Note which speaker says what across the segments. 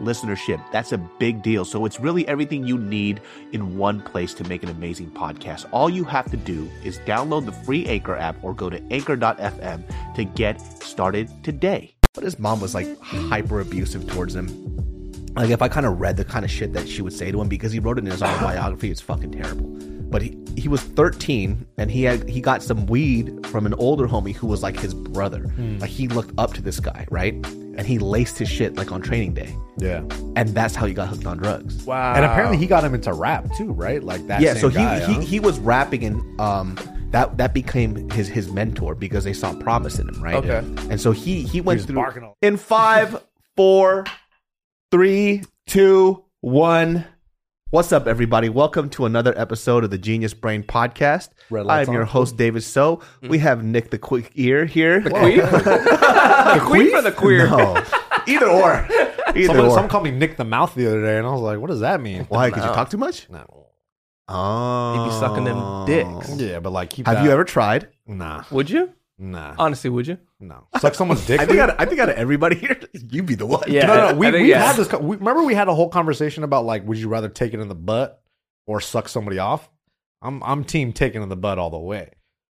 Speaker 1: listenership. That's a big deal. So it's really everything you need in one place to make an amazing podcast. All you have to do is download the free Anchor app or go to anchor.fm to get started today. But his mom was like hyper abusive towards him like if I kind of read the kind of shit that she would say to him because he wrote it in his autobiography, it's fucking terrible. But he, he was 13 and he had he got some weed from an older homie who was like his brother. Like he looked up to this guy, right? And he laced his shit like on training day,
Speaker 2: Yeah.
Speaker 1: and that's how he got hooked on drugs.
Speaker 3: Wow.
Speaker 2: And apparently he got him into rap too, right? Like that.
Speaker 1: yeah,
Speaker 2: same
Speaker 1: so he,
Speaker 2: guy,
Speaker 1: he
Speaker 2: huh?
Speaker 1: he was rapping and um that that became his his mentor because they saw promise in him, right?
Speaker 3: Okay.
Speaker 1: And so he he went
Speaker 3: was
Speaker 1: through
Speaker 3: barking all-
Speaker 1: in five, four, three, two, one. What's up, everybody? Welcome to another episode of the Genius Brain Podcast.
Speaker 2: Red
Speaker 1: I
Speaker 2: lights
Speaker 1: am your
Speaker 2: on. Hmm.
Speaker 1: host, David So. We have Nick the Quick Ear here. The
Speaker 3: Queer? the queer or the queer?
Speaker 1: No. Either or. Either
Speaker 2: Someone,
Speaker 1: or.
Speaker 2: someone called me Nick the Mouth the other day, and I was like, "What does that mean?"
Speaker 1: Why? Because you talk too much?
Speaker 2: No.
Speaker 1: Oh.
Speaker 4: He'd be sucking them dicks.
Speaker 2: Yeah, but like, keep
Speaker 1: Have
Speaker 2: that-
Speaker 1: you ever tried?
Speaker 2: Nah,
Speaker 4: Would you?
Speaker 2: nah,
Speaker 4: Honestly, would you?
Speaker 2: no. Suck someone's dick.
Speaker 1: I think
Speaker 2: dude?
Speaker 1: out of, I think out of everybody here, you'd be the one.
Speaker 4: Yeah.
Speaker 2: no, no.
Speaker 4: I
Speaker 2: We,
Speaker 4: think,
Speaker 2: we've
Speaker 4: yeah.
Speaker 2: had this. co- We, remember, we had a whole conversation about like, would you rather take it in the butt or suck somebody off? I'm I'm team taking it in the butt all the way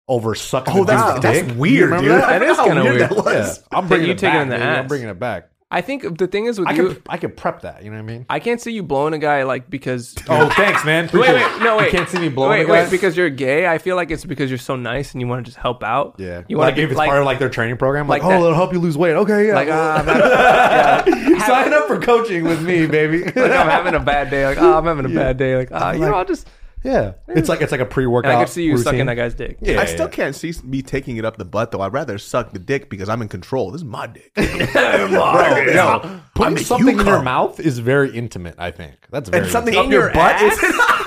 Speaker 2: over sucking.
Speaker 1: Oh,
Speaker 2: the
Speaker 1: that's
Speaker 2: dude's dick.
Speaker 1: that's
Speaker 2: You
Speaker 1: weird,
Speaker 2: remember
Speaker 1: dude.
Speaker 2: that?
Speaker 1: I
Speaker 4: That
Speaker 1: forgot
Speaker 4: is
Speaker 1: how
Speaker 4: kinda weird.
Speaker 1: That was.
Speaker 2: Yeah, I'm bringing
Speaker 4: you
Speaker 2: it
Speaker 4: take it
Speaker 2: back.
Speaker 4: in the
Speaker 2: baby. I'm
Speaker 4: ass.
Speaker 2: bringing it back.
Speaker 4: I think the thing is with
Speaker 2: I
Speaker 4: you,
Speaker 2: could I could prep that. You know what I mean?
Speaker 4: I can't see you blowing a guy like because.
Speaker 2: Oh, thanks, man.
Speaker 4: wait,
Speaker 2: Appreciate
Speaker 4: wait,
Speaker 2: it.
Speaker 4: no, wait.
Speaker 2: You can't see me blowing.
Speaker 4: Wait,
Speaker 2: a
Speaker 4: wait,
Speaker 2: guy?
Speaker 4: because you're gay. I feel like it's because you're so nice and you want to just help out.
Speaker 2: yeah,
Speaker 4: you want
Speaker 2: like
Speaker 4: to
Speaker 2: if
Speaker 4: be
Speaker 2: it's
Speaker 4: like,
Speaker 2: part of like their training program, like,
Speaker 4: like
Speaker 2: oh,
Speaker 4: that.
Speaker 2: it'll help you lose weight. Okay, yeah,
Speaker 4: like ah, I'm,
Speaker 2: sign up for coaching with me, baby.
Speaker 4: like, I'm having a bad day. Like oh, I'm having a bad day. Like ah, you know, I'll just.
Speaker 2: yeah, it's like it's like a pre-workout.
Speaker 4: And I could see you
Speaker 2: routine.
Speaker 4: sucking that guy's dick.
Speaker 2: Yeah,
Speaker 1: I still
Speaker 2: yeah.
Speaker 1: can't see me taking it up the butt though. I'd rather suck the dick because I'm in control. This is my dick.
Speaker 2: Bro,
Speaker 1: Bro,
Speaker 2: no,
Speaker 1: I
Speaker 2: Oh, putting
Speaker 1: mean,
Speaker 2: something
Speaker 1: you
Speaker 2: in your
Speaker 1: come.
Speaker 2: mouth is very intimate. I think that's very
Speaker 1: and something up
Speaker 2: intimate.
Speaker 4: In
Speaker 1: your,
Speaker 4: your
Speaker 1: butt is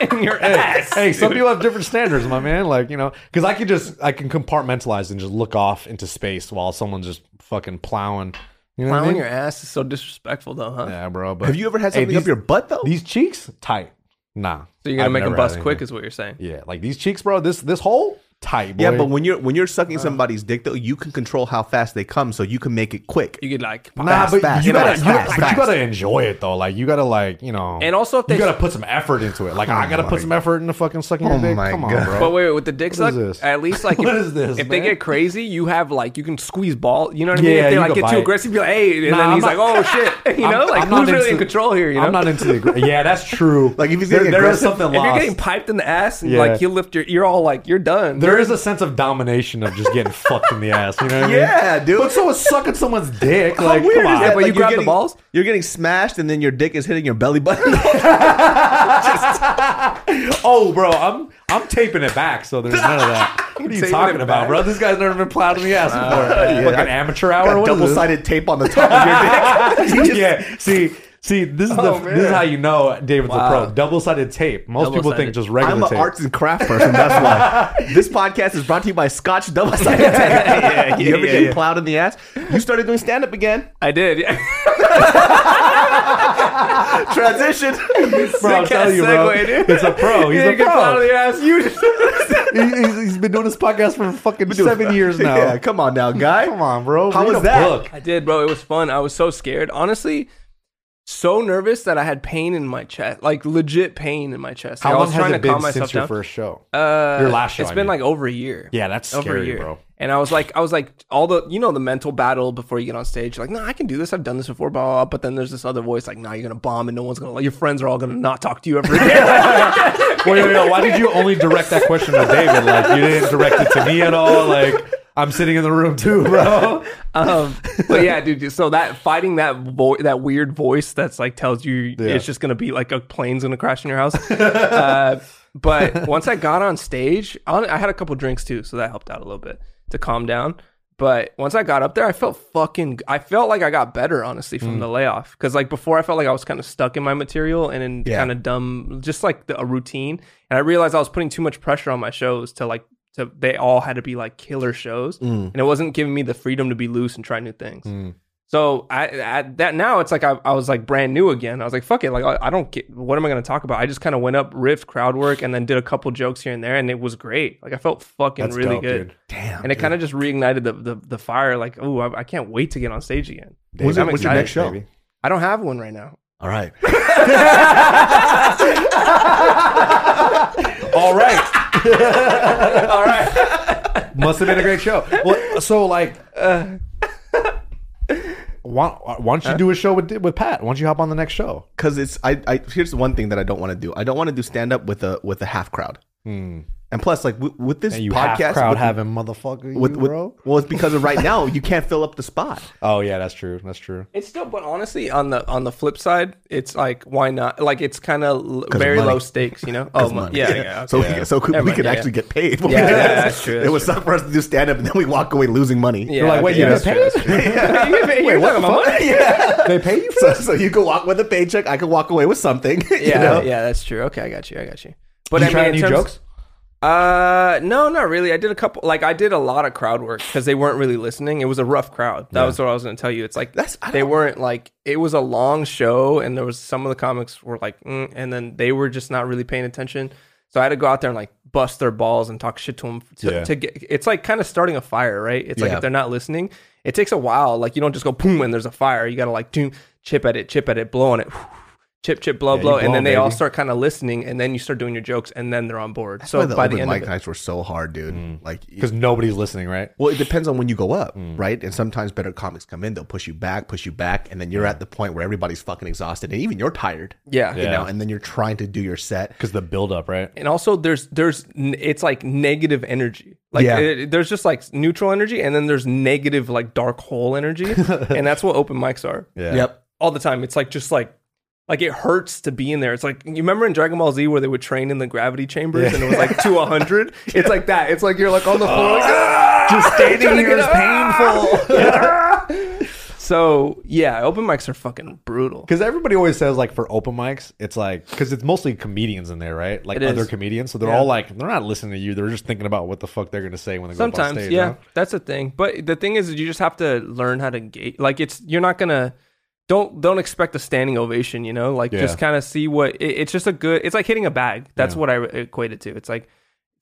Speaker 4: in your
Speaker 2: Hey,
Speaker 4: ass.
Speaker 2: hey, some people have different standards, my man. Like you know, because I could just I can compartmentalize and just look off into space while someone's just fucking plowing. You know what I
Speaker 4: Plowing
Speaker 2: mean?
Speaker 4: your ass is so disrespectful, though, huh?
Speaker 2: Mm-hmm. Yeah, bro. But
Speaker 1: Have you ever had
Speaker 2: Hey,
Speaker 1: something up
Speaker 2: these-
Speaker 1: your butt though?
Speaker 2: These cheeks tight. Nah.
Speaker 4: So you're gonna
Speaker 2: I've
Speaker 4: make
Speaker 2: never
Speaker 4: him
Speaker 2: had
Speaker 4: bust
Speaker 2: anything.
Speaker 4: quick, is what you're saying.
Speaker 2: Yeah, like these cheeks, bro. This this hole tight. Boy.
Speaker 1: yeah, but when you're when you're sucking somebody's dick though, you can control how fast they come, so you can make it quick.
Speaker 4: You could like,
Speaker 2: nah,
Speaker 1: fast,
Speaker 2: but
Speaker 1: fast,
Speaker 2: you gotta,
Speaker 1: fast,
Speaker 2: you gotta-
Speaker 1: fast,
Speaker 2: but you
Speaker 1: fast.
Speaker 2: gotta enjoy it though. Like you gotta like you know,
Speaker 4: and also if they
Speaker 2: you gotta put some effort into it. Like I gotta put some effort into fucking sucking your dick.
Speaker 1: Oh my
Speaker 2: Come
Speaker 1: God.
Speaker 2: on, bro.
Speaker 4: But wait, wait, with the dick
Speaker 2: What
Speaker 4: suck,
Speaker 2: is this?
Speaker 4: at least like
Speaker 2: What
Speaker 4: if,
Speaker 2: is this,
Speaker 4: if they
Speaker 2: man?
Speaker 4: get crazy, you have like you can squeeze ball. You know what I
Speaker 2: Yeah,
Speaker 4: mean? If they
Speaker 2: you
Speaker 4: like
Speaker 2: can
Speaker 4: get
Speaker 2: bite.
Speaker 4: too aggressive, you're like, hey, and
Speaker 2: Nah,
Speaker 4: then
Speaker 2: I'm
Speaker 4: he's
Speaker 2: not-
Speaker 4: like, oh shit, you know,
Speaker 2: I'm-
Speaker 4: like
Speaker 2: I'm not
Speaker 4: who's
Speaker 2: into-
Speaker 4: really in control here? You know,
Speaker 2: I'm not into the. aggr- Yeah, that's true.
Speaker 1: Like, if he's
Speaker 2: there,
Speaker 1: getting
Speaker 2: there is
Speaker 1: aggressive-
Speaker 2: something
Speaker 4: if you're
Speaker 2: lost.
Speaker 4: getting piped in the ass and
Speaker 2: Yeah.
Speaker 4: like you lift your, you're all like, you're done.
Speaker 2: there is a sense of domination of just getting fucked in the ass. You know what I mean?
Speaker 1: Yeah, dude.
Speaker 2: But so is sucking someone's dick.
Speaker 1: How
Speaker 2: Like,
Speaker 1: weird
Speaker 2: come
Speaker 1: is
Speaker 2: on.
Speaker 1: that?
Speaker 4: but you
Speaker 1: you're
Speaker 4: grab the
Speaker 1: getting-
Speaker 4: balls?
Speaker 1: You're getting smashed, and then your dick is hitting your belly button.
Speaker 2: Oh, bro, I'm I'm taping it back, so there's none of that. What are you
Speaker 4: Taping
Speaker 2: talking
Speaker 4: it
Speaker 2: about,
Speaker 4: back?
Speaker 2: bro? This guy's never been plowed in the ass before. Fucking amateur hour. What is
Speaker 1: Uh, Double
Speaker 2: this?
Speaker 1: sided tape on the top of your dick. You just-
Speaker 2: yeah. See, see, this is
Speaker 4: Oh,
Speaker 2: the, this is
Speaker 4: man.
Speaker 2: how you know David's a
Speaker 4: Wow.
Speaker 2: pro. Double sided tape. Most people think
Speaker 4: Double-sided.
Speaker 2: just regular
Speaker 1: I'm an
Speaker 2: tape.
Speaker 1: arts and craft person. That's why this podcast is brought to you by Scotch Double Sided Tape. you ever get plowed in the ass? You started doing stand up again.
Speaker 4: I did. Yeah.
Speaker 1: Transition.
Speaker 2: bro, I'm
Speaker 4: Sick-ass
Speaker 2: telling you, bro.
Speaker 4: segue, dude.
Speaker 2: It's a pro. He's
Speaker 4: you
Speaker 2: a
Speaker 4: get out of
Speaker 2: pro.
Speaker 4: the ass. You just,
Speaker 2: He- he's- he's been doing this podcast for fucking seven years now.
Speaker 1: Yeah, come on now, guy.
Speaker 2: Come on, bro.
Speaker 1: How
Speaker 2: Read
Speaker 1: was
Speaker 2: a
Speaker 1: that?
Speaker 2: book.
Speaker 4: I did, bro. It was fun. I was so scared, honestly. So nervous that I had pain in my chest, like legit pain in my chest.
Speaker 2: How
Speaker 4: Like, I
Speaker 2: long
Speaker 4: was
Speaker 2: has
Speaker 4: trying
Speaker 2: it
Speaker 4: to calm
Speaker 2: been
Speaker 4: myself
Speaker 2: since your
Speaker 4: down.
Speaker 2: first show?
Speaker 4: Uh,
Speaker 2: Your last show,
Speaker 4: It's
Speaker 2: I
Speaker 4: been
Speaker 2: mean.
Speaker 4: like over a year.
Speaker 2: Yeah, that's
Speaker 4: over a
Speaker 2: scary,
Speaker 4: year.
Speaker 2: bro.
Speaker 4: And I was like, I was like, all the you know the mental battle before you get on stage. Like, no, I can do this. I've done this before. Blah, blah, blah. But then there's this other voice like, nah, you're gonna bomb, and no one's gonna. Like, your friends are all gonna not talk to you ever again.
Speaker 2: Wait, wait, wait. Why did you only direct that question to David? Like, you didn't direct it to me at all. Like, I'm sitting in the room too, bro.
Speaker 4: um, but yeah, dude. So that fighting that vo- that weird voice that's like tells you
Speaker 2: Yeah.
Speaker 4: it's just gonna be like a plane's gonna crash in your house. Uh, But once I got on stage, I I had a couple drinks too, so that helped out a little bit to calm down. But once I got up there, I felt fucking. I felt like I got better, honestly, from the layoff. Because like before, I felt like I was kind of stuck in my material and in
Speaker 2: Yeah.
Speaker 4: kind of dumb, just like the, a routine. And I realized I was putting too much pressure on my shows to like to. They all had to be like killer shows, and it wasn't giving me the freedom to be loose and try new things. So I, I that now it's like I, I was like brand new again. I was like, fuck it, like I, I don't get what am I going to talk about. I just kind of went up, riffed, crowd work, and then did a couple jokes here and there, and it was great. Like I felt fucking
Speaker 2: That's
Speaker 4: really
Speaker 2: dope,
Speaker 4: good,
Speaker 2: dude. Damn.
Speaker 4: and it kind of just reignited the the, the fire. Like, oh, I, I can't wait to get on stage again.
Speaker 1: When's
Speaker 4: I'm
Speaker 1: it- when's your
Speaker 4: excited,
Speaker 1: next show?
Speaker 2: baby.
Speaker 4: I don't have one right now.
Speaker 2: All right. All right.
Speaker 4: All right,
Speaker 2: Must have been a great show. Well, so like, uh, why, why don't you do a show with with Pat? Why don't you hop on the next show?
Speaker 1: because it's I, I here's one thing that I don't want to do. I don't want to do stand up with a with a half crowd.
Speaker 4: Hmm.
Speaker 1: And plus, like w- with this
Speaker 2: And you half
Speaker 1: podcast,
Speaker 2: crowd
Speaker 1: with,
Speaker 2: having motherfucker, you,
Speaker 1: with, with-
Speaker 2: bro.
Speaker 1: well, it's because of right now you can't fill up the spot.
Speaker 2: Oh yeah, that's true. That's true.
Speaker 4: it's still. But honestly, on the on the flip side, it's like why not? Like it's kind of very
Speaker 1: money.
Speaker 4: low stakes, you know? Oh, mon-
Speaker 1: money.
Speaker 4: yeah, yeah.
Speaker 1: so
Speaker 4: okay.
Speaker 1: we, so could,
Speaker 4: Never
Speaker 1: we
Speaker 4: mind,
Speaker 1: could
Speaker 4: yeah,
Speaker 1: actually get paid.
Speaker 4: Yeah, yeah, that's true, that's
Speaker 1: it would suck for us to do stand up and then we walk away losing money.
Speaker 4: yeah.
Speaker 2: You're like, wait, you
Speaker 4: yeah,
Speaker 2: get
Speaker 4: that's true, that's true. You get paid? You're talking about money?
Speaker 2: They pay you.
Speaker 1: So, so you could walk with a paycheck. I could walk away with something. you
Speaker 4: Yeah,
Speaker 1: know?
Speaker 4: yeah, that's true. Okay, I got you. I got you. But
Speaker 2: You
Speaker 4: I
Speaker 2: try
Speaker 4: mean, in
Speaker 2: new
Speaker 4: terms-
Speaker 2: jokes?
Speaker 4: Uh, no, not really. I did a couple. Like, I did a lot of crowd work because they weren't really listening. It was a rough crowd. That was what I was going to tell you. It's like
Speaker 1: That's- I
Speaker 4: they
Speaker 1: don't-
Speaker 4: weren't like it was a long show, and there was some of the comics were like, mm, and then they were just not really paying attention. So I had to go out there and like bust their balls and talk shit to them to,
Speaker 2: Yeah.
Speaker 4: to get. It's like kind of starting a fire, right? It's like
Speaker 1: Yeah.
Speaker 4: if they're not listening, it takes a while. Like you don't just go boom and there's a fire. You got to like do chip at it, chip at it, blow on it. Chip, chip, blow,
Speaker 2: you
Speaker 4: blow, and
Speaker 2: blow,
Speaker 4: then they all
Speaker 2: baby.
Speaker 4: start kind of listening, and then you start doing your jokes, and then they're on board.
Speaker 1: That's why
Speaker 4: so
Speaker 1: the
Speaker 4: by
Speaker 1: open
Speaker 4: the end,
Speaker 1: mic
Speaker 4: of it,
Speaker 1: nights were so hard, dude.
Speaker 4: Hmm.
Speaker 1: Like,
Speaker 2: Because nobody's listening, right?
Speaker 1: well, it depends on when you go up,
Speaker 2: Hmm.
Speaker 1: right? And sometimes better comics come in; they'll push you back, push you back, and then you're at the point where everybody's fucking exhausted, and even you're tired.
Speaker 4: yeah,
Speaker 1: you
Speaker 2: Yeah.
Speaker 1: know, and then you're trying to do your set.
Speaker 2: Because the buildup, right?
Speaker 4: and also there's there's n- it's like negative energy like
Speaker 1: Yeah.
Speaker 4: it- there's just like neutral energy and then there's negative like dark hole energy and that's what open mics are
Speaker 2: Yeah.
Speaker 1: Yep.
Speaker 4: all the time it's like just like like it hurts to be in there it's like you remember in dragon ball z where they would train in the gravity chambers and it was like to 100 it's like that it's like you're like on the floor like, "Ah!"
Speaker 2: Just
Speaker 4: Trying
Speaker 2: standing
Speaker 4: to
Speaker 2: here
Speaker 4: get
Speaker 2: is painful.
Speaker 4: so yeah open mics are fucking brutal
Speaker 2: Because everybody always says like for open mics, it's like because it's mostly comedians in there, right? Like
Speaker 4: It is.
Speaker 2: other comedians, so they're all like they're not listening to you. They're just thinking about what the fuck they're gonna say when they go up on
Speaker 4: sometimes
Speaker 2: stage.
Speaker 4: yeah
Speaker 2: huh?
Speaker 4: that's a thing but the thing is, is you just have to learn how to gate like it's you're not gonna don't don't expect a standing ovation you know like
Speaker 2: Yeah.
Speaker 4: just kind of see what it, it's just a good it's like hitting a bag that's what i equate it to it's like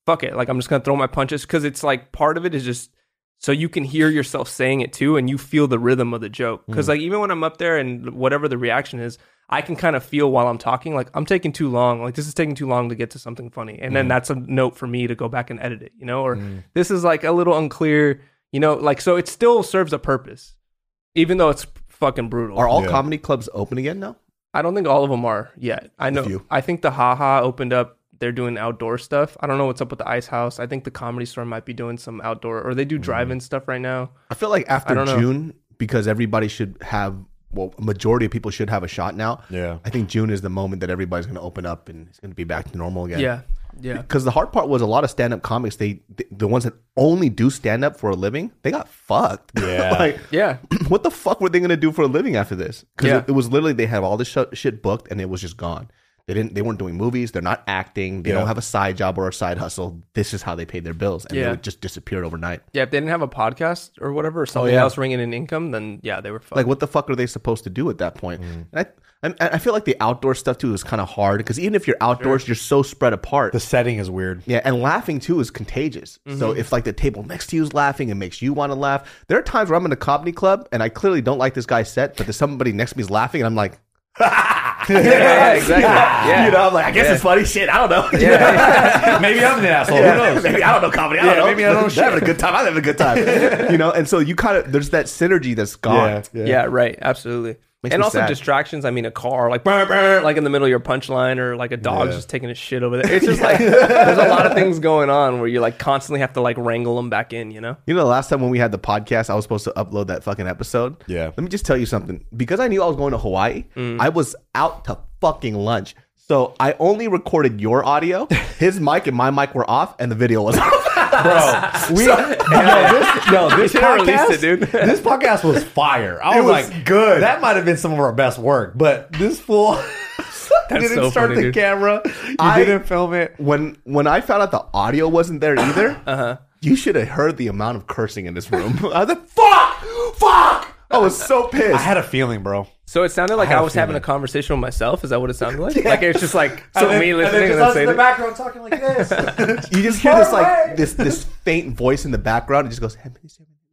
Speaker 4: fuck it like i'm just gonna throw my punches because it's like part of it is just so you can hear yourself saying it too and you feel the rhythm of the joke because
Speaker 1: Mm.
Speaker 4: like even when i'm up there and whatever the reaction is i can kind of feel while i'm talking like i'm taking too long like this is taking too long to get to something funny and
Speaker 1: Mm.
Speaker 4: then that's a note for me to go back and edit it you know or this is like a little unclear you know like so it still serves a purpose even though it's fucking brutal
Speaker 1: Are all
Speaker 2: Yeah.
Speaker 1: comedy clubs open again now?
Speaker 4: i don't think all of them are yet i know
Speaker 1: few.
Speaker 4: i think the haha opened up they're doing outdoor stuff i don't know what's up with the ice house i think the comedy store might be doing some outdoor or they
Speaker 1: Mm-hmm.
Speaker 4: do drive-in stuff right now
Speaker 1: I feel like
Speaker 4: I
Speaker 1: after
Speaker 4: don't know.
Speaker 1: June, because everybody should have. Well, a majority of people should have a shot now.
Speaker 2: Yeah.
Speaker 1: I think June is the moment that everybody's going to open up and it's going to be back to normal again.
Speaker 4: yeah yeah
Speaker 1: Because the hard part was a lot of stand up comics. They th- the ones that only do stand up for a living, they got fucked.
Speaker 2: Yeah.
Speaker 1: like,
Speaker 4: yeah
Speaker 1: what the fuck were they gonna do for a living after this? Because
Speaker 4: Yeah.
Speaker 1: it, it was literally they have all this sh- shit booked and it was just gone. They didn't. They weren't doing movies. They're not acting. They
Speaker 2: Yeah.
Speaker 1: don't have a side job or a side hustle. This is how they paid their bills, and
Speaker 4: Yeah.
Speaker 1: they would just disappeared overnight.
Speaker 4: yeah if they didn't have a podcast or whatever or something
Speaker 1: Oh, yeah.
Speaker 4: else ringing in income then yeah they were fucked.
Speaker 1: Like, what the fuck are they supposed to do at that point?
Speaker 4: Mm.
Speaker 1: And I, and I feel like the outdoor stuff too is kind of hard because even if you're outdoors, you're so spread apart.
Speaker 2: The setting is weird.
Speaker 1: Yeah, and laughing too is contagious. So if like the table next to you is laughing, it makes you want to laugh. There are times where I'm in a comedy club and I clearly don't like this guy's set, but there's somebody next to me is laughing, and I'm like,
Speaker 4: yeah, exactly. Yeah.
Speaker 1: you know, I'm like, I guess it's funny shit. I don't know.
Speaker 2: maybe I'm the asshole. Who knows?
Speaker 1: maybe I don't know comedy. I
Speaker 2: Yeah,
Speaker 1: don't know.
Speaker 2: maybe I don't know
Speaker 1: They're having a good time. I'm having a good time. you know, and so you kind of there's that synergy that's gone.
Speaker 2: Yeah, yeah.
Speaker 4: Yeah, right. Absolutely.
Speaker 1: Makes
Speaker 4: and
Speaker 1: me
Speaker 4: also
Speaker 1: sad.
Speaker 4: distractions. I mean, a car like brr, brr, like in the middle of your punchline, or like a dog
Speaker 2: Yeah.
Speaker 4: just taking a shit over there. It's just like there's a lot of things going on where you like constantly have to like wrangle them back in. You know?
Speaker 1: You know, the last time when we had the podcast, I was supposed to upload that fucking episode.
Speaker 2: Yeah. Mm.
Speaker 1: Let me just tell you something. Because I knew I was going to Hawaii, I was out to fucking lunch. So I only recorded your audio. His mic and my mic were off, and the video was off.
Speaker 2: bro. We no, this, no, this
Speaker 4: You should've
Speaker 2: podcast,
Speaker 4: released it, dude.
Speaker 2: this podcast was fire. I
Speaker 1: It
Speaker 2: was,
Speaker 1: was
Speaker 2: like,
Speaker 1: good.
Speaker 2: That might have been some of our best work, but this fool didn't
Speaker 4: so
Speaker 2: start
Speaker 4: funny,
Speaker 2: the
Speaker 4: dude.
Speaker 2: camera. You
Speaker 1: I-
Speaker 2: didn't film it.
Speaker 1: when when I found out the audio wasn't there either,
Speaker 2: Uh-huh.
Speaker 1: you should have heard the amount of cursing in this room. I was like, "Fuck, fuck!" I was so
Speaker 2: I
Speaker 1: pissed.
Speaker 2: had a feeling, bro.
Speaker 4: So it sounded like
Speaker 2: I had
Speaker 4: I,
Speaker 2: a
Speaker 4: was having
Speaker 2: feeling.
Speaker 4: a conversation with myself. Is that what it sounded like? Like it was just like so me listening
Speaker 2: just us in
Speaker 4: and then
Speaker 2: the
Speaker 4: saying it.
Speaker 2: background talking like this.
Speaker 1: you just hear this
Speaker 2: Far away.
Speaker 1: like this this faint voice in the background. It just goes,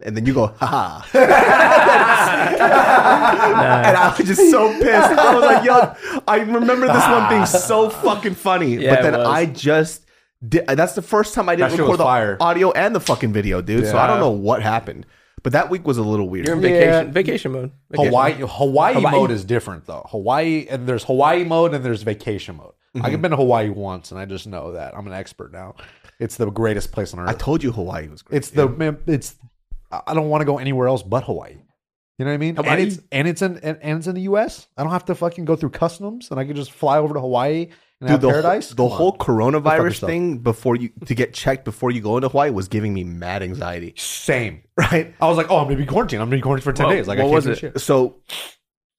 Speaker 1: and then you go, "Ha ha!" And I was just so pissed. I was like, "Yo, I remember this one thing so fucking funny."
Speaker 4: Yeah,
Speaker 1: but
Speaker 4: it
Speaker 1: then
Speaker 4: was.
Speaker 1: I just did, that's the first time I
Speaker 2: That
Speaker 1: didn't
Speaker 2: shit was
Speaker 1: record the
Speaker 2: fire.
Speaker 1: audio and the fucking video, dude. So I don't know what happened. But that week was a little weird.
Speaker 4: You're in
Speaker 2: Yeah.
Speaker 4: vacation, vacation mode. Vacation.
Speaker 2: Hawaii, Hawaii
Speaker 4: Hawaii.
Speaker 2: mode is different though. Hawaii and there's Hawaii mode and there's vacation mode.
Speaker 1: Mm-hmm.
Speaker 2: I've been to Hawaii once and I just know that I'm an expert now. It's the greatest place on earth.
Speaker 1: I told you Hawaii was great.
Speaker 2: It's the man, it's. I I don't want to go anywhere else but Hawaii. You know what I mean? And
Speaker 4: Hawaii?
Speaker 2: it's and it's in and, and it's in the U.S. I don't have to fucking go through customs, and I can just fly over to Hawaii and have
Speaker 1: Dude, the whole-
Speaker 2: paradise.
Speaker 1: the
Speaker 2: Come on.
Speaker 1: whole
Speaker 2: fuck
Speaker 1: coronavirus
Speaker 2: yourself.
Speaker 1: thing before you to get checked before you go into Hawaii was giving me mad anxiety.
Speaker 2: same.
Speaker 1: Right.
Speaker 2: I was like, oh, I'm gonna be quarantined. I'm gonna be quarantined for ten
Speaker 4: Well,
Speaker 2: days. Like, I
Speaker 4: what
Speaker 2: can't
Speaker 4: was
Speaker 2: do
Speaker 4: it?
Speaker 2: shit.
Speaker 1: So,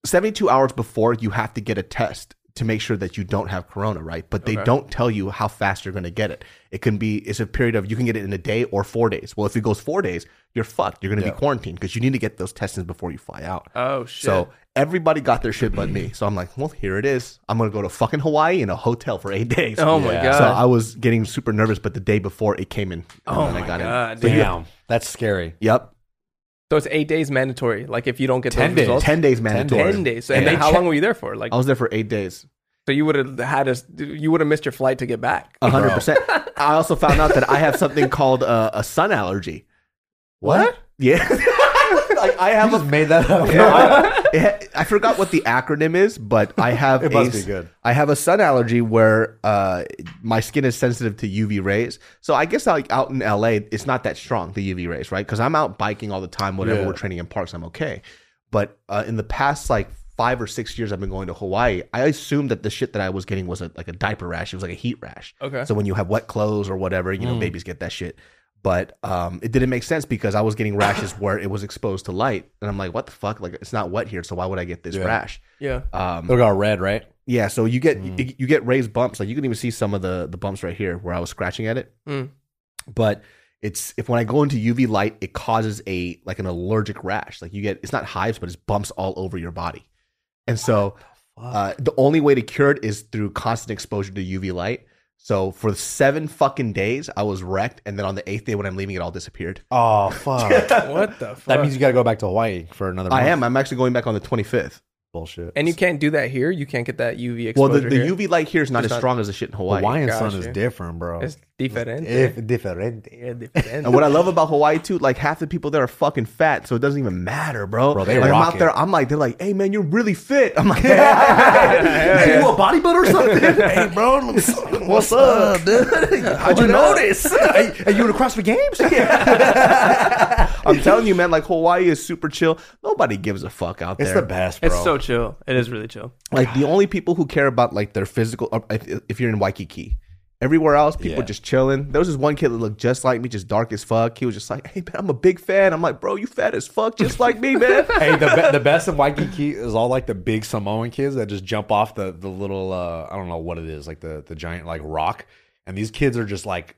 Speaker 1: seventy-two hours before, you have to get a test to make sure that you don't have corona, right? But they
Speaker 4: Okay.
Speaker 1: don't tell you how fast you're going to get it. It can be it's a period of you can get it in a day or four days. Well, if it goes four days, you're fucked. You're going to
Speaker 2: Yeah.
Speaker 1: be quarantined because you need to get those testings before you fly out.
Speaker 4: Oh shit.
Speaker 1: So everybody got their shit but me. So I'm like, well, here it is. I'm gonna go to fucking Hawaii in a hotel for eight days.
Speaker 4: oh my
Speaker 2: Yeah.
Speaker 4: god.
Speaker 1: So I was getting super nervous, but the day before it came in. and
Speaker 4: oh
Speaker 1: then
Speaker 4: my
Speaker 1: I got in.
Speaker 4: god.
Speaker 2: Damn,
Speaker 4: dude.
Speaker 2: that's scary.
Speaker 1: Yep.
Speaker 4: So it's eight days mandatory. Like if you don't get
Speaker 2: 10
Speaker 4: those
Speaker 2: days.
Speaker 4: results,
Speaker 1: Ten days mandatory.
Speaker 4: ten days. So, and
Speaker 1: Yeah.
Speaker 4: then how long were you there for? Like
Speaker 1: I was there for eight days.
Speaker 4: so you would have had us. You would have missed your flight to get back.
Speaker 1: A hundred percent. I also found out that I have something called uh, a sun allergy.
Speaker 2: What?
Speaker 1: Yeah. like I
Speaker 2: I
Speaker 1: have
Speaker 2: just
Speaker 1: a.
Speaker 2: made that up.
Speaker 1: No, I, it- I forgot what the acronym is, but I have
Speaker 2: It must
Speaker 1: a,
Speaker 2: be good.
Speaker 1: I have a sun allergy where uh, my skin is sensitive to UV rays. So I guess like out in LA, it's not that strong the UV rays, right? Because I'm out biking all the time. Whenever
Speaker 2: Yeah.
Speaker 1: we're training in parks, I'm okay. But uh, in the past like five or six years, I've been going to Hawaii. I assumed that the shit that I was getting was a, like a diaper rash. It was like a heat rash.
Speaker 4: Okay.
Speaker 1: So when you have wet clothes or whatever, you know babies get that shit. But um, it didn't make sense because I was getting rashes where it was exposed to light, and I'm like, what the fuck? Like it's not wet here, so why would I get this
Speaker 2: Yeah.
Speaker 1: rash?
Speaker 4: yeah.
Speaker 1: Um,
Speaker 2: It got red, right?
Speaker 1: yeah, so you get
Speaker 4: Mm.
Speaker 1: you, you get raised bumps. Like you can even see some of the the bumps right here where I was scratching at it.
Speaker 4: Mm.
Speaker 1: But it's if when I go into UV light, it causes a like an allergic rash. Like you get it's not hives, but it's bumps all over your body. And so uh, the only way to cure it is through constant exposure to UV light. So for seven fucking days, I was wrecked, and then on the eighth day when I'm leaving, it all disappeared.
Speaker 2: Oh fuck!
Speaker 4: What the fuck?
Speaker 2: that means you got to go back to Hawaii for another.
Speaker 1: I
Speaker 2: month.
Speaker 1: am. I'm actually going back on the 25th.
Speaker 2: bullshit.
Speaker 4: and you can't do that here. You can't get that UV
Speaker 1: Well,
Speaker 4: exposure.
Speaker 1: the, the
Speaker 4: here.
Speaker 1: UV light here is not
Speaker 4: It's
Speaker 1: as
Speaker 4: not-
Speaker 1: strong as the shit in Hawaii.
Speaker 2: Hawaiian
Speaker 4: Got
Speaker 2: sun is
Speaker 4: you.
Speaker 2: different, bro.
Speaker 4: It's different.
Speaker 2: If different.
Speaker 4: Yeah, different.
Speaker 1: And what I love about Hawaii too, like half the people there are fucking fat, so it doesn't even matter, bro.
Speaker 2: Bro, they
Speaker 1: like, I'm
Speaker 2: rock
Speaker 1: out
Speaker 2: it.
Speaker 1: there, I'm like, they're like, hey man, you're really fit. I'm like, hey, you a bodybuilder or something? hey, bro, what's up, dude? How'd you know this?
Speaker 2: Are you in the CrossFit Games?
Speaker 1: I'm telling you, man, like Hawaii is super chill. Nobody gives a fuck out
Speaker 2: It's
Speaker 1: there.
Speaker 2: the best, bro.
Speaker 4: it's so chill. It is really chill.
Speaker 1: like the only people who care about like their physical, uh, if if you're in Waikiki. Everywhere else, people
Speaker 2: Yeah.
Speaker 1: are just chilling. There was this one kid that looked just like me, just dark as fuck. He was just like, "Hey man, I'm a big fan." I'm like, "Bro, you fat as fuck, just like me, man."
Speaker 2: hey, the, be- the best of Waikiki is all like the big Samoan kids that just jump off the the little uh, I don't know what it is like the the giant like rock, and these kids are just like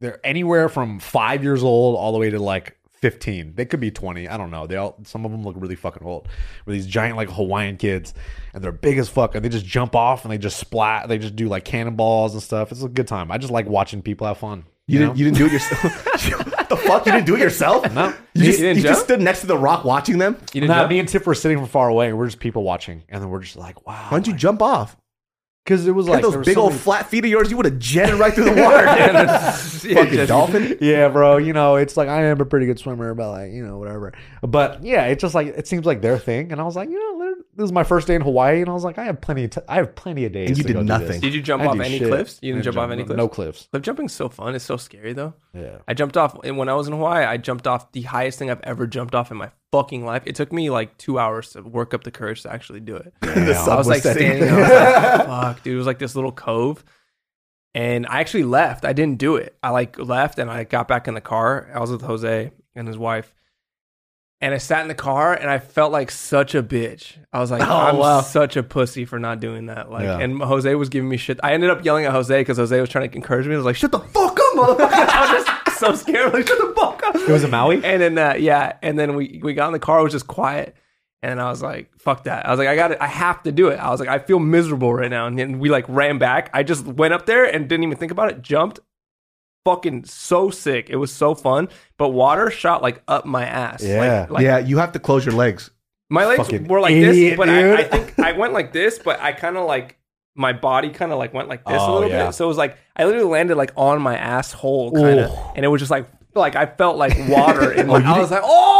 Speaker 2: they're anywhere from five years old all the way to like. 15 they could be 20 i don't know they all some of them look really fucking old with these giant like hawaiian kids and they're big as fuck and they just jump off and they just splat they just do like cannonballs and stuff it's a good time i just like watching people have fun
Speaker 1: You,
Speaker 2: know?
Speaker 1: didn't, you didn't do it yourself. What the fuck? You didn't do it yourself?
Speaker 2: No.
Speaker 1: You, just,
Speaker 4: You didn't
Speaker 1: you just
Speaker 4: jump?
Speaker 1: stood next to the rock watching them?
Speaker 4: You
Speaker 2: Nah,
Speaker 4: jump?
Speaker 2: me and Tiff were sitting from far away, and we're just people watching, and then we're just like,
Speaker 1: Why
Speaker 2: "Wow!"
Speaker 1: don't you jump off?
Speaker 2: Because it was
Speaker 1: You had
Speaker 2: like there
Speaker 1: those
Speaker 2: was
Speaker 1: big
Speaker 2: so
Speaker 1: old
Speaker 2: many-
Speaker 1: flat feet of yours, you would have jetted right through the water. dude.
Speaker 4: Yeah,
Speaker 1: Fucking
Speaker 4: just-
Speaker 1: dolphin.
Speaker 2: Yeah, bro. You know, it's like I am a pretty good swimmer, but like you know, whatever. But yeah, it's just like it seems like their thing, and I was like, you know, they're- this is my first day in Hawaii, and I was like, I have plenty of t- I have plenty of days.
Speaker 1: And you
Speaker 2: to
Speaker 1: did
Speaker 2: go do
Speaker 1: nothing.
Speaker 2: this.
Speaker 4: Did you jump
Speaker 2: I
Speaker 4: off
Speaker 2: do
Speaker 4: any
Speaker 2: shit.
Speaker 4: cliffs?
Speaker 2: I
Speaker 4: You didn't jump off any cliffs?
Speaker 2: No cliffs.
Speaker 4: Cliff jumping's so fun. It's so scary though.
Speaker 2: Yeah.
Speaker 4: I jumped off and when I was in Hawaii. I jumped off the highest thing I've ever jumped off in my fucking life. It took me like two hours to work up the courage to actually do it.
Speaker 1: The
Speaker 2: Damn.
Speaker 1: sun
Speaker 4: I was like
Speaker 1: setting.
Speaker 4: standing there, I was like, fuck, dude. It was like this little cove. And I actually left. I didn't do it. I like left and I got back in the car. I was with Jose and his wife. And I sat in the car and I felt like such a bitch. I was like, I'm
Speaker 1: wow.
Speaker 4: such a pussy for not doing that. Like,
Speaker 2: Oh, Yeah.
Speaker 4: and Jose was giving me shit. I ended up yelling at Jose because Jose was trying to encourage me. I was like, shut the fuck up, motherfucker. I was just so scared. Like, shut the fuck up.
Speaker 2: It was in Maui?
Speaker 4: And then uh, yeah, and then we we got in the car. It was just quiet, and I was like, "Fuck that!" I was like, "I got it. I have to do it." I was like, "I feel miserable right now." And then we like ran back. I just went up there and didn't even think about it. Jumped, fucking so sick. It was so fun, but water shot like up my ass.
Speaker 2: Yeah.
Speaker 4: like, like
Speaker 1: yeah, you have to close your legs.
Speaker 4: my legs
Speaker 2: Fucking
Speaker 4: were like
Speaker 2: idiot,
Speaker 4: this, but I, I
Speaker 2: dude.
Speaker 4: think I went like this, but I kind of like my body kind of like went like this a
Speaker 2: Oh,
Speaker 4: little
Speaker 2: yeah.
Speaker 4: bit. So it was like I literally landed like on my asshole kind of,
Speaker 2: Ooh.
Speaker 4: and it was just like like I felt like water in my.
Speaker 1: you
Speaker 4: I
Speaker 1: did-
Speaker 4: was like, oh.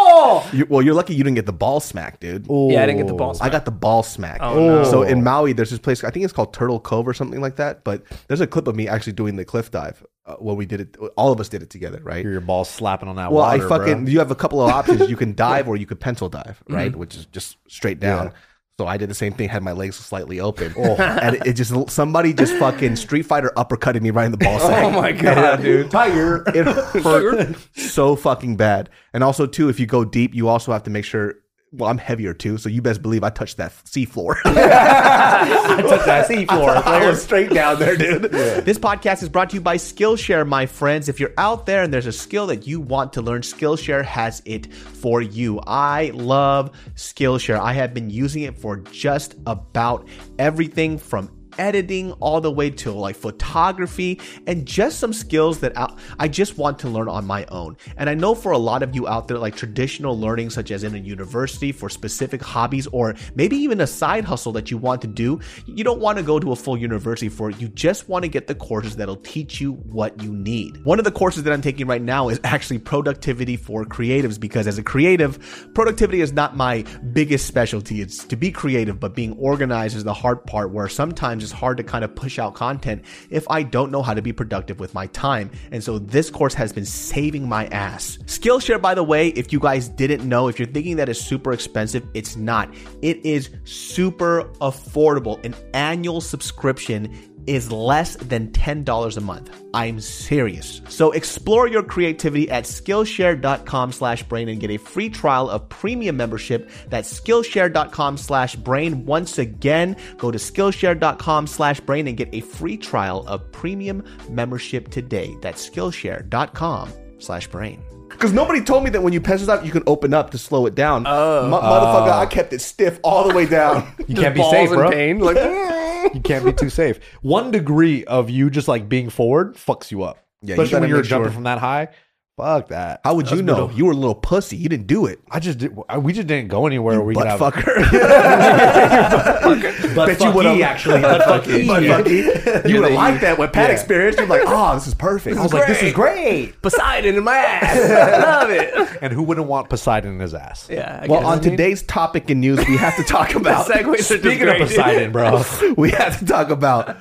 Speaker 1: You, well, you're lucky you didn't get the ball smack, dude.
Speaker 4: Yeah, I didn't get the ball
Speaker 1: I
Speaker 4: smack.
Speaker 1: got the ball smack.
Speaker 4: Oh,
Speaker 2: no.
Speaker 1: So in Maui, there's this place. I think it's called Turtle Cove or something like that. But there's a clip of me actually doing the cliff dive uh, when we did it. All of us did it together, right?
Speaker 2: Hear your balls slapping on that
Speaker 1: Well,
Speaker 2: water,
Speaker 1: I fucking
Speaker 2: bro.
Speaker 1: you have a couple of options. You can dive or you could pencil dive, right? Which is just straight down. So I did the same thing, had my legs slightly open, and it, it just somebody just fucking Street Fighter uppercutted me right in the ball sack.
Speaker 4: Oh my god, dude!
Speaker 2: Tiger.
Speaker 1: It hurt so fucking bad. And also too, if you go deep, you also have to make sure. Well, I'm heavier too, so you best believe I touched that sea floor.
Speaker 2: I touched that sea floor.
Speaker 1: I was straight down there, dude. This podcast is brought to you by Skillshare, my friends. If you're out there and there's a skill that you want to learn, Skillshare has it for you. I love Skillshare. I have been using it for just about everything from editing all the way to like photography and just some skills that I- I just want to learn on my own. And I know for a lot of you out there, like traditional learning, such as in a university for specific hobbies or maybe even a side hustle that you want to do, you don't want to go to a full university for it. You just want to get the courses that'll teach you what you need. One of the courses that I'm taking right now is actually productivity for creatives because as a creative, productivity is not my biggest specialty. It's to be creative, but being organized is the hard part where sometimes it's hard to kind of push out content if I don't know how to be productive with my time. And so this course has been saving my ass. Skillshare, by the way, if you guys didn't know, if you're thinking that it's super expensive, it's not. It is super affordable. An annual subscription is less than $10 a month. I'm serious. So explore your creativity at Skillshare.com slash brain and get a free trial of premium membership. That's Skillshare.com slash brain. Once again, go to Skillshare.com slash brain and get a free trial of premium membership today. That's Skillshare.com slash brain. Because nobody told me that when you pencil dive, you can open up to slow it down. Oh. motherfucker, I kept it stiff all the way down.
Speaker 2: You
Speaker 4: Just
Speaker 2: can't be
Speaker 4: balls
Speaker 2: safe,
Speaker 4: in
Speaker 2: bro.
Speaker 4: Pain. Like,
Speaker 2: You can't be too safe. One degree of you just like being forward fucks you up.
Speaker 1: Yeah, you
Speaker 2: Especially
Speaker 1: gotta
Speaker 2: when you're
Speaker 1: make sure.
Speaker 2: jumping from that high. Fuck that.
Speaker 1: How would you know? You were a little pussy. You didn't do it.
Speaker 2: I just did, I- we just didn't go anywhere. where we could
Speaker 1: butt
Speaker 2: have,
Speaker 1: fucker.
Speaker 2: Bet you
Speaker 4: E,
Speaker 2: would've-
Speaker 1: actually.
Speaker 2: Butt fuck E.
Speaker 1: Butt fuck E. You would have
Speaker 4: they-
Speaker 1: liked that with Pat experienced. You're like, oh, this is perfect. I was like, this is great.
Speaker 2: great.
Speaker 4: Poseidon in my ass. I love it.
Speaker 2: And who wouldn't want Poseidon in his ass?
Speaker 4: Yeah. I
Speaker 1: Well,
Speaker 4: guess.
Speaker 1: on today's topic and news, we have to talk about.
Speaker 4: segues are just
Speaker 2: Speaking of
Speaker 4: great.
Speaker 2: Poseidon, bro.
Speaker 1: we have to talk about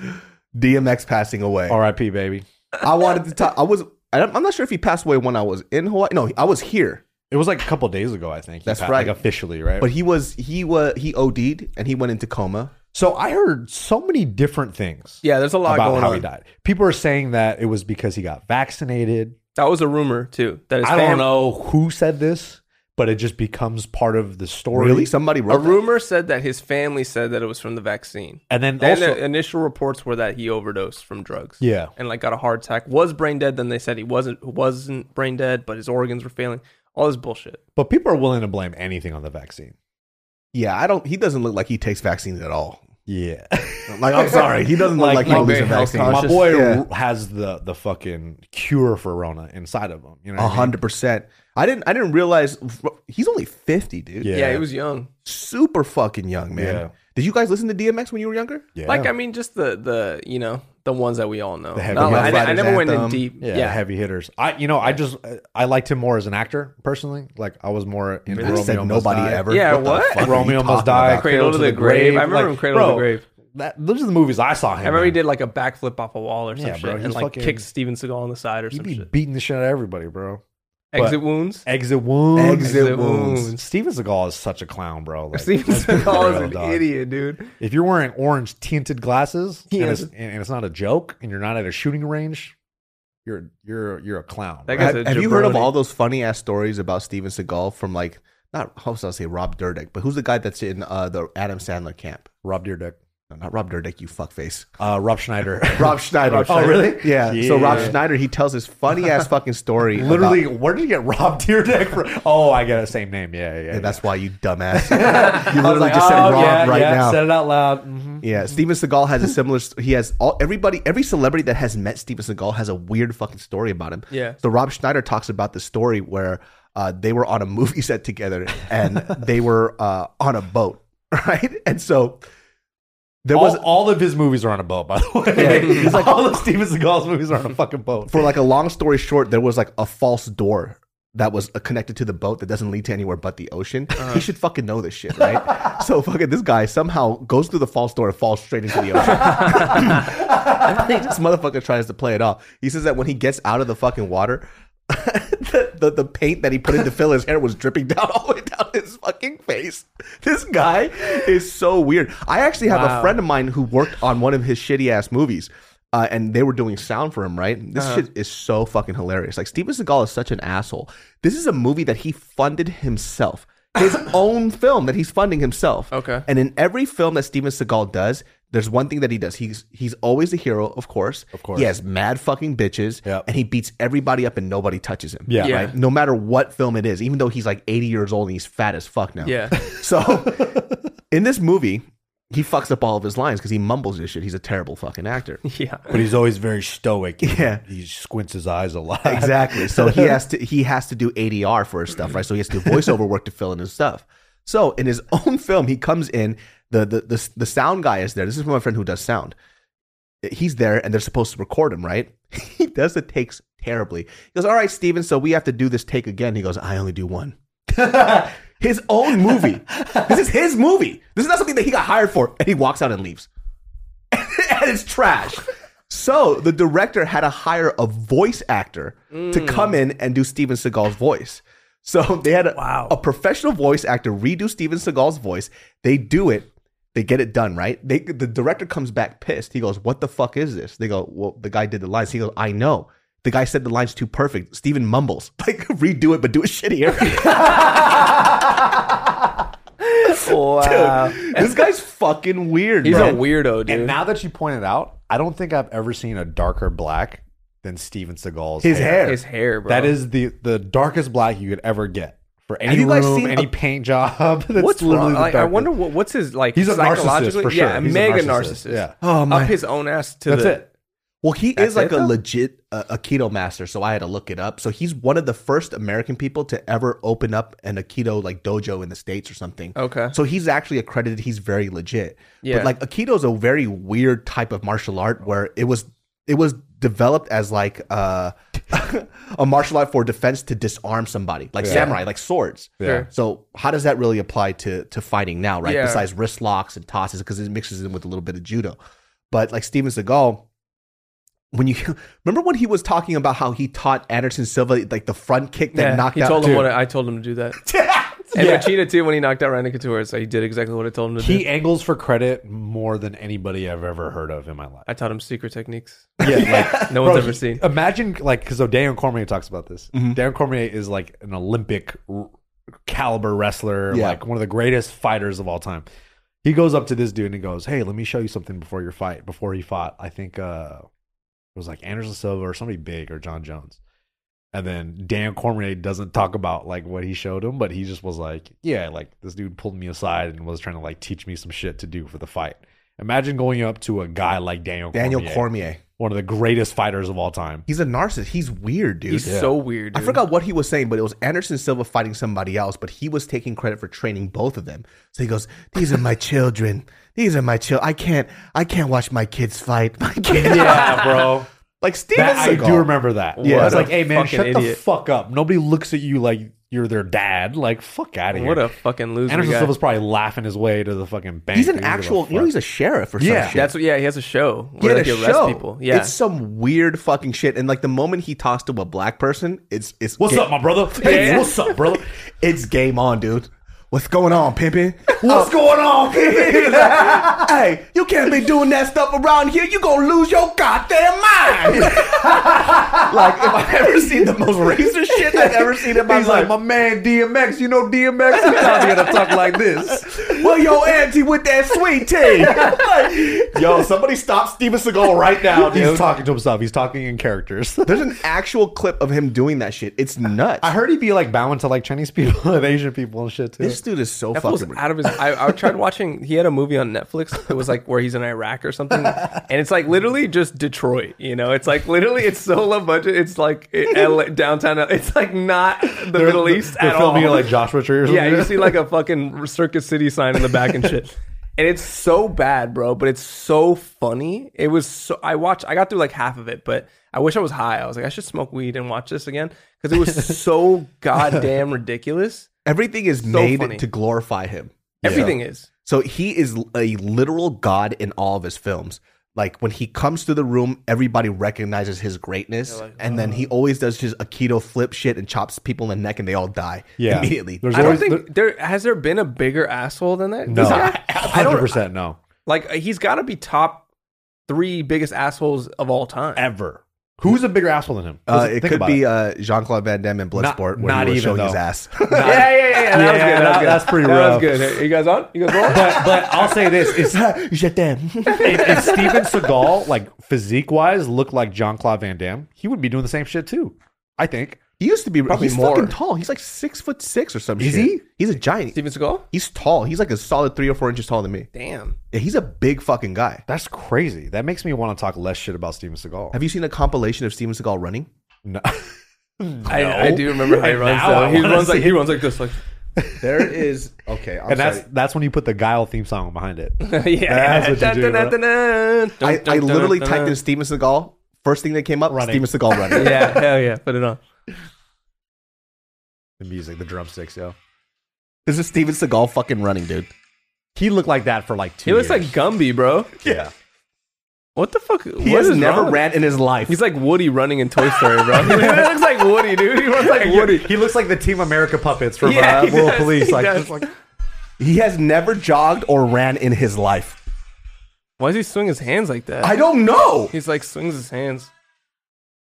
Speaker 1: DMX passing away.
Speaker 2: R.I.P. Baby.
Speaker 1: I wanted to talk. I was. I don't- I'm not sure if he passed away when I was in Hawaii. No, I was here,
Speaker 2: It was like a couple days ago, I think. He
Speaker 1: That's
Speaker 2: passed,
Speaker 1: right.
Speaker 2: Like officially, right?
Speaker 1: but he was he was he OD'd and he went into coma.
Speaker 2: so I heard so many different things
Speaker 4: yeah, there's a lot
Speaker 2: about
Speaker 4: going
Speaker 2: how
Speaker 4: on.
Speaker 2: he died. People are saying that it was because he got vaccinated.
Speaker 4: That was a rumor too. That his
Speaker 2: I
Speaker 4: fam-
Speaker 2: don't know who said this, but it just becomes part of the story.
Speaker 1: Really, somebody
Speaker 4: A
Speaker 1: wrote that?
Speaker 4: rumor said that his family said that it was from the vaccine.
Speaker 2: And then
Speaker 4: And
Speaker 2: also,
Speaker 4: the initial reports were that he overdosed from drugs.
Speaker 2: Yeah.
Speaker 4: And like got a heart attack. Was brain dead. Then they said he wasn't wasn't brain dead, but his organs were failing. All this bullshit.
Speaker 2: but people are willing to blame anything on the vaccine.
Speaker 1: Yeah, I don't. He doesn't look like he takes vaccines at all.
Speaker 2: Yeah.
Speaker 1: Like, I'm sorry, he doesn't look like,
Speaker 4: not
Speaker 1: he
Speaker 4: very
Speaker 1: takes a
Speaker 4: health
Speaker 1: vaccine.
Speaker 2: My
Speaker 4: conscious.
Speaker 2: boy
Speaker 1: Yeah.
Speaker 2: has the the fucking cure for Rona inside of him. You know, what
Speaker 1: A
Speaker 2: I mean?
Speaker 1: hundred percent. I didn't. I didn't realize he's only fifty, dude.
Speaker 2: Yeah.
Speaker 4: Yeah, he was young.
Speaker 1: super fucking young, man.
Speaker 2: Yeah.
Speaker 1: Did you guys listen to DMX when you were younger?
Speaker 2: Yeah.
Speaker 4: Like I mean, just the the you know the ones that we all know.
Speaker 2: heavy
Speaker 4: Not like- I, I
Speaker 1: Fighters
Speaker 4: never went in
Speaker 1: anthem.
Speaker 4: deep.
Speaker 2: yeah, the
Speaker 4: Yeah.
Speaker 2: heavy hitters. I, you know, I just I liked him more as an actor personally. Like I was more in
Speaker 1: I
Speaker 2: Romeo
Speaker 1: said
Speaker 2: Must
Speaker 1: nobody
Speaker 2: Die.
Speaker 1: ever.
Speaker 4: Yeah,
Speaker 1: the
Speaker 4: what?
Speaker 1: fuck are you
Speaker 2: Romeo Must
Speaker 1: talking
Speaker 2: Die,
Speaker 1: about?
Speaker 4: Cradle to the Grave. I remember him, Cradle to the
Speaker 2: bro,
Speaker 4: Grave.
Speaker 2: That, those are the movies I saw him.
Speaker 4: I remember he
Speaker 2: in.
Speaker 4: did like a backflip off a wall or some
Speaker 2: Yeah,
Speaker 4: shit,
Speaker 2: bro, he's
Speaker 4: and like
Speaker 2: fucking-
Speaker 4: kicked Steven Seagal on the side or
Speaker 2: He'd
Speaker 4: some
Speaker 2: be
Speaker 4: shit.
Speaker 2: beating the shit out of everybody, bro.
Speaker 4: Exit wounds.
Speaker 2: Exit wounds.
Speaker 4: Exit wounds.
Speaker 2: Steven Seagal is such a clown, bro. Like,
Speaker 4: Steven
Speaker 2: let's be
Speaker 4: Seagal is
Speaker 2: real,
Speaker 4: an
Speaker 2: dog.
Speaker 4: idiot, dude.
Speaker 2: If you're wearing orange tinted glasses
Speaker 4: He
Speaker 2: and,
Speaker 4: is-
Speaker 2: it's, and and it's not a joke, and you're not at a shooting range, you're you're you're a clown.
Speaker 4: That
Speaker 2: bro.
Speaker 4: guy's
Speaker 1: Have,
Speaker 4: a
Speaker 1: have you heard of
Speaker 4: jabroni.
Speaker 1: all those funny ass stories about Steven Seagal from like not how was I say Rob Dyrdek, but who's the guy that's in uh, the Adam Sandler camp?
Speaker 2: Rob Deerdick.
Speaker 1: No, not Rob Dyrdek, you fuckface.
Speaker 2: Uh, Rob Schneider.
Speaker 1: Rob Schneider.
Speaker 2: Rob Schneider. Oh, really?
Speaker 1: Yeah. So Rob
Speaker 2: Yeah.
Speaker 1: Schneider, he tells his funny ass fucking story.
Speaker 2: Literally,
Speaker 1: about-
Speaker 2: where did you get Rob Deerdick from? Oh, I got the same name. Yeah, yeah. yeah.
Speaker 1: and that's why you dumbass. you literally just said
Speaker 2: Oh,
Speaker 1: Rob
Speaker 2: yeah,
Speaker 1: right
Speaker 2: yeah,
Speaker 1: now.
Speaker 2: Said it out loud. Mhm.
Speaker 1: Yeah, Steven Seagal has a similar. st- He has all everybody, every celebrity that has met Steven Seagal has a weird fucking story about him.
Speaker 4: Yeah.
Speaker 1: So Rob Schneider talks about the story where uh, they were on a movie set together and they were uh, on a boat, right? And so there
Speaker 2: All,
Speaker 1: was
Speaker 2: all of his movies are on a boat, by the
Speaker 1: Yeah.
Speaker 2: way. He's like, all of Steven Seagal's movies are on a fucking boat.
Speaker 1: for like a long story short, there was like a false door that was uh, connected to the boat that doesn't lead to anywhere but the ocean. He should fucking know this shit, right? so fucking this guy somehow goes through the false door and falls straight into the ocean. this motherfucker tries to play it off. He says that when he gets out of the fucking water, the, the, the paint that he put in to fill his hair was dripping down all the way down his fucking face. This guy is so weird. I actually have a friend of mine who worked on one of his shitty ass movies. Uh, and they were doing sound for him, right? This shit is so fucking hilarious. Like Steven Seagal is such an asshole. This is a movie that he funded himself, his own film that he's funding himself.
Speaker 4: Okay.
Speaker 1: And in every film that Steven Seagal does, there's one thing that he does. He's he's always the hero, of course. Of
Speaker 2: course.
Speaker 1: He has mad fucking bitches,
Speaker 2: Yep.
Speaker 1: and he beats everybody up, and nobody touches him.
Speaker 2: Yeah.
Speaker 4: Yeah.
Speaker 1: Right? No matter what film it is, even though he's like 80 years old and he's fat as fuck now.
Speaker 4: Yeah.
Speaker 1: So in this movie, he fucks up all of his lines because he mumbles this shit. He's a terrible fucking actor.
Speaker 4: Yeah.
Speaker 2: But he's always very stoic.
Speaker 1: Yeah.
Speaker 2: He squints his eyes a lot.
Speaker 1: exactly. So he has to he has to do ADR for his stuff, right? So he has to do voiceover work to fill in his stuff. So in his own film, he comes in. The the the, the sound guy is there. This is my friend who does sound. He's there, and they're supposed to record him, right? He does the takes terribly. He goes, "All right, Steven, so we have to do this take again." He goes, "I only do one." his own movie. This is his movie. This is not something that he got hired for. And he walks out and leaves. and it's trash. So the director had to hire a voice actor to
Speaker 4: Mm.
Speaker 1: come in and do Steven Seagal's voice. So they had a,
Speaker 4: Wow.
Speaker 1: a professional voice actor redo Steven Seagal's voice. They do it. They get it done, right? They, the director comes back pissed. He goes, What the fuck is this? They go, Well, the guy did the lines. He goes, I know. The guy said the lines too perfect. Steven mumbles. Like, redo it, but do it shittier.
Speaker 4: Wow.
Speaker 1: this guy's fucking weird.
Speaker 4: He's
Speaker 1: man.
Speaker 4: a weirdo, dude.
Speaker 2: And now that you pointed out, I don't think I've ever seen a darker black than Steven Seagal's
Speaker 1: His hair.
Speaker 4: his hair, bro.
Speaker 2: That is the the darkest black you could ever get for any
Speaker 1: you guys
Speaker 2: room,
Speaker 1: seen
Speaker 2: any
Speaker 1: a-
Speaker 2: paint job. That's
Speaker 4: What's
Speaker 2: literally
Speaker 4: wrong?
Speaker 2: the
Speaker 4: Like, I
Speaker 2: darkest.
Speaker 4: wonder what, what's his like.
Speaker 2: He's a narcissist,
Speaker 4: psychologically-
Speaker 2: for
Speaker 4: Yeah,
Speaker 2: sure. He's a
Speaker 4: mega
Speaker 2: narcissist,
Speaker 4: narcissist.
Speaker 2: yeah.
Speaker 1: Oh my.
Speaker 4: Up his own ass to
Speaker 2: That's
Speaker 4: the.
Speaker 2: it.
Speaker 1: well, he
Speaker 2: That's
Speaker 1: is like
Speaker 2: it,
Speaker 1: a
Speaker 2: though?
Speaker 1: legit uh, a keto master, so I had to look it up. So he's one of the first American people to ever open up an Aikido like dojo in the states or something.
Speaker 4: Okay.
Speaker 1: So he's actually accredited. He's very legit.
Speaker 4: Yeah.
Speaker 1: But like Aikido is a very weird type of martial art where it was it was developed as like uh, a martial art for defense to disarm somebody, like samurai, like swords.
Speaker 4: Yeah.
Speaker 1: So how does that really apply to to fighting now, right?
Speaker 4: Yeah.
Speaker 1: Besides wrist locks and tosses, because it mixes in with a little bit of judo. But like Steven Seagal, when you remember when he was talking about how he taught Anderson Silva like the front kick that
Speaker 4: Yeah,
Speaker 1: knocked
Speaker 4: he
Speaker 1: out.
Speaker 4: told him
Speaker 1: Dude,
Speaker 4: what I, I told him to do that. And Machida too when he knocked out Randy Couture, so he did exactly what I told him to
Speaker 2: He
Speaker 4: do.
Speaker 2: angles for credit more than anybody I've ever heard of in my life.
Speaker 4: I taught him secret techniques.
Speaker 2: Yeah, like
Speaker 4: No one's
Speaker 2: Bro,
Speaker 4: ever
Speaker 2: he-
Speaker 4: seen.
Speaker 2: Imagine like because Dan Cormier talks about this.
Speaker 1: Mm-hmm.
Speaker 2: Dan Cormier is like an Olympic r- caliber wrestler,
Speaker 1: Yeah.
Speaker 2: like one of the greatest fighters of all time. He goes up to this dude and he goes, "Hey, let me show you something before your fight." Before he fought, I think uh, it was like Anderson Silva or somebody big or John Jones. And then Dan Cormier doesn't talk about like what he showed him, but he just was like, "Yeah, like this dude pulled me aside and was trying to like teach me some shit to do for the fight." Imagine going up to a guy like Daniel
Speaker 1: Daniel
Speaker 2: Cormier
Speaker 1: Cormier.
Speaker 2: one of the greatest fighters of all time.
Speaker 1: He's a narcissist. He's weird, dude.
Speaker 4: He's so weird.
Speaker 1: I
Speaker 4: dude.
Speaker 1: forgot what he was saying, but it was Anderson Silva fighting somebody else, but he was taking credit for training both of them. So he goes, "These are my children. These are my children. I can't, I can't watch my kids fight. My kids,
Speaker 2: Yeah, bro.
Speaker 1: like Steven
Speaker 2: That, I
Speaker 1: Seagal.
Speaker 2: do remember that.
Speaker 1: Yeah.
Speaker 2: Yeah, I was
Speaker 1: What
Speaker 2: like,
Speaker 4: a
Speaker 2: "Hey man,
Speaker 4: fucking
Speaker 2: shut the
Speaker 4: idiot."
Speaker 2: fuck up! Nobody looks at you like you're their dad. Like, fuck out of here.
Speaker 4: What a fucking loser.
Speaker 2: Anderson
Speaker 4: guy.
Speaker 2: Silva's probably laughing his way to the fucking bank.
Speaker 1: He's an
Speaker 2: dude. What the
Speaker 1: actual, you know,
Speaker 2: fuck?
Speaker 1: he's a sheriff or
Speaker 2: Yeah,
Speaker 1: some shit.
Speaker 4: That's what. Yeah, he has a show
Speaker 1: he
Speaker 4: where
Speaker 1: had
Speaker 4: like,
Speaker 1: a
Speaker 4: he arrests
Speaker 1: show.
Speaker 4: people. Yeah,
Speaker 1: It's some weird fucking shit. And like the moment he talks to a black person, it's it's
Speaker 2: What's
Speaker 1: ga-
Speaker 2: up, my brother? Hey,
Speaker 4: Yeah.
Speaker 2: what's up, brother?
Speaker 1: It's game on, dude. What's going on, pimpin'?
Speaker 2: What's going on, kid?
Speaker 1: hey, you can't be doing that stuff around here. You gonna lose your goddamn mind. like if I've ever seen the most racist shit I've ever seen in my
Speaker 2: He's like,
Speaker 1: life.
Speaker 2: my man DMX. You know DMX. Sometimes you gotta talk like this.
Speaker 1: well, yo, auntie with that sweet tea. Like, yo, somebody stop Steven Seagal right now, dude.
Speaker 2: He's talking to himself. He's talking in characters.
Speaker 1: There's an actual clip of him doing that shit. It's nuts.
Speaker 2: I heard he'd be like bowing to like Chinese people and Asian people and shit too.
Speaker 1: this dude is so
Speaker 4: That fool's
Speaker 1: fucking.
Speaker 4: out of his. I, I tried watching. He had a movie on Netflix. It was like where he's in Iraq or something, and it's like literally just Detroit. You know, it's like literally it's so low budget. It's like it, LA, downtown. It's like not the Middle East
Speaker 2: They're
Speaker 4: at all.
Speaker 2: filming it like Joshua Tree or something.
Speaker 4: yeah, you see like a fucking Circus City sign in the back and shit. And it's so bad, bro, but it's so funny. It was so I watched I got through like half of it, but I wish I was high. I was like, I should smoke weed and watch this again. Because it was so goddamn ridiculous.
Speaker 1: Everything is made
Speaker 4: funny.
Speaker 1: to glorify him.
Speaker 4: Everything is.
Speaker 1: So he is a literal god in all of his films. Like when he comes to the room, everybody recognizes his greatness, and then he always does his Aikido flip shit and chops people in the neck, and they all die
Speaker 2: Yeah.
Speaker 1: immediately.
Speaker 2: There's
Speaker 4: I don't
Speaker 2: always-
Speaker 4: think there has there been a bigger asshole than that.
Speaker 2: No,
Speaker 4: This guy? I
Speaker 2: hundred
Speaker 4: don't
Speaker 2: percent no.
Speaker 4: like he's got to be top three biggest assholes of all time.
Speaker 2: Ever. Who's a bigger asshole than him?
Speaker 1: Uh,
Speaker 2: Listen,
Speaker 1: it
Speaker 2: think
Speaker 1: could
Speaker 2: about
Speaker 1: be uh, Jean Claude Van Damme in
Speaker 2: Not-
Speaker 1: Bloodsport, where
Speaker 2: not
Speaker 1: he was
Speaker 2: even,
Speaker 1: showing his
Speaker 2: though.
Speaker 1: ass.
Speaker 4: yeah, yeah, yeah, yeah. That was
Speaker 2: Yeah,
Speaker 4: good. That, was
Speaker 2: that-
Speaker 4: good.
Speaker 2: that's pretty
Speaker 4: That
Speaker 2: rough.
Speaker 4: was good. Hey, you guys on? You guys on?
Speaker 2: but but I'll say this: is
Speaker 1: Je t'aime.
Speaker 2: if, if Steven Seagal, like physique wise, looked like Jean Claude Van Damme, he would be doing the same shit too. I think.
Speaker 1: He used to be
Speaker 4: Probably
Speaker 1: he's
Speaker 4: more.
Speaker 1: fucking tall. He's like six foot six or some
Speaker 2: Is
Speaker 1: shit.
Speaker 2: he?
Speaker 1: He's a giant.
Speaker 4: Steven Seagal.
Speaker 1: He's tall. He's like a solid three or four inches taller than me.
Speaker 4: Damn.
Speaker 1: Yeah, he's a big fucking guy.
Speaker 2: That's crazy. That makes me want to talk less shit about Steven Seagal.
Speaker 1: Have you seen a compilation of Steven Seagal running?
Speaker 2: No. No.
Speaker 4: I, I do remember how he
Speaker 2: And
Speaker 4: runs.
Speaker 2: now I
Speaker 4: Though. He
Speaker 2: wanna
Speaker 4: runs like
Speaker 2: see
Speaker 4: he runs like this, like
Speaker 1: There is okay. I'm
Speaker 2: and that's that's when you put the Guile theme song behind it.
Speaker 4: yeah.
Speaker 2: That's what you do, bro.
Speaker 1: I, I literally typed in Steven Seagal. First thing that came up,
Speaker 2: Running.
Speaker 1: Steven Seagal running.
Speaker 4: Yeah, hell yeah, put it on.
Speaker 2: The music, the drumsticks, yo.
Speaker 1: This is Steven Seagal fucking running, dude.
Speaker 2: He looked like that for like two.
Speaker 4: He looks like
Speaker 2: years.
Speaker 4: Gumby, bro.
Speaker 2: yeah.
Speaker 4: What the fuck?
Speaker 1: He has never ran in his life.
Speaker 4: He's like Woody running in Toy Story, bro. he looks like Woody, dude. He runs like Woody.
Speaker 2: He looks like the Team America puppets from
Speaker 4: Yeah,
Speaker 2: uh,
Speaker 4: he
Speaker 2: World
Speaker 4: does,
Speaker 2: Police.
Speaker 4: he
Speaker 2: Like,
Speaker 4: does.
Speaker 2: just like
Speaker 1: he has never jogged or ran in his life.
Speaker 4: Why does he swing his hands like that?
Speaker 1: I don't know.
Speaker 4: He's like swings his hands.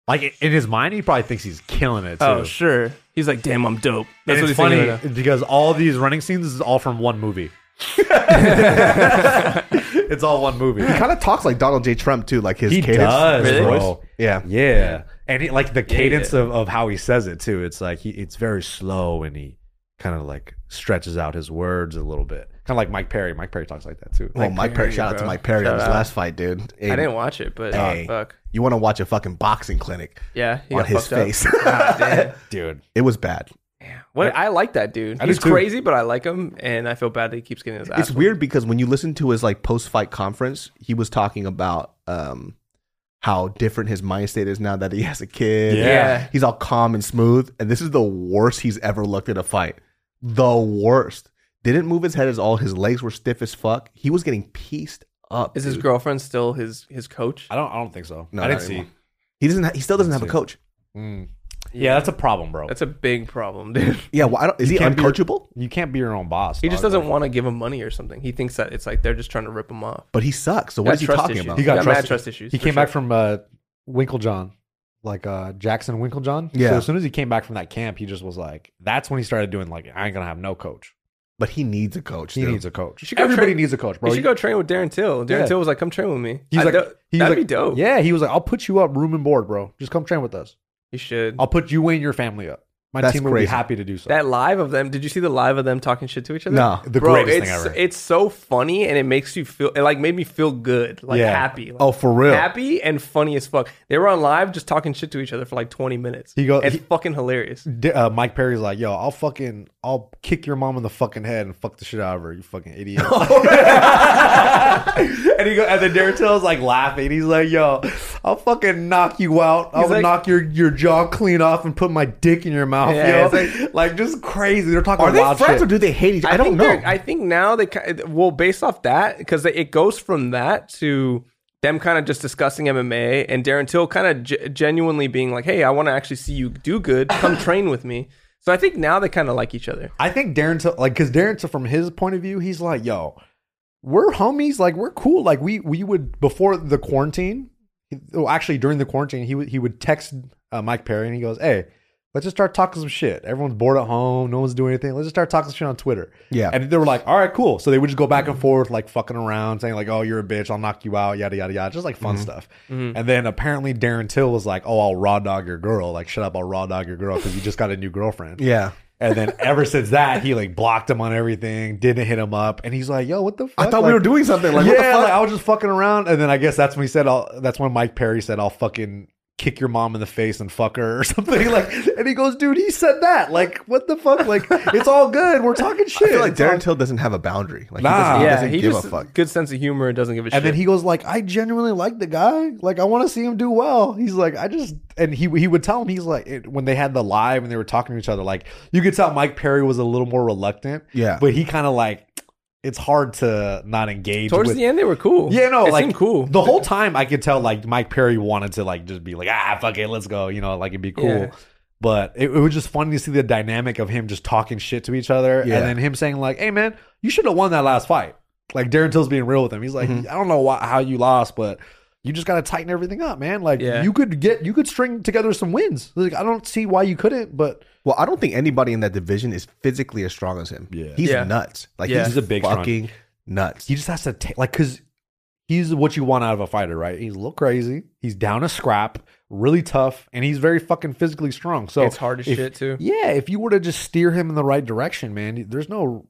Speaker 2: like in his mind, he probably thinks he's killing it. Too.
Speaker 4: Oh sure. He's like, damn, I'm dope. That's
Speaker 2: And it's
Speaker 4: what he's funny.
Speaker 2: funny because all these running scenes is all from one movie. it's all one movie.
Speaker 1: He kind of talks like Donald J. Trump too, like his
Speaker 2: He
Speaker 1: cadence.
Speaker 2: does,
Speaker 4: Really?
Speaker 2: bro.
Speaker 1: Yeah.
Speaker 2: Yeah, and it, like the cadence
Speaker 4: yeah.
Speaker 2: Of, of how he says it too. It's like he, it's very slow, and he kind of like stretches out his words a little bit, kind of like Mike Perry. Mike Perry talks like that too.
Speaker 1: Well, Mike Perry,
Speaker 4: Perry,
Speaker 1: Oh, shout out to
Speaker 4: bro.
Speaker 1: Mike Perry on
Speaker 4: Shout
Speaker 1: his
Speaker 4: out.
Speaker 1: last fight, dude.
Speaker 4: I didn't watch it, but
Speaker 1: Hey.
Speaker 4: oh, fuck.
Speaker 1: You want to watch a fucking boxing clinic
Speaker 4: Yeah, he
Speaker 1: on
Speaker 4: got
Speaker 1: his
Speaker 4: fucked up.
Speaker 1: face?
Speaker 4: God, damn.
Speaker 2: dude,
Speaker 1: it was bad.
Speaker 4: What I like that dude.
Speaker 2: I do
Speaker 4: He's
Speaker 2: too.
Speaker 4: crazy, but I like him, and I feel bad that he keeps getting his ass.
Speaker 1: It's weird because when you listen to his like post fight conference, he was talking about um how different his mind state is now that he has a kid.
Speaker 2: Yeah.
Speaker 4: Yeah.
Speaker 1: He's all calm and smooth. And this is the worst he's ever looked at a fight. The worst. Didn't move his head at all. His legs were stiff as fuck. He was getting pieced up.
Speaker 4: Is his
Speaker 1: dude.
Speaker 4: girlfriend still his his coach?
Speaker 2: I don't, I don't think so.
Speaker 1: No,
Speaker 2: I didn't
Speaker 1: not
Speaker 2: see.
Speaker 1: anymore. He doesn't. Ha- he still doesn't have a
Speaker 2: see.
Speaker 1: coach.
Speaker 2: Mm. Yeah, that's a problem, bro.
Speaker 4: That's a big problem, dude.
Speaker 1: Yeah. Well, I don't, is he,
Speaker 2: can't be-
Speaker 1: uncoachable?
Speaker 2: you can't be your own boss.
Speaker 4: He just
Speaker 2: dog.
Speaker 4: doesn't want to give him money or something. He thinks that it's like they're just trying to rip him off.
Speaker 1: but he sucks. So what
Speaker 4: Got
Speaker 1: is he
Speaker 4: trust
Speaker 1: talking
Speaker 4: issues.
Speaker 1: about?
Speaker 2: He got
Speaker 4: Yeah,
Speaker 2: trust-
Speaker 4: mad trust issues.
Speaker 2: He
Speaker 4: for
Speaker 2: came
Speaker 4: sure.
Speaker 2: back from uh, Winklejohn, like uh, Jackson Winklejohn.
Speaker 1: Yeah.
Speaker 2: So as soon as he came back from that camp, he just was like, that's when he started doing like, I ain't gonna have no coach.
Speaker 1: but he needs a coach.
Speaker 2: He
Speaker 1: dude.
Speaker 2: needs a coach.
Speaker 4: should go
Speaker 2: Everybody
Speaker 4: train-
Speaker 2: needs a coach,
Speaker 4: You
Speaker 2: bro.
Speaker 4: should go train with Darren Till. Darren
Speaker 2: Yeah.
Speaker 4: Till was like, "Come train with me."
Speaker 2: He's
Speaker 4: I
Speaker 2: like,
Speaker 4: do-
Speaker 2: he's
Speaker 4: that'd
Speaker 2: like,
Speaker 4: be dope.
Speaker 2: Yeah, he was like, I'll put you up room and board, bro. Just come train with us.
Speaker 4: you should.
Speaker 2: I'll put you and your family up. My
Speaker 1: That's
Speaker 2: team would be
Speaker 1: crazy.
Speaker 2: happy to do so.
Speaker 4: that live of them. Did you see the live of them talking shit to each other?
Speaker 1: No.
Speaker 2: the
Speaker 4: Bro,
Speaker 2: greatest
Speaker 4: it's,
Speaker 2: thing ever.
Speaker 4: It's so funny and it makes you feel. It like made me feel good, like
Speaker 2: Yeah.
Speaker 4: happy. Like,
Speaker 1: Oh, for real.
Speaker 4: Happy and funny as fuck. They were on live just talking shit to each other for like 20 minutes.
Speaker 2: He go-
Speaker 4: it's
Speaker 2: he-
Speaker 4: fucking hilarious.
Speaker 2: D- uh, Mike Perry's like, yo, I'll fucking, I'll kick your mom in the fucking head and fuck the shit out of her, you fucking idiot. and he go, and then Darren Till's like laughing. He's like, yo, I'll fucking knock you out. I'll
Speaker 4: like-
Speaker 2: knock your, your jaw clean off and put my dick in your mouth.
Speaker 4: Yeah,
Speaker 2: yo. Like, just crazy. They're talking
Speaker 1: Are they
Speaker 2: wild
Speaker 1: friends
Speaker 2: shit.
Speaker 1: or do they hate each other? I, don't
Speaker 4: think
Speaker 1: know.
Speaker 4: they're- I think now they ki- well, based off that, because it goes from that to them kind of just discussing MMA and Darren Till kind of ge- genuinely being like, "Hey, I want to actually see you do good. Come train with me." So I think now they kind of like each other.
Speaker 2: I think Darren, Till- like, because Darren, Till, from his point of view, he's like, yo, we're homies. Like, we're cool. Like, we we would before the quarantine. Well, actually, during the quarantine, he would he would text uh, Mike Perry and he goes, hey. Let's just start talking some shit. Everyone's bored at home. No one's doing anything. Let's just start talking shit on Twitter.
Speaker 1: Yeah.
Speaker 2: And they were like, all right, cool. So they would just go back and forth, like fucking around, saying, like, oh, you're a bitch. I'll knock you out, yada, yada, yada. Just like
Speaker 1: Mm-hmm.
Speaker 2: fun stuff. And then apparently Darren Till was like, oh, I'll raw dog your girl. Like, shut up. I'll raw dog your girl because you just got a new girlfriend.
Speaker 1: yeah.
Speaker 2: And then ever since that, he like blocked him on everything, didn't hit him up, and he's like, "Yo, what the fuck?"
Speaker 1: I thought we
Speaker 2: Like,
Speaker 1: were doing something. Like,
Speaker 2: yeah,
Speaker 1: what the fuck?
Speaker 2: like, I was just fucking around, and then I guess that's when he said, I'll, "That's when Mike Perry said, I'll fucking kick your mom in the face and fuck her or something." Like, and he goes, "Dude, he said that. Like, what the fuck? Like, it's all good. We're talking shit."
Speaker 1: I feel like
Speaker 2: It's all
Speaker 1: Darren Till doesn't have a boundary. Like,
Speaker 2: Nah.
Speaker 1: he doesn't, he
Speaker 4: yeah,
Speaker 1: doesn't
Speaker 4: he
Speaker 1: give
Speaker 4: just
Speaker 1: a fuck.
Speaker 4: good sense of humor and doesn't give a shit.
Speaker 2: And then he goes like, "I genuinely like the guy. Like, I want to see him do well." He's like, "I just..." And he he would tell him he's like, it, when they had the live and they were talking to each other, like you could tell Mike Perry was a little more reluctant.
Speaker 1: Yeah.
Speaker 2: but he kind of like it's hard to not engage
Speaker 4: towards
Speaker 2: with-
Speaker 4: the end they were cool.
Speaker 2: Yeah, no,
Speaker 4: it
Speaker 2: like
Speaker 4: seemed cool.
Speaker 2: The whole time I could tell like Mike Perry wanted to like just be like, ah, fuck it, let's go. You know, like it'd be cool.
Speaker 4: Yeah.
Speaker 2: But it, it was just funny to see the dynamic of him just talking shit to each other,
Speaker 1: Yeah.
Speaker 2: and then him saying like, "Hey, man, you should have won that last fight." Like Darren Till's being real with him. He's like,
Speaker 4: Mm-hmm.
Speaker 2: "I don't know why, how you lost, but you just got to tighten everything up, man. Like
Speaker 4: Yeah.
Speaker 2: you could get, you could string together some wins. Like I don't see why you couldn't, but
Speaker 1: Well, I don't think anybody in that division is physically as strong as him.
Speaker 2: Yeah.
Speaker 1: He's
Speaker 4: Yeah.
Speaker 1: nuts. Like
Speaker 4: Yeah.
Speaker 1: he's,
Speaker 2: He's a big strong-
Speaker 1: fucking nuts.
Speaker 2: he just has to take like because he's what you want out of a fighter, right? He's a little crazy. He's down to scrap, really tough, and he's very fucking physically strong. So
Speaker 4: it's hard as
Speaker 2: if-
Speaker 4: shit too.
Speaker 2: Yeah, if you were to just steer him in the right direction, man, there's no,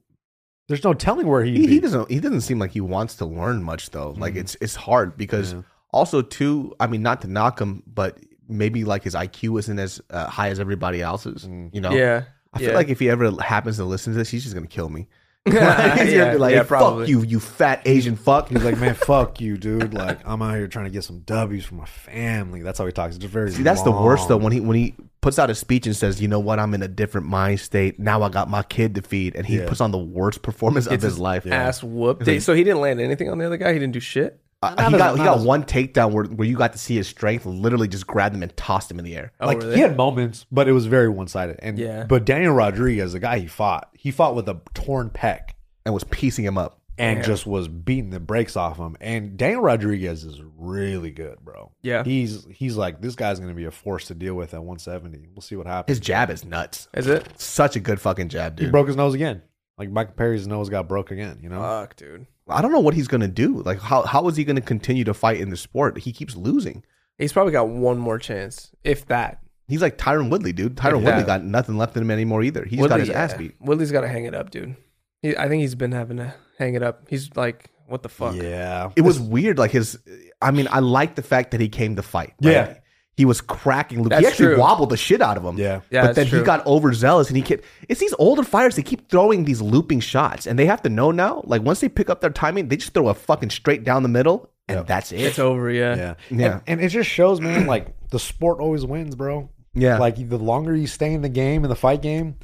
Speaker 2: there's no telling where he'd
Speaker 1: he,
Speaker 2: be.
Speaker 1: he doesn't he doesn't seem like he wants to learn much though. Like
Speaker 2: Mm-hmm.
Speaker 1: it's it's hard because also too. I mean, not to knock him, but maybe like his IQ isn't as uh, high as everybody else's.
Speaker 2: Mm.
Speaker 1: You know.
Speaker 4: Yeah,
Speaker 1: I
Speaker 4: yeah.
Speaker 1: feel like if he ever happens to listen to this, he's just gonna kill me.
Speaker 4: yeah,
Speaker 1: he's gonna be like,
Speaker 4: yeah,
Speaker 1: "Fuck you, you fat Asian fuck."
Speaker 2: He's like, man, fuck you, dude. Like, I'm out here trying to get some W's for my family. That's how he talks. It's just very.
Speaker 1: See, that's the worst though
Speaker 2: long.
Speaker 1: when he when he puts out a speech and says, "You know what? I'm in a different mind state. Now I got my kid to feed," and he
Speaker 2: Yeah.
Speaker 1: puts on the worst performance of his, life.
Speaker 4: Ass whoop. so he didn't land anything on the other guy. He didn't do shit.
Speaker 1: Uh,
Speaker 2: Not
Speaker 1: he
Speaker 2: as-
Speaker 1: got he
Speaker 2: not
Speaker 1: got
Speaker 2: as-
Speaker 1: one takedown where, where you got to see his strength. Literally, just grabbed him and tossed him in the air.
Speaker 2: like
Speaker 4: Oh, really?
Speaker 2: he had moments, but it was very one sided. And
Speaker 4: Yeah.
Speaker 2: but Daniel Rodriguez, the guy he fought, he fought with a torn pec.
Speaker 1: and was piecing him up.
Speaker 2: and just was beating the brakes off him. And Daniel Rodriguez is really good, bro.
Speaker 4: Yeah.
Speaker 2: he's he's like this guy's going to be a force to deal with at 170. We'll see what happens.
Speaker 1: His jab is nuts.
Speaker 4: Is it?
Speaker 1: Such a good fucking jab,
Speaker 2: he
Speaker 1: dude.
Speaker 2: broke his nose again. Like Michael Perry's nose got broke again. You know,
Speaker 4: Fuck, dude.
Speaker 1: I don't know what he's gonna do. Like how how is he gonna continue to fight in the sport? He keeps losing.
Speaker 4: He's probably got one more chance, if that.
Speaker 1: He's like Tyron Woodley, dude. Tyron
Speaker 4: Yeah.
Speaker 1: Woodley got nothing left in him anymore either. He's got his ass beat.
Speaker 4: Willie's got to hang it up, dude. He, I think he's been having to hang it up. He's like, what the fuck?
Speaker 2: yeah,
Speaker 1: It was weird. Like his, I mean, I like the fact that he came to fight. right?
Speaker 2: Yeah.
Speaker 1: He was cracking Luke. He
Speaker 4: That's
Speaker 1: actually
Speaker 4: true.
Speaker 1: wobbled the shit out of him.
Speaker 2: Yeah.
Speaker 4: Yeah,
Speaker 1: but
Speaker 4: that's
Speaker 1: then he
Speaker 4: true.
Speaker 1: got overzealous and he kept. It's these older fighters. They keep throwing these looping shots, and they have to know now. Like once they pick up their timing, they just throw a fucking straight down the middle, and that's it.
Speaker 4: It's over, yeah.
Speaker 2: yeah,
Speaker 1: Yeah.
Speaker 2: And, and it just shows, man. Like the sport always wins, bro.
Speaker 1: Yeah.
Speaker 2: like the longer you stay in the game in the fight game.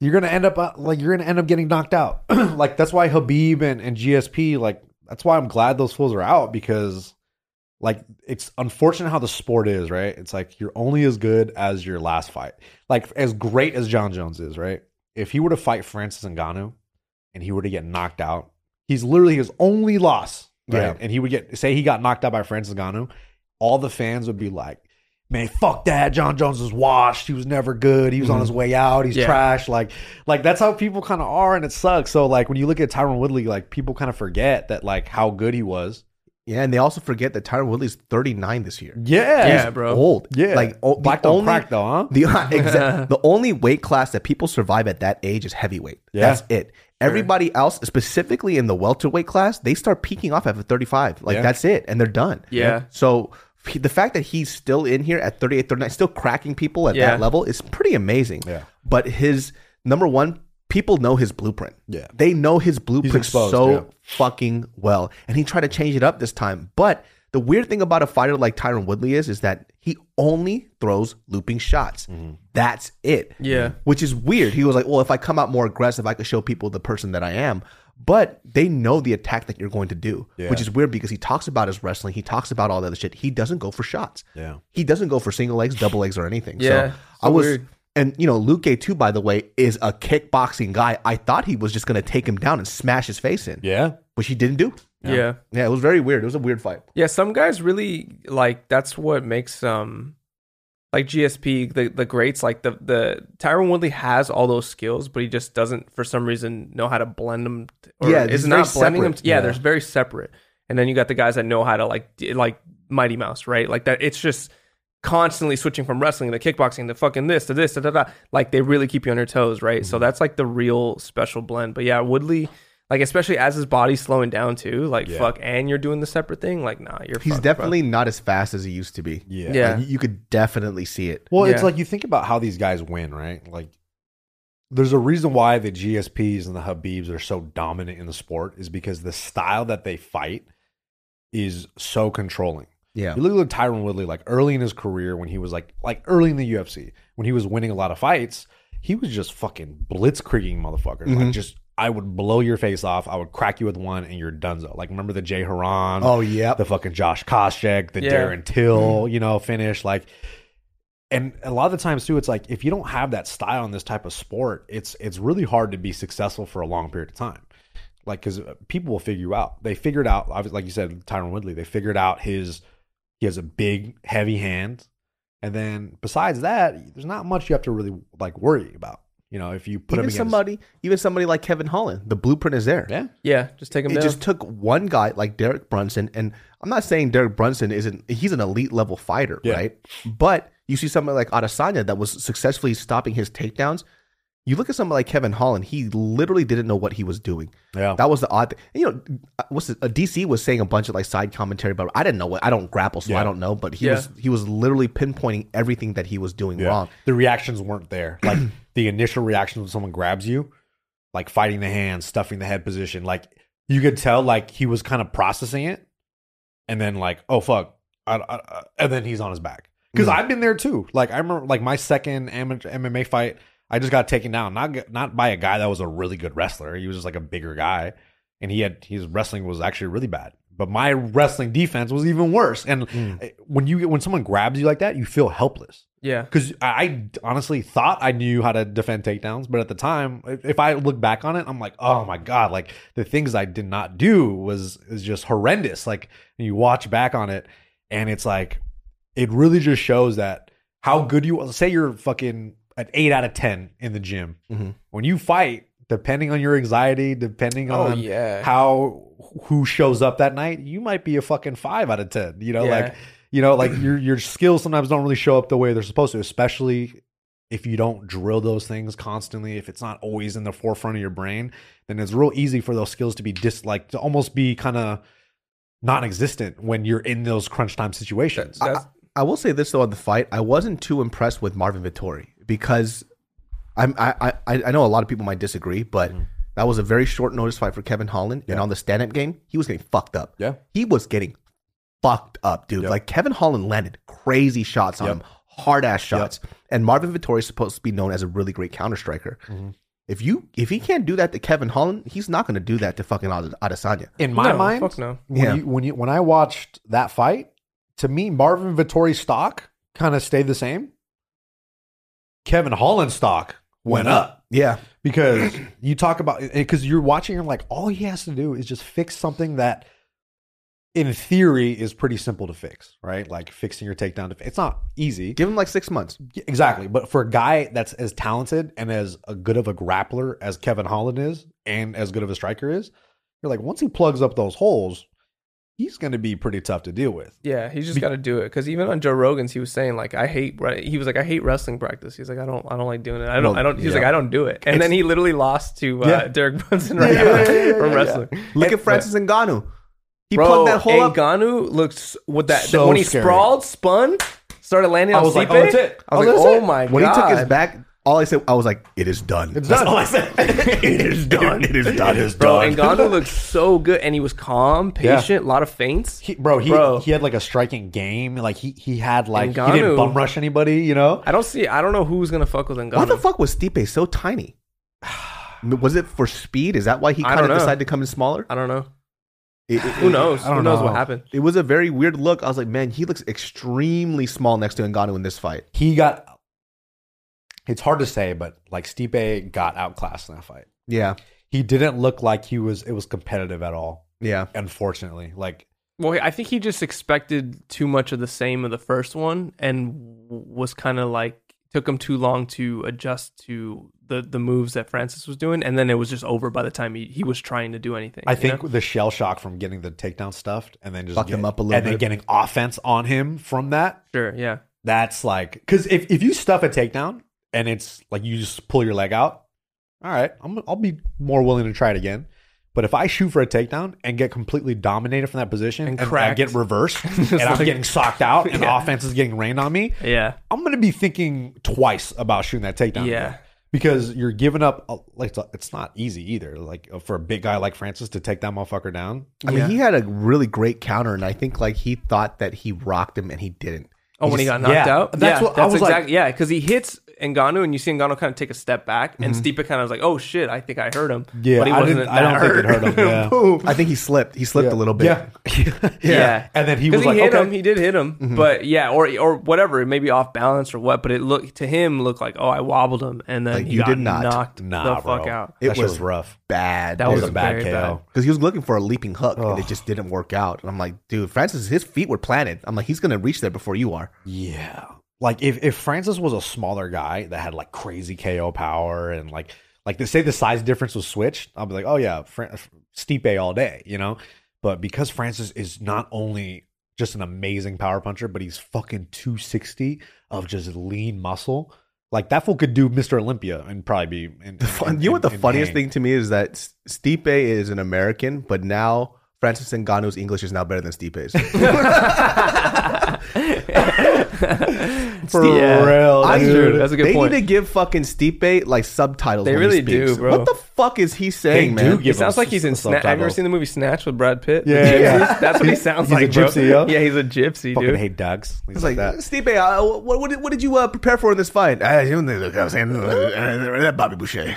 Speaker 2: You're gonna end up uh, like you're gonna end up getting knocked out. like that's why Habib and, and GSP like that's why I'm glad those fools are out because like it's unfortunate how the sport is, right? It's like you're only as good as your last fight. Like as great as John Jones is, right? If he were to fight Francis Ngannou and he were to get knocked out, he's literally his only loss, right?
Speaker 1: Yeah.
Speaker 2: And he would get say he got knocked out by Francis Ngannou, all the fans would be like, "Man, fuck that! John Jones was washed. He was never good. He was on his way out. He's
Speaker 4: Yeah.
Speaker 2: trash." Like, like that's how people kind of are, and it sucks. So like when you look at Tyron Woodley, like people kind of forget that like how good he was.
Speaker 1: Yeah, and they also forget that Tyron Woodley's 39 this year.
Speaker 2: Yeah,
Speaker 4: Yeah, bro.
Speaker 1: Old.
Speaker 2: Yeah.
Speaker 1: Like o- the
Speaker 2: Black
Speaker 1: only
Speaker 2: on crack though, huh?
Speaker 1: the exa- the only weight class that people survive at that age is heavyweight.
Speaker 2: Yeah.
Speaker 1: That's it. Everybody else, specifically in the welterweight class, they start peaking off at 35. Like
Speaker 2: Yeah.
Speaker 1: that's it, and they're done.
Speaker 4: Yeah.
Speaker 1: So he- the fact that he's still in here at 38, 39, still cracking people at
Speaker 4: Yeah.
Speaker 1: that level is pretty amazing.
Speaker 2: Yeah.
Speaker 1: But his number one, people know his blueprint.
Speaker 2: Yeah.
Speaker 1: They know his blueprint
Speaker 2: exposed,
Speaker 1: so
Speaker 2: yeah.
Speaker 1: fucking well. And he tried to change it up this time. But the weird thing about a fighter like Tyron Woodley is, is that He only throws looping shots.
Speaker 2: Mm-hmm.
Speaker 1: That's it.
Speaker 4: Yeah.
Speaker 1: Which is weird. He was like, well, if I come out more aggressive, I could show people the person that I am. But they know the attack that you're going to do,
Speaker 2: Yeah.
Speaker 1: which is weird because he talks about his wrestling. He talks about all the other shit. He doesn't go for shots.
Speaker 2: Yeah.
Speaker 1: He doesn't go for single legs, double legs, or anything.
Speaker 4: Yeah,
Speaker 1: So I
Speaker 4: so
Speaker 1: was.
Speaker 4: weird.
Speaker 1: And you know, Luke too, by the way, is a kickboxing guy. I thought he was just gonna take him down and smash his face in,
Speaker 2: Yeah.
Speaker 1: which he didn't do.
Speaker 4: yeah.
Speaker 1: Yeah, it was very weird. It was a weird fight.
Speaker 4: Yeah, some guys really like that's what makes um like GSP the the greats like the the Tyron Woodley has all those skills, but he just doesn't for some reason know how to blend them. t- Or
Speaker 1: Yeah,
Speaker 4: is
Speaker 1: it's
Speaker 4: not
Speaker 1: very
Speaker 4: blending them.
Speaker 1: separate.
Speaker 4: yeah,
Speaker 2: Yeah.
Speaker 4: they're very separate. And then you got the guys that know how to like d- like Mighty Mouse, right? Like that. It's just constantly switching from wrestling to kickboxing to fucking this to this to da da. Like they really keep you on your toes, right? So that's like the real special blend. But yeah, Woodley. Like especially as his body's slowing down too, like
Speaker 2: Yeah.
Speaker 4: fuck, and you're doing the separate thing. Like nah, you're
Speaker 1: He's
Speaker 4: fucked, bro.
Speaker 1: definitely not as fast as he used to be.
Speaker 2: Yeah.
Speaker 4: Yeah.
Speaker 1: Like, you could definitely see it.
Speaker 2: Well, it's
Speaker 4: Yeah.
Speaker 2: like you think about how these guys win, right? Like, there's a reason why the GSPs and the Habibs are so dominant in the sport is because the style that they fight is so controlling.
Speaker 1: Yeah.
Speaker 2: You look at Tyron Woodley, like early in his career when he was like like early in the UFC, when he was winning a lot of fights, he was just fucking blitzkrieging motherfuckers. Like
Speaker 1: Mhm.
Speaker 2: just I would blow your face off, I would crack you with one and you're donezo. Like remember the Jay Haran,
Speaker 1: Oh yeah.
Speaker 2: the fucking Josh Koscheck, the
Speaker 4: Yeah.
Speaker 2: Darren Till, you know, finish. Like and a lot of the times too, it's like if you don't have that style in this type of sport, it's it's really hard to be successful for a long period of time. Like because people will figure you out. They figured out, obviously, like you said, Tyron Woodley. They figured out his he has a big, heavy hand, and then besides that, there's not much you have to really like worry about. You know, if you put
Speaker 1: even
Speaker 2: him against
Speaker 1: somebody, even somebody like Kevin Holland, the blueprint is there.
Speaker 2: yeah,
Speaker 4: Yeah, just take him
Speaker 1: It
Speaker 4: down.
Speaker 1: just took one guy like Derek Brunson, and I'm not saying Derek Brunson isn't. He's an elite level fighter,
Speaker 2: Yeah.
Speaker 1: right? But you see somebody like Adesanya that was successfully stopping his takedowns. You look at somebody like Kevin Holland; he literally didn't know what he was doing.
Speaker 2: yeah,
Speaker 1: That was the odd thing. You know, uh, what's it, uh, DC was saying a bunch of like side commentary, but I didn't know what I don't grapple, so
Speaker 2: Yeah.
Speaker 1: I don't know. But he
Speaker 4: Yeah.
Speaker 1: was he was literally pinpointing everything that he was doing
Speaker 2: Yeah.
Speaker 1: wrong.
Speaker 2: The reactions weren't there. Like the initial reaction when someone grabs you, like fighting the hand, stuffing the head position, like you could tell like he was kind of processing it, and then like oh fuck, I, I, I- and then he's on his back. Because
Speaker 1: Mm.
Speaker 2: I've been there too. Like I remember like my second amateur MMA fight, I just got taken down not g- not by a guy that was a really good wrestler. He was just like a bigger guy, and he had his wrestling was actually really bad. But my wrestling defense was even worse. And uh, when you get when someone grabs you like that, you feel helpless
Speaker 4: yeah,
Speaker 2: because I, I honestly thought I knew how to defend takedowns, but at the time, if, if I look back on it, I'm like, oh my god, like the things I did not do was is just horrendous. Like and you watch back on it, and it's like it really just shows that how good you say you're fucking an eight out of ten in the gym
Speaker 1: Mhm.
Speaker 2: when you fight. Depending on your anxiety, depending
Speaker 4: Oh,
Speaker 2: on
Speaker 1: Um,
Speaker 4: yeah.
Speaker 2: how who shows up that night, you might be a fucking five out of ten. You know,
Speaker 4: Yeah.
Speaker 2: like you know, like your your skills sometimes don't really show up the way they're supposed to, especially if you don't drill those things constantly. If it's not always in the forefront of your brain, then it's real easy for those skills to be dis like to almost be kind of non-existent when you're in those crunch time situations.
Speaker 4: That's-
Speaker 1: I will say this though on the fight, I wasn't too impressed with Marvin Vittori because I'm, I, I I know a lot of people might disagree, but
Speaker 2: Mm-hmm.
Speaker 1: that was a very short notice fight for Kevin Holland, and on the stand up game, he was getting fucked up.
Speaker 2: Yeah.
Speaker 1: he was getting fucked up, dude. Like Kevin Holland landed crazy shots on him, hard ass shots, and Marvin Vittori is supposed to be known as a really great counter striker.
Speaker 4: Mm-hmm.
Speaker 1: If you if he can't do that to Kevin Holland, he's not going to do that to fucking Ades- Adesanya.
Speaker 2: in my
Speaker 4: No,
Speaker 2: mind,
Speaker 4: fuck no.
Speaker 2: when
Speaker 1: Yeah.
Speaker 2: you when you when I watched that fight, to me, Marvin Vittori's stock kind of stayed the same. Kevin Holland's stock went up
Speaker 1: Yeah,
Speaker 2: because you talk about because you're watching and like all he has to do is just fix something that in theory is pretty simple to fix, right? Like fixing your takedown def- it's not easy.
Speaker 1: give him like six months.
Speaker 2: Exactly. But for a guy that's as talented and as a good of a grappler as Kevin Holland is and as good of a striker is, you're like, once he plugs up those holes, he's going to be pretty tough to deal with.
Speaker 4: Yeah, he's just got to do it. Because even on Joe Rogan's, he was saying like, I hate. re- He was like, I hate wrestling practice. He's like, I don't, I don't like doing it. I don't,
Speaker 1: Well,
Speaker 4: I don't. He's like,
Speaker 1: yeah.
Speaker 4: I don't do it. And then he literally lost to uh,
Speaker 2: Yeah.
Speaker 4: Derek Brunson right
Speaker 2: yeah,
Speaker 4: now
Speaker 2: yeah, yeah,
Speaker 4: from
Speaker 2: yeah,
Speaker 4: wrestling.
Speaker 1: Look at Francis Ngannou. He
Speaker 4: Bro,
Speaker 1: plugged that hole up.
Speaker 4: Ngannou looks with that
Speaker 2: So
Speaker 4: when he
Speaker 2: scary.
Speaker 4: sprawled, spun, started landing
Speaker 2: I
Speaker 4: on
Speaker 2: was
Speaker 4: Stipe.
Speaker 2: like, oh, that's it.
Speaker 4: I was
Speaker 2: Oh,
Speaker 4: like,
Speaker 2: that's
Speaker 4: oh
Speaker 2: it.
Speaker 4: my
Speaker 1: when
Speaker 4: god.
Speaker 1: he took his back all I said, I was like, it is done.
Speaker 2: It's
Speaker 1: That's
Speaker 2: done.
Speaker 1: all I said. it is done. It is done. It is
Speaker 4: Bro,
Speaker 1: done.
Speaker 4: Ngannou looked so good, and he was calm, patient, a lot of feints.
Speaker 2: He, bro, he
Speaker 4: Bro.
Speaker 2: he had like a striking game. Like he he had like he
Speaker 4: Ngannou.
Speaker 2: didn't bum rush anybody. You know,
Speaker 4: I don't see. I don't know who's gonna fuck with Ngannou.
Speaker 1: Why the fuck was Stipe so tiny? Was it for speed? Is that why he
Speaker 4: I
Speaker 1: kind of
Speaker 4: don't know.
Speaker 1: decided to come in smaller?
Speaker 4: I don't know.
Speaker 1: It- it-
Speaker 4: Who knows?
Speaker 2: I don't
Speaker 4: Who knows what
Speaker 2: know.
Speaker 4: happened?
Speaker 1: It was a very weird look. I was like, man, he looks extremely small next to Ngannou in this fight.
Speaker 2: he got. It's hard to say, but like Stipe got outclassed in that fight.
Speaker 1: Yeah,
Speaker 2: He didn't look like he was. It was competitive at all.
Speaker 1: yeah.
Speaker 2: Unfortunately, like
Speaker 4: Well, I think he just expected too much of the same of the first one, and w- was kind of like took him too long to adjust to the the moves that Francis was doing, and then it was just over by the time he, he was trying to do anything.
Speaker 2: I
Speaker 4: you
Speaker 2: think
Speaker 4: know?
Speaker 2: the shell shock from getting the takedown stuffed and then just
Speaker 1: Fucked
Speaker 2: get-
Speaker 1: him up a little
Speaker 2: and
Speaker 1: bit.
Speaker 2: then getting offense on him from that.
Speaker 4: sure, yeah,
Speaker 2: That's like because if if you stuff a takedown and it's like you just pull your leg out, all right, I'm I'll be more willing to try it again. But if I shoot for a takedown and get completely dominated from that position
Speaker 4: And
Speaker 2: and, I
Speaker 4: cracked.
Speaker 2: get reversed and I'm
Speaker 4: like-
Speaker 2: getting socked out and
Speaker 4: Yeah.
Speaker 2: offense is getting rained on me,
Speaker 4: yeah,
Speaker 2: I'm gonna be thinking twice about shooting that takedown.
Speaker 4: Yeah.
Speaker 2: again. Because you're giving up, a- like it's- it's not easy either. Like for a big guy like Francis to take that motherfucker down,
Speaker 1: I mean,
Speaker 4: Yeah.
Speaker 1: he had a really great counter, and I think like he thought that he rocked him, and he didn't.
Speaker 4: Oh, when he
Speaker 2: just-
Speaker 4: got knocked
Speaker 2: yeah.
Speaker 4: out.
Speaker 2: That's
Speaker 4: yeah,
Speaker 2: what I was like-
Speaker 4: exact- yeah, because he hits Ngannou, and you see Ngannou kind of take a step back, and Stipe kind of was like, "Oh shit, I think I heard him."
Speaker 2: Mm-hmm. Yeah,
Speaker 4: but he
Speaker 2: I
Speaker 4: wasn't.
Speaker 2: didn't- I
Speaker 4: that
Speaker 2: don't think it hurt him, yeah.
Speaker 1: Boom. I think he slipped. He slipped a little bit.
Speaker 2: Yeah.
Speaker 4: yeah.
Speaker 2: And then he
Speaker 4: 'Cause
Speaker 2: was like,
Speaker 4: hit
Speaker 2: okay. Mm-hmm.
Speaker 4: him. He did hit him, but yeah, or or whatever, it may be off balance or what, but it looked to him looked like, "Oh, I wobbled him," and then
Speaker 1: Like,
Speaker 4: he
Speaker 1: you
Speaker 4: got
Speaker 1: did not.
Speaker 4: knocked
Speaker 2: nah,
Speaker 4: the
Speaker 2: bro.
Speaker 4: fuck out.
Speaker 1: It
Speaker 2: that shit
Speaker 1: was-
Speaker 2: was, rough.
Speaker 1: Bad.
Speaker 4: That was
Speaker 2: a bad
Speaker 4: very
Speaker 2: KO.
Speaker 1: because he was looking for a leaping hook, and it just didn't work out. And I'm like, dude, Francis, his feet were planted. I'm like, he's gonna reach there before you are.
Speaker 2: Yeah. Like if, if Francis was a smaller guy that had like crazy KO power and like like they say the size difference was switched, I'll be like, oh yeah, Fran- Stipe all day, you know. But because Francis is not only just an amazing power puncher, but he's fucking two sixty of just lean muscle. Like that fool could do Mr. Olympia and probably be. In,
Speaker 1: Fun- you know what the funniest thing to me is that S- Stipe is an American, but now Francis Ngannou's English is now better than Stipe's.
Speaker 2: for
Speaker 4: Yeah.
Speaker 2: real,
Speaker 1: I-
Speaker 2: dude.
Speaker 4: That's a good
Speaker 1: they
Speaker 4: point.
Speaker 1: need to give fucking Stipe like subtitles.
Speaker 4: They
Speaker 1: when he
Speaker 4: really do,
Speaker 1: speaks.
Speaker 4: bro.
Speaker 1: What the fuck is he saying,
Speaker 2: They
Speaker 1: man?
Speaker 2: do
Speaker 4: He
Speaker 2: give him
Speaker 4: sounds like he's in.
Speaker 2: s-
Speaker 4: Snatch. Have you ever
Speaker 2: subtitles.
Speaker 4: seen the movie Snatch with Brad Pitt?
Speaker 2: Yeah,
Speaker 4: The
Speaker 2: yeah,
Speaker 4: gypsies?
Speaker 2: yeah.
Speaker 4: That's what he
Speaker 2: He's-
Speaker 4: sounds
Speaker 2: he's a
Speaker 4: like, bro.
Speaker 2: gypsy, yo.
Speaker 4: Yeah, he's a gypsy,
Speaker 2: Fucking
Speaker 4: dude.
Speaker 2: hate dogs. Things
Speaker 1: It's
Speaker 2: like
Speaker 1: like,
Speaker 2: that.
Speaker 1: Stipe, uh, what, what, did- what did you uh, prepare for in this fight? I don't Ah, know. I was saying uh, uh, Bobby Boucher.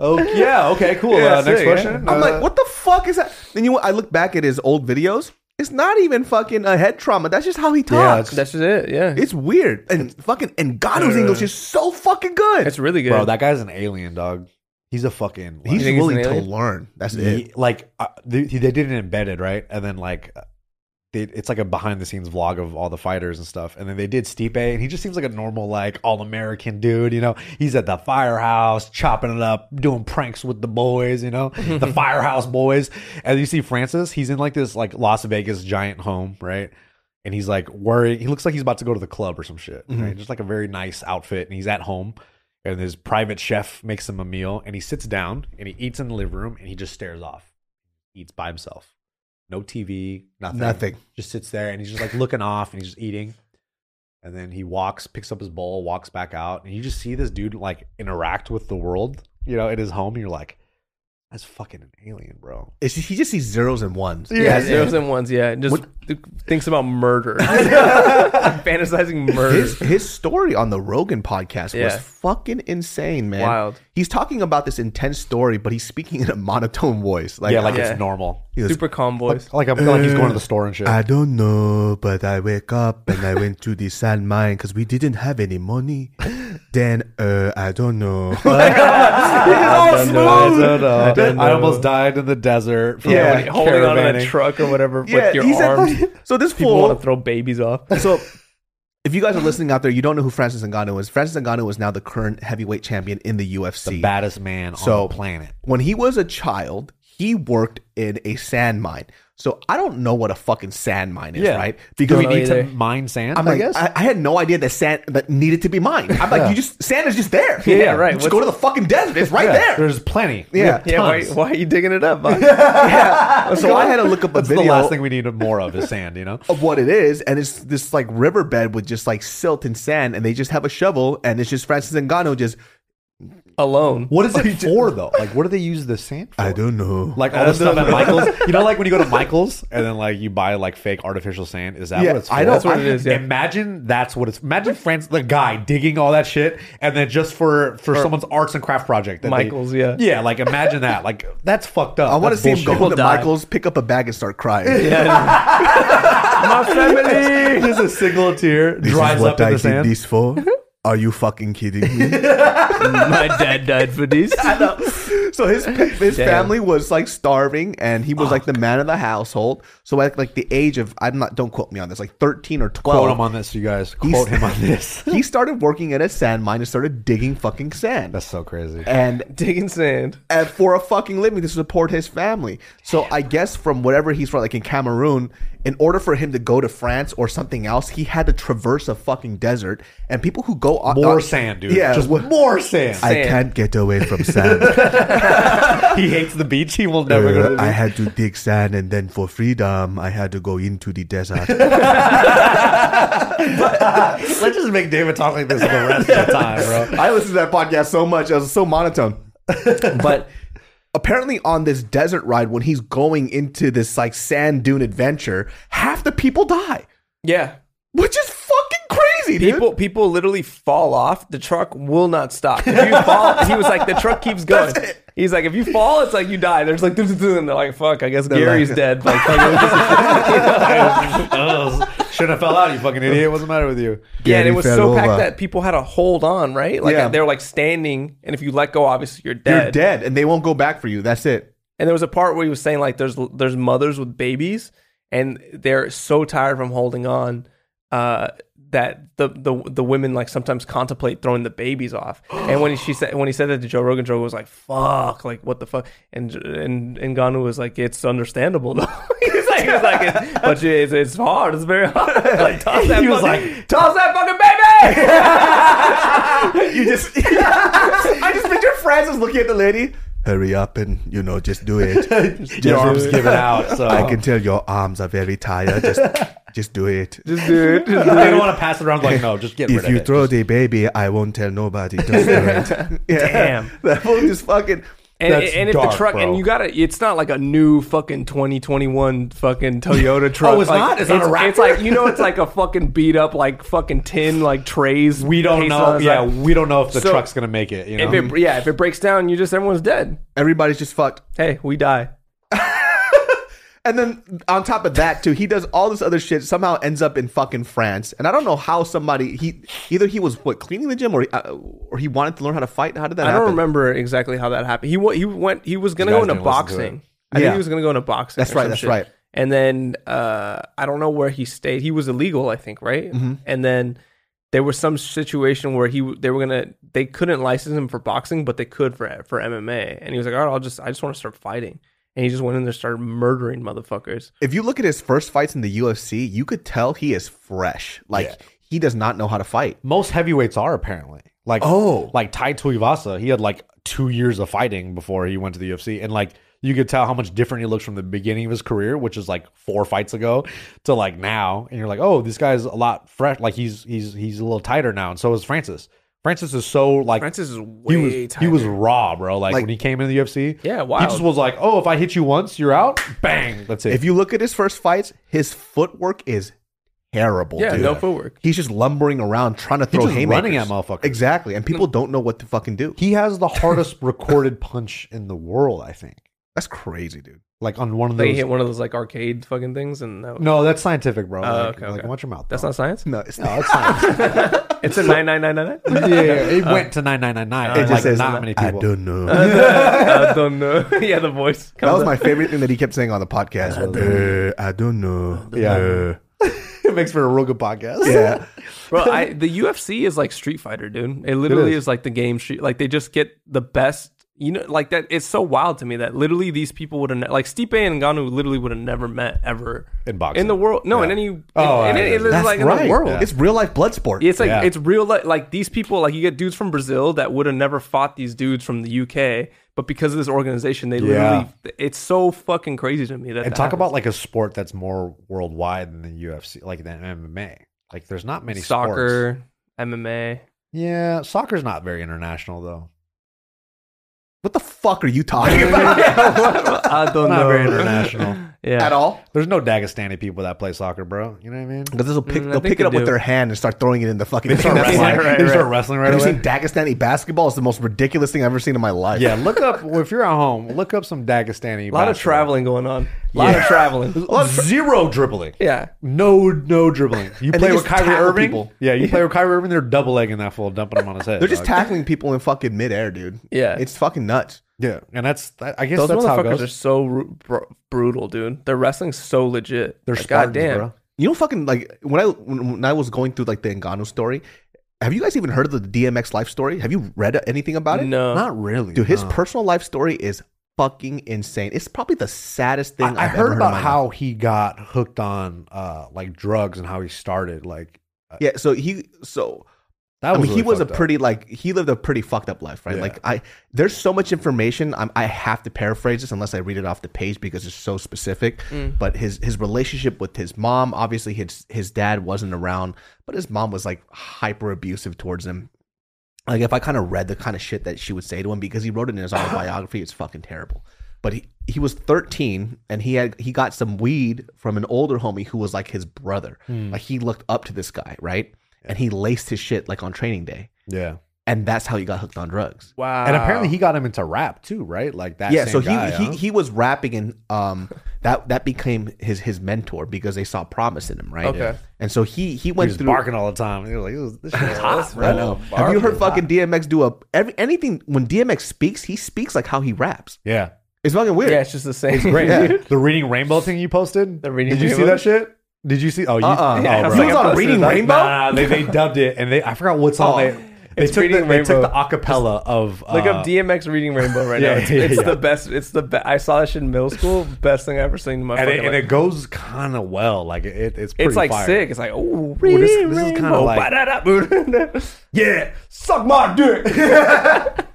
Speaker 2: Oh yeah. Okay. Cool.
Speaker 1: Yeah,
Speaker 2: uh, next
Speaker 1: sick,
Speaker 2: question.
Speaker 1: yeah. I'm like, what the fuck is that? Then you, know what? I look back at his old videos. It's not even fucking a head trauma. That's just how he talks.
Speaker 4: That's just it. Yeah,
Speaker 1: it's weird. And fucking Ngannou's English is so fucking good.
Speaker 4: it's really good.
Speaker 2: bro? That guy's an alien dog. He's a fucking. Like,
Speaker 1: He's
Speaker 4: You think he's
Speaker 1: willing
Speaker 4: an
Speaker 1: to
Speaker 4: alien?
Speaker 1: learn. That's
Speaker 2: he-
Speaker 1: it.
Speaker 2: like uh, they, they did it embedded, right? And then like. uh, They, it's like a behind the scenes vlog of all the fighters and stuff. And then they did Stipe, and he just seems like a normal, like all American dude. You know, he's at the firehouse chopping it up, doing pranks with the boys. You know, the firehouse boys. And you see Francis, he's in like this like Las Vegas giant home, right? and he's like worried. He looks like he's about to go to the club or some shit. Right? Just like a very nice outfit, and he's at home. And his private chef makes him a meal, and he sits down and he eats in the living room, and he just stares off, eats by himself, no TV, nothing,
Speaker 1: Nothing.
Speaker 2: Just sits there, and he's just like looking off, and he's just eating. And then he walks, picks up his bowl, walks back out, and you just see this dude like interact with the world, you know, in his home. And you're like, that's fucking an alien, bro.
Speaker 1: It's just, he just sees zeros and ones.
Speaker 4: yeah,
Speaker 2: Yes.
Speaker 4: zeros and ones. Yeah, just th- thinks about murder, fantasizing murder.
Speaker 1: His, his story on the Rogan podcast was
Speaker 4: Yeah.
Speaker 1: fucking insane, man.
Speaker 4: Wild.
Speaker 1: He's talking about this intense story, but he's speaking in a monotone voice. Like,
Speaker 2: yeah, like
Speaker 4: Yeah.
Speaker 2: it's normal.
Speaker 1: he goes,
Speaker 4: Super calm voice.
Speaker 2: Like I'm like he's going to the store and shit.
Speaker 1: I don't know, but I wake up and I went to the sand mine because we didn't have any money. Then, uh, I don't know.
Speaker 2: I don't know, I don't know. I almost died in the desert. From
Speaker 1: Yeah,
Speaker 2: like,
Speaker 4: holding on to
Speaker 2: caravanning.
Speaker 4: that truck or whatever with
Speaker 1: he
Speaker 4: your
Speaker 1: said-
Speaker 4: arms.
Speaker 1: so this
Speaker 4: People
Speaker 1: fool.
Speaker 4: want to throw babies off.
Speaker 1: so, if you guys are listening out there, you don't know who Francis Ngannou is. Francis Ngannou is now the current heavyweight champion in the UFC.
Speaker 2: Baddest man
Speaker 1: So-
Speaker 2: on the planet.
Speaker 1: when he was a child, he worked in a sand mine. So I don't know what a fucking sand mine is,
Speaker 2: Yeah.
Speaker 1: right?
Speaker 2: Do
Speaker 1: Because
Speaker 2: we
Speaker 3: Don't know
Speaker 2: need to
Speaker 3: either.
Speaker 2: mine sand?
Speaker 1: I'm
Speaker 2: I
Speaker 1: like, I,
Speaker 2: guess.
Speaker 1: I, had no idea that sand that needed to be mined. I'm like,
Speaker 2: Yeah.
Speaker 1: you just sand is just there.
Speaker 2: Yeah, yeah, right.
Speaker 1: Just go to the fucking desert. It's right
Speaker 2: Yeah,
Speaker 1: there.
Speaker 2: There's plenty.
Speaker 1: Yeah.
Speaker 2: Yeah.
Speaker 4: Yeah, why,
Speaker 2: tons.
Speaker 4: why are you digging it up? Bud?
Speaker 1: So I had to look up a
Speaker 2: That's
Speaker 1: video
Speaker 2: the last thing we need more of is sand, you know?
Speaker 1: of what it is, and it's this like riverbed with just like silt and sand, and they just have a shovel, and it's just Francis Ngannou just
Speaker 4: Alone.
Speaker 2: What is it for, though? Like, what do they use the sand for?
Speaker 1: don't know.
Speaker 2: Like all the stuff at Michael's, you know, like when you go to Michael's and then like you buy like fake artificial sand. Is that
Speaker 1: Yeah,
Speaker 2: what it's? For?
Speaker 1: I know. That's
Speaker 4: what it is, yeah.
Speaker 2: Imagine that's what it's. Imagine France, the guy digging all that shit, and then just for for someone's arts and craft project. that they-
Speaker 4: Michael's, yeah.
Speaker 2: yeah. Like imagine that. Like that's fucked up.
Speaker 1: I want to
Speaker 2: That's
Speaker 1: see him
Speaker 2: bullshit.
Speaker 1: go to
Speaker 4: die.
Speaker 1: Michael's, pick up a bag, and start crying.
Speaker 4: My family.
Speaker 2: Just a single tear dries up in the sand.
Speaker 1: for. Are you fucking kidding me?
Speaker 4: My dad died for this.
Speaker 1: so his his family was like starving, and he was like the man of the household. So at like the age of I'm not don't quote me on this, like 13 or 12,
Speaker 2: Quote him on this, you guys. Quote him on this.
Speaker 1: he started working at a sand mine and started digging fucking sand.
Speaker 2: That's so crazy.
Speaker 1: and
Speaker 4: Digging sand.
Speaker 1: and for a fucking living to support his family. So I guess from whatever he's from, like in Cameroon, in order for him to go to France or something else, he had to traverse a fucking desert. And people who go on
Speaker 2: More
Speaker 1: on-
Speaker 2: sand, dude.
Speaker 1: Yeah,
Speaker 2: just
Speaker 1: wh-
Speaker 2: more sand.
Speaker 1: I
Speaker 4: Sand.
Speaker 1: can't get away from sand.
Speaker 2: he hates the beach. He will never go to the beach.
Speaker 1: had to dig sand, and then for freedom, I had to go into the desert.
Speaker 2: Let's just make David talk like this the rest of the time, bro.
Speaker 1: I listened to that podcast so much; I was so monotone.
Speaker 4: But
Speaker 1: apparently on this desert ride when he's going into this like sand dune adventure half the people die
Speaker 4: yeah,
Speaker 1: which is fucking crazy dude.
Speaker 4: people people literally fall off. The truck will not stop. If you fall, he was like the truck keeps going.
Speaker 1: That's it.
Speaker 4: He's like, if you fall, it's like you die. There's like, and they're like, fuck, I guess Gary's
Speaker 1: like-
Speaker 4: dead. Like, fuck, it was just-
Speaker 2: Should have fell out, you fucking idiot. What's the matter with you?
Speaker 4: yeah, and
Speaker 1: Gary
Speaker 4: it was
Speaker 1: fell
Speaker 4: so
Speaker 1: over.
Speaker 4: packed that people had to hold on, right? Like
Speaker 1: Yeah.
Speaker 4: they were like standing, and if you let go, obviously you're dead.
Speaker 1: you're dead and they won't go back for you that's it
Speaker 4: And there was a part where he was saying like, there's there's mothers with babies, and they're so tired from holding on. Uh, that the, the the women like sometimes contemplate throwing the babies off, and when he, she said when he said that to Joe Rogan, Joe was like, "Fuck, like what the fuck," and and and Ganu was like, "It's understandable though." he's like, he's like, it's, but you- it's, it's hard, it's very hard. Like, toss that
Speaker 2: He was
Speaker 4: fucking-
Speaker 2: like-
Speaker 4: "Toss that fucking baby!"
Speaker 1: you just i just picture francis looking at the lady hurry up and you know just do it Just-
Speaker 2: Your arms giving out, so
Speaker 1: i can tell your arms are very tired just just do it
Speaker 4: Just do it. Just do
Speaker 2: they
Speaker 4: it.
Speaker 2: don't want to pass it around. Like, no, just get rid
Speaker 1: if
Speaker 2: of
Speaker 1: you
Speaker 2: it.
Speaker 1: throw the baby i won't tell nobody just do it yeah.
Speaker 4: Damn.
Speaker 1: that fool just fucking
Speaker 4: And,
Speaker 2: That's
Speaker 4: and if
Speaker 2: dark,
Speaker 4: the truck,
Speaker 2: bro.
Speaker 4: and you gotta, it's not like a new fucking 2021 fucking Toyota truck.
Speaker 2: Oh, it's
Speaker 4: like,
Speaker 2: not? It's not a
Speaker 4: It's
Speaker 2: Raptor?
Speaker 4: like, you know, it's like a fucking beat up, like fucking tin, like trays.
Speaker 2: we don't
Speaker 4: pasted
Speaker 2: know.
Speaker 4: on the
Speaker 2: Yeah,
Speaker 4: side.
Speaker 2: we don't know if the
Speaker 4: So,
Speaker 2: truck's gonna make it. You know,
Speaker 4: If it, yeah, if it breaks down, you just, everyone's dead.
Speaker 1: everybody's just fucked
Speaker 4: Hey, we die.
Speaker 1: And then on top of that too, he does all this other shit. Somehow ends up in fucking France, and I don't know how somebody he either he was what cleaning the gym or uh, or he wanted to learn how to fight. How did that
Speaker 4: I
Speaker 1: happen?
Speaker 4: don't remember exactly how that happened. He wa- he went he was gonna
Speaker 2: You
Speaker 4: go
Speaker 2: guys
Speaker 4: into
Speaker 2: didn't listen to
Speaker 4: boxing.
Speaker 2: it.
Speaker 4: I think
Speaker 1: Yeah.
Speaker 4: he was gonna go into boxing.
Speaker 1: That's
Speaker 4: or
Speaker 1: right,
Speaker 4: some
Speaker 1: that's
Speaker 4: shit.
Speaker 1: right.
Speaker 4: And then uh, I don't know where he stayed. He was illegal, I think, right?
Speaker 2: Mm-hmm.
Speaker 4: And then there was some situation where he w- they were gonna they couldn't license him for boxing, but they could for for MMA. And he was like, all right, I'll just I just want to start fighting. And he just went in there and started murdering motherfuckers.
Speaker 1: If you look at his first fights in the UFC, you could tell he is fresh. Like
Speaker 2: Yeah.
Speaker 1: he does not know how to fight.
Speaker 2: most heavyweights are apparently like
Speaker 1: Oh.
Speaker 2: like Tai Tuivasa. He had like two years of fighting before he went to the UFC, and like you could tell how much different he looks from the beginning of his career, which is like four fights ago, to like now. And you're like, oh, this guy's a lot fresh. Like he's he's he's a little tighter now, and so is Francis. Francis is so like
Speaker 4: Francis is way
Speaker 2: he was he was raw, bro. Like,
Speaker 1: Like-
Speaker 2: when he came into the UFC,
Speaker 4: Yeah,
Speaker 2: He
Speaker 4: wild.
Speaker 2: just was like, oh, if I hit you once, you're out. Bang, that's it.
Speaker 1: If you look at his first fights, his footwork is terrible.
Speaker 4: yeah,
Speaker 1: dude.
Speaker 4: no footwork.
Speaker 1: He's just lumbering around trying to throw
Speaker 2: just
Speaker 1: haymakers.
Speaker 2: running at motherfuckers.
Speaker 1: Exactly, and people don't know what to fucking do.
Speaker 2: he has the hardest recorded punch in the world, I think.
Speaker 1: That's crazy, dude.
Speaker 2: Like on one of
Speaker 4: They
Speaker 2: those.
Speaker 4: hit one of those like arcade fucking things, and that,
Speaker 2: No, that's scientific, bro.
Speaker 4: Oh,
Speaker 2: like,
Speaker 4: okay,
Speaker 2: like,
Speaker 4: okay.
Speaker 2: watch your mouth.
Speaker 4: that's
Speaker 2: bro.
Speaker 4: not science.
Speaker 1: No, it's
Speaker 2: No, it's science.
Speaker 4: It's a nine nine nine nine nine.
Speaker 2: yeah, yeah, yeah. it went to nine nine nine nine.
Speaker 1: It
Speaker 2: It
Speaker 1: just
Speaker 2: like
Speaker 1: says
Speaker 2: not many people.
Speaker 1: I don't know.
Speaker 4: I don't know. yeah, the voice.
Speaker 1: That
Speaker 4: Comes
Speaker 1: was
Speaker 4: up.
Speaker 1: my favorite thing that he kept saying on the podcast. Uh, I don't know.
Speaker 2: Yeah. it makes for a real good podcast.
Speaker 1: Uh, yeah.
Speaker 4: Bro, I, the UFC is like Street Fighter, dude. It literally
Speaker 2: is.
Speaker 4: is. like the game street. Like they just get the best you know, like that. It's so wild to me that literally these people would have ne- like Stipe and Ngannou literally would have never met ever
Speaker 2: In boxing.
Speaker 4: in the world. No, in
Speaker 2: Yeah.
Speaker 4: any. In,
Speaker 2: Oh,
Speaker 4: in
Speaker 2: I-
Speaker 4: any- it's
Speaker 2: that's
Speaker 4: like in
Speaker 2: right.
Speaker 4: the world.
Speaker 2: Yeah.
Speaker 4: It's,
Speaker 1: It's real life blood sport.
Speaker 4: it's like
Speaker 2: Yeah.
Speaker 4: it's real. Like, like these people, like you get dudes from Brazil that would have never fought these dudes from the UK, but because of this organization, they
Speaker 2: Yeah.
Speaker 4: literally. It's so fucking crazy to me that.
Speaker 2: and
Speaker 4: that
Speaker 2: talk
Speaker 4: happens.
Speaker 2: about like a sport that's more worldwide than the UFC, like than MMA. Like there's not many sports.
Speaker 4: soccer, MMA.
Speaker 2: Yeah, soccer's not very international though.
Speaker 1: what the fuck are you talking about
Speaker 4: I don't
Speaker 2: Not
Speaker 4: know.
Speaker 2: very international.
Speaker 4: Yeah.
Speaker 1: at all?
Speaker 2: There's no Dagestani people that play soccer, bro. You know what I mean?
Speaker 1: Because they'll pick,
Speaker 4: Mm, I
Speaker 1: they'll
Speaker 4: think
Speaker 1: pick it
Speaker 4: they
Speaker 1: up with
Speaker 4: do.
Speaker 1: their hand and start throwing it in the fucking.
Speaker 2: They start
Speaker 1: thing. That's
Speaker 2: wrestling.
Speaker 1: like-
Speaker 4: right,
Speaker 2: they
Speaker 4: right.
Speaker 2: start wrestling right
Speaker 1: Have you
Speaker 2: away.
Speaker 1: seen Dagestani basketball? It's the most ridiculous thing I've ever seen in my life.
Speaker 2: yeah, look up well, if you're at home. Look up some Dagestani.
Speaker 4: A lot of traveling going on. A lot of traveling.
Speaker 2: Zero dribbling.
Speaker 4: Yeah.
Speaker 2: No, no dribbling. You
Speaker 1: And
Speaker 2: play
Speaker 1: they just
Speaker 2: with Kyrie
Speaker 1: tackle
Speaker 2: Irving.
Speaker 1: people.
Speaker 2: Yeah, you play with Kyrie Irving. They're double egging that fool, dumping him on his head.
Speaker 1: they're just
Speaker 2: dog.
Speaker 1: tackling people in fucking midair, dude.
Speaker 4: Yeah.
Speaker 1: it's fucking nuts.
Speaker 2: yeah, and that's that, I guess
Speaker 4: Those
Speaker 2: that's how it
Speaker 4: motherfuckers
Speaker 2: goes.
Speaker 4: are so ru- br- brutal, dude. Their wrestling's so legit.
Speaker 2: They're
Speaker 4: like,
Speaker 2: Spartans,
Speaker 4: goddamn.
Speaker 2: bro.
Speaker 1: You know, fucking like when I when, when I was going through like the Engano story. Have you guys even heard of the DMX life story? Have you read anything about it?
Speaker 4: No.
Speaker 2: Not really.
Speaker 1: Dude, his
Speaker 2: no.
Speaker 1: personal life story is fucking insane. It's probably the saddest thing I,
Speaker 2: I, I
Speaker 1: have
Speaker 2: heard
Speaker 1: ever
Speaker 2: about
Speaker 1: heard in my life.
Speaker 2: how he got hooked on uh like drugs and how he started like
Speaker 1: Yeah, so he so
Speaker 2: that.
Speaker 1: I
Speaker 2: Was
Speaker 1: mean he
Speaker 2: really
Speaker 1: was a
Speaker 2: fucked up.
Speaker 1: pretty like he lived a pretty fucked up life, right?
Speaker 2: Yeah.
Speaker 1: Like I there's so much information I'm, I have to paraphrase this unless I read it off the page because it's so specific. But his his relationship with his mom, obviously his his dad wasn't around, but his mom was like hyper abusive towards him. Like if I kind of read the kind of shit that she would say to him because he wrote it in his autobiography, it's fucking terrible. But he, he was 13 and he had he got some weed from an older homie who was like his brother. Like he looked up to this guy, right? And he laced his shit like on training day.
Speaker 2: yeah.
Speaker 1: And that's how he got hooked on drugs.
Speaker 4: Wow.
Speaker 2: And apparently he got him into rap too, right? Like that.
Speaker 1: Yeah,
Speaker 2: same
Speaker 1: so he,
Speaker 2: guy,
Speaker 1: he
Speaker 2: huh?
Speaker 1: he was rapping and um that that became his his mentor because they saw promise in him, right?
Speaker 4: Okay. Yeah.
Speaker 1: And so he he
Speaker 2: He
Speaker 1: went
Speaker 2: was
Speaker 1: through
Speaker 2: barking all the time. He was like, "This- "This shit is hot."
Speaker 4: that's
Speaker 2: bro."
Speaker 1: I know. Have you heard fucking DMX do a every, anything when DMX speaks, he speaks like how he raps.
Speaker 2: Yeah,
Speaker 1: It's fucking weird.
Speaker 4: yeah, it's just the same.
Speaker 2: great.
Speaker 1: Yeah.
Speaker 2: The reading rainbow thing you posted.
Speaker 4: The Reading
Speaker 2: Did you see
Speaker 4: Rainbow?
Speaker 2: that shit? Did you see? Oh, you,
Speaker 1: Uh-uh.
Speaker 2: oh,
Speaker 1: Yeah, I
Speaker 2: bro.
Speaker 1: was like, He was I on posted Reading that. Rainbow?
Speaker 2: Nah, they, they dubbed it, and they I forgot what song
Speaker 1: Oh.
Speaker 2: they they
Speaker 4: It's
Speaker 2: took. The,
Speaker 4: Reading
Speaker 2: they took
Speaker 4: Rainbow.
Speaker 2: the acapella of uh,
Speaker 4: Look up DMX reading Rainbow right
Speaker 2: Yeah,
Speaker 4: now. It's,
Speaker 2: yeah,
Speaker 4: it's
Speaker 2: yeah.
Speaker 4: the best. It's the be- I saw that shit in middle school. Best thing I ever seen in my
Speaker 2: and
Speaker 4: fucking
Speaker 2: it, and
Speaker 4: life.
Speaker 2: it goes kind of well. Like it- it, it's pretty
Speaker 4: it's like
Speaker 2: fire.
Speaker 4: sick. It's like oh,
Speaker 2: this-
Speaker 4: reading
Speaker 2: this is
Speaker 4: Rainbow.
Speaker 2: kinda like-
Speaker 4: ba-da-da-boo.
Speaker 2: Yeah, suck my dick.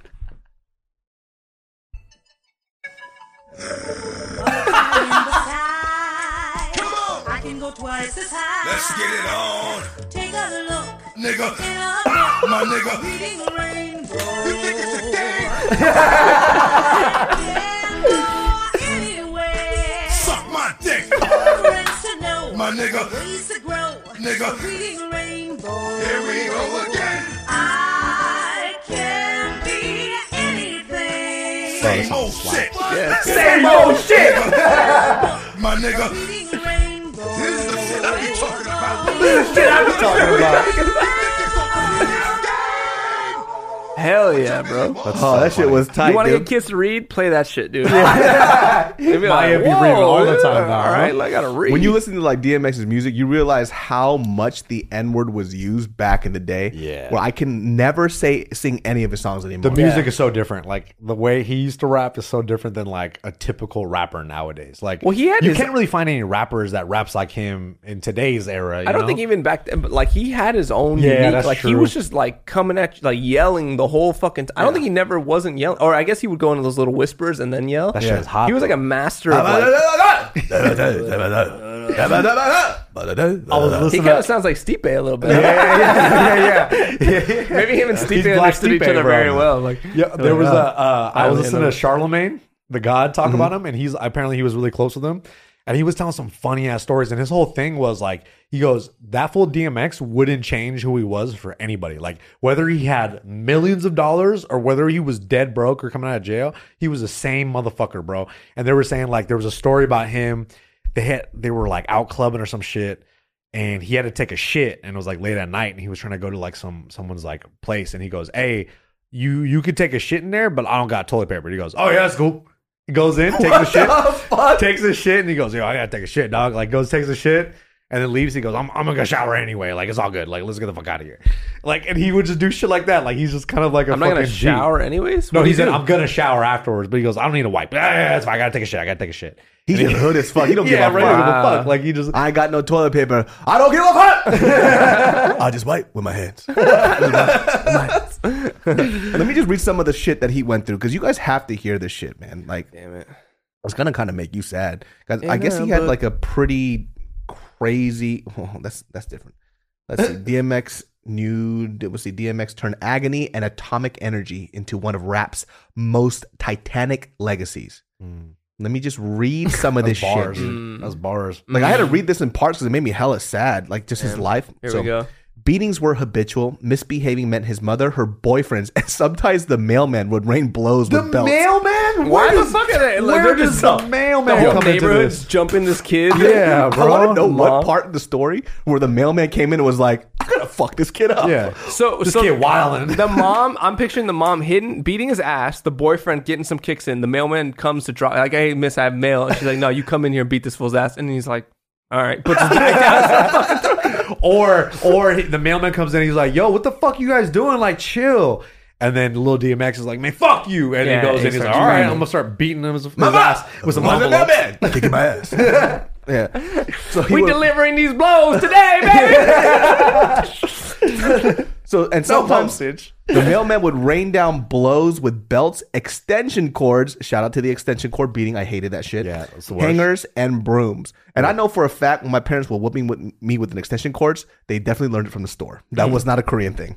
Speaker 5: I can go twice as high.
Speaker 6: Let's get it on,
Speaker 5: Take a look
Speaker 6: nigga.
Speaker 5: in a
Speaker 6: My nigga.
Speaker 5: reading rainbow.
Speaker 6: You niggas are dead.
Speaker 5: Can go anywhere.
Speaker 6: Suck my dick.
Speaker 5: Friends to know.
Speaker 6: My nigga.
Speaker 5: Ways to grow.
Speaker 6: Nigga.
Speaker 5: Reading rainbow.
Speaker 6: Here we go again.
Speaker 5: I can be anything.
Speaker 6: Same old Oh, shit.
Speaker 4: Same old shit.
Speaker 6: My nigga.
Speaker 5: Reading rainbow.
Speaker 6: This is the shit I be talking about.
Speaker 4: Hell yeah, bro.
Speaker 1: Oh, that shit was tight.
Speaker 4: you want to
Speaker 1: dude.
Speaker 4: get kids to read? Play that shit, dude. Yeah.
Speaker 2: Miami reading all the time now,
Speaker 4: All right,
Speaker 2: huh?
Speaker 4: I gotta read.
Speaker 1: when you listen to like DMX's music, you realize how much the N word was used back in the day.
Speaker 2: Yeah.
Speaker 1: Where I can never say sing any of his songs anymore.
Speaker 2: The music is so different. Like the way he used to rap is so different than like a typical rapper nowadays. Like,
Speaker 4: Well, he had
Speaker 2: you
Speaker 4: his-
Speaker 2: can't really find any rappers that raps like him in today's era.
Speaker 4: I don't think even back then, but like he had his own.
Speaker 2: Yeah,
Speaker 4: unique,
Speaker 2: that's
Speaker 4: Like he
Speaker 2: true.
Speaker 4: was just like coming at you, like yelling the whole fucking. T- I don't think he never wasn't yelling, or I guess he would go into those little whispers and then yell. That
Speaker 2: shit is hot, Ah,
Speaker 4: He was like a master of like.
Speaker 2: I was listening.
Speaker 4: He kind of sounds like Stipe a little bit.
Speaker 2: yeah, yeah, yeah, yeah, yeah, yeah.
Speaker 4: Maybe him and
Speaker 2: He's
Speaker 4: Stipe
Speaker 2: Black
Speaker 4: understood each
Speaker 2: Stipe,
Speaker 4: other
Speaker 2: bro.
Speaker 4: very well. Like,
Speaker 2: Yeah, there was a. Uh, I was
Speaker 4: yeah,
Speaker 2: listening
Speaker 4: no.
Speaker 2: to Charlemagne, the God,
Speaker 4: Mm-hmm.
Speaker 2: talk about him, and he's apparently he was really close with him, and he was telling some funny ass stories. And his whole thing was like, he goes, "That fool DMX wouldn't change who he was for anybody. Like whether he had millions of dollars or whether he was dead broke or coming out of jail, he was the same motherfucker, bro." And they were saying like there was a story about him. They had they were like out clubbing or some shit and he had to take a shit and it was like late at night and he was trying to go to like some someone's like place and he goes hey you you could take a shit in there but i don't got toilet paper he goes oh yeah that's cool he goes in takes a shit takes a shit and he goes yo i gotta take a shit dog like goes takes a shit and then leaves. He goes, I'm, I'm gonna go shower anyway. Like it's all good. Like let's get the fuck out of here. Like and he would just do shit like that. Like he's just kind of like a
Speaker 4: I'm not
Speaker 2: fucking
Speaker 4: gonna
Speaker 2: G.
Speaker 4: shower anyways.
Speaker 2: No,
Speaker 4: What do
Speaker 2: he
Speaker 4: you
Speaker 2: said
Speaker 4: do?
Speaker 2: I'm gonna shower afterwards, but he goes, I don't need a wipe. Ah, yeah, it's fine. I gotta take a shit. I gotta take a shit.
Speaker 1: He's just hood as fuck. He don't
Speaker 2: yeah,
Speaker 1: give a
Speaker 2: right, he
Speaker 1: fuck.
Speaker 2: don't give a
Speaker 4: Wow.
Speaker 2: fuck. Like he just
Speaker 1: I ain't got no toilet paper. I don't give a fuck. I just wipe with my hands. With my- with my hands. Let me just read some of the shit that he went through because you guys have to hear this shit, man. Like,
Speaker 4: Damn it.
Speaker 1: it's gonna kind of make you sad. 'Cause I guess he
Speaker 4: Yeah,
Speaker 1: had
Speaker 4: but-
Speaker 1: like a pretty crazy. Oh, that's that's different. Let's see. DMX nude. Let's see. DMX turned agony and atomic energy into one of rap's most titanic legacies. Let me just read some of this
Speaker 2: that's
Speaker 1: shit.
Speaker 2: bars.
Speaker 1: dude.
Speaker 4: Mm.
Speaker 2: That's bars.
Speaker 1: Like I had to read this in parts because it made me hella sad. Like just his
Speaker 4: Damn.
Speaker 1: life.
Speaker 4: Here
Speaker 1: So,
Speaker 4: we go.
Speaker 1: Beatings were habitual. Misbehaving meant his mother, her boyfriends, and sometimes the mailman would rain blows with belts.
Speaker 2: mailman?
Speaker 4: Why the fuck are they? Like,
Speaker 2: where
Speaker 4: they're
Speaker 2: does
Speaker 4: just
Speaker 2: the
Speaker 4: the- The
Speaker 2: mailman
Speaker 4: whole
Speaker 2: come into
Speaker 4: neighborhood's
Speaker 2: this?
Speaker 4: jumping this kid.
Speaker 2: Yeah,
Speaker 1: I
Speaker 2: bro.
Speaker 1: want to know what
Speaker 4: Mom.
Speaker 1: part of the story where the mailman came in and was like, "I gotta fuck this kid up."
Speaker 2: Yeah.
Speaker 4: So
Speaker 2: This
Speaker 4: so
Speaker 2: kid wildin'.
Speaker 4: The mom, I'm picturing the mom hidden, beating his ass. The boyfriend getting some kicks in. The mailman comes to drop. Like, hey, miss, I have mail. And she's like, no, you come in here and beat this fool's ass. And he's like, all right, puts his back down.
Speaker 2: Or or he- the mailman comes in, he's like, "Yo, what the fuck you guys doing? Like, chill." And then little DMX is like, "Man, fuck you!" And
Speaker 4: Yeah,
Speaker 2: he goes
Speaker 4: he
Speaker 2: in, he's like,
Speaker 4: starts
Speaker 2: "All right,
Speaker 4: grinding.
Speaker 2: I'm gonna start beating him his, his ass with some
Speaker 1: Why's it
Speaker 2: envelopes."
Speaker 1: that bad? Kicking my ass. yeah. So he
Speaker 4: We
Speaker 1: would-
Speaker 4: delivering these blows today, baby.
Speaker 1: so and sometimes the mailman would rain down blows with belts, extension cords. Shout out to the extension cord beating. I hated that shit.
Speaker 2: Yeah, it's the worst.
Speaker 1: hangers and brooms. And I know for a fact when my parents were whooping with me with an extension cords, they definitely learned it from the store. That was not a Korean thing.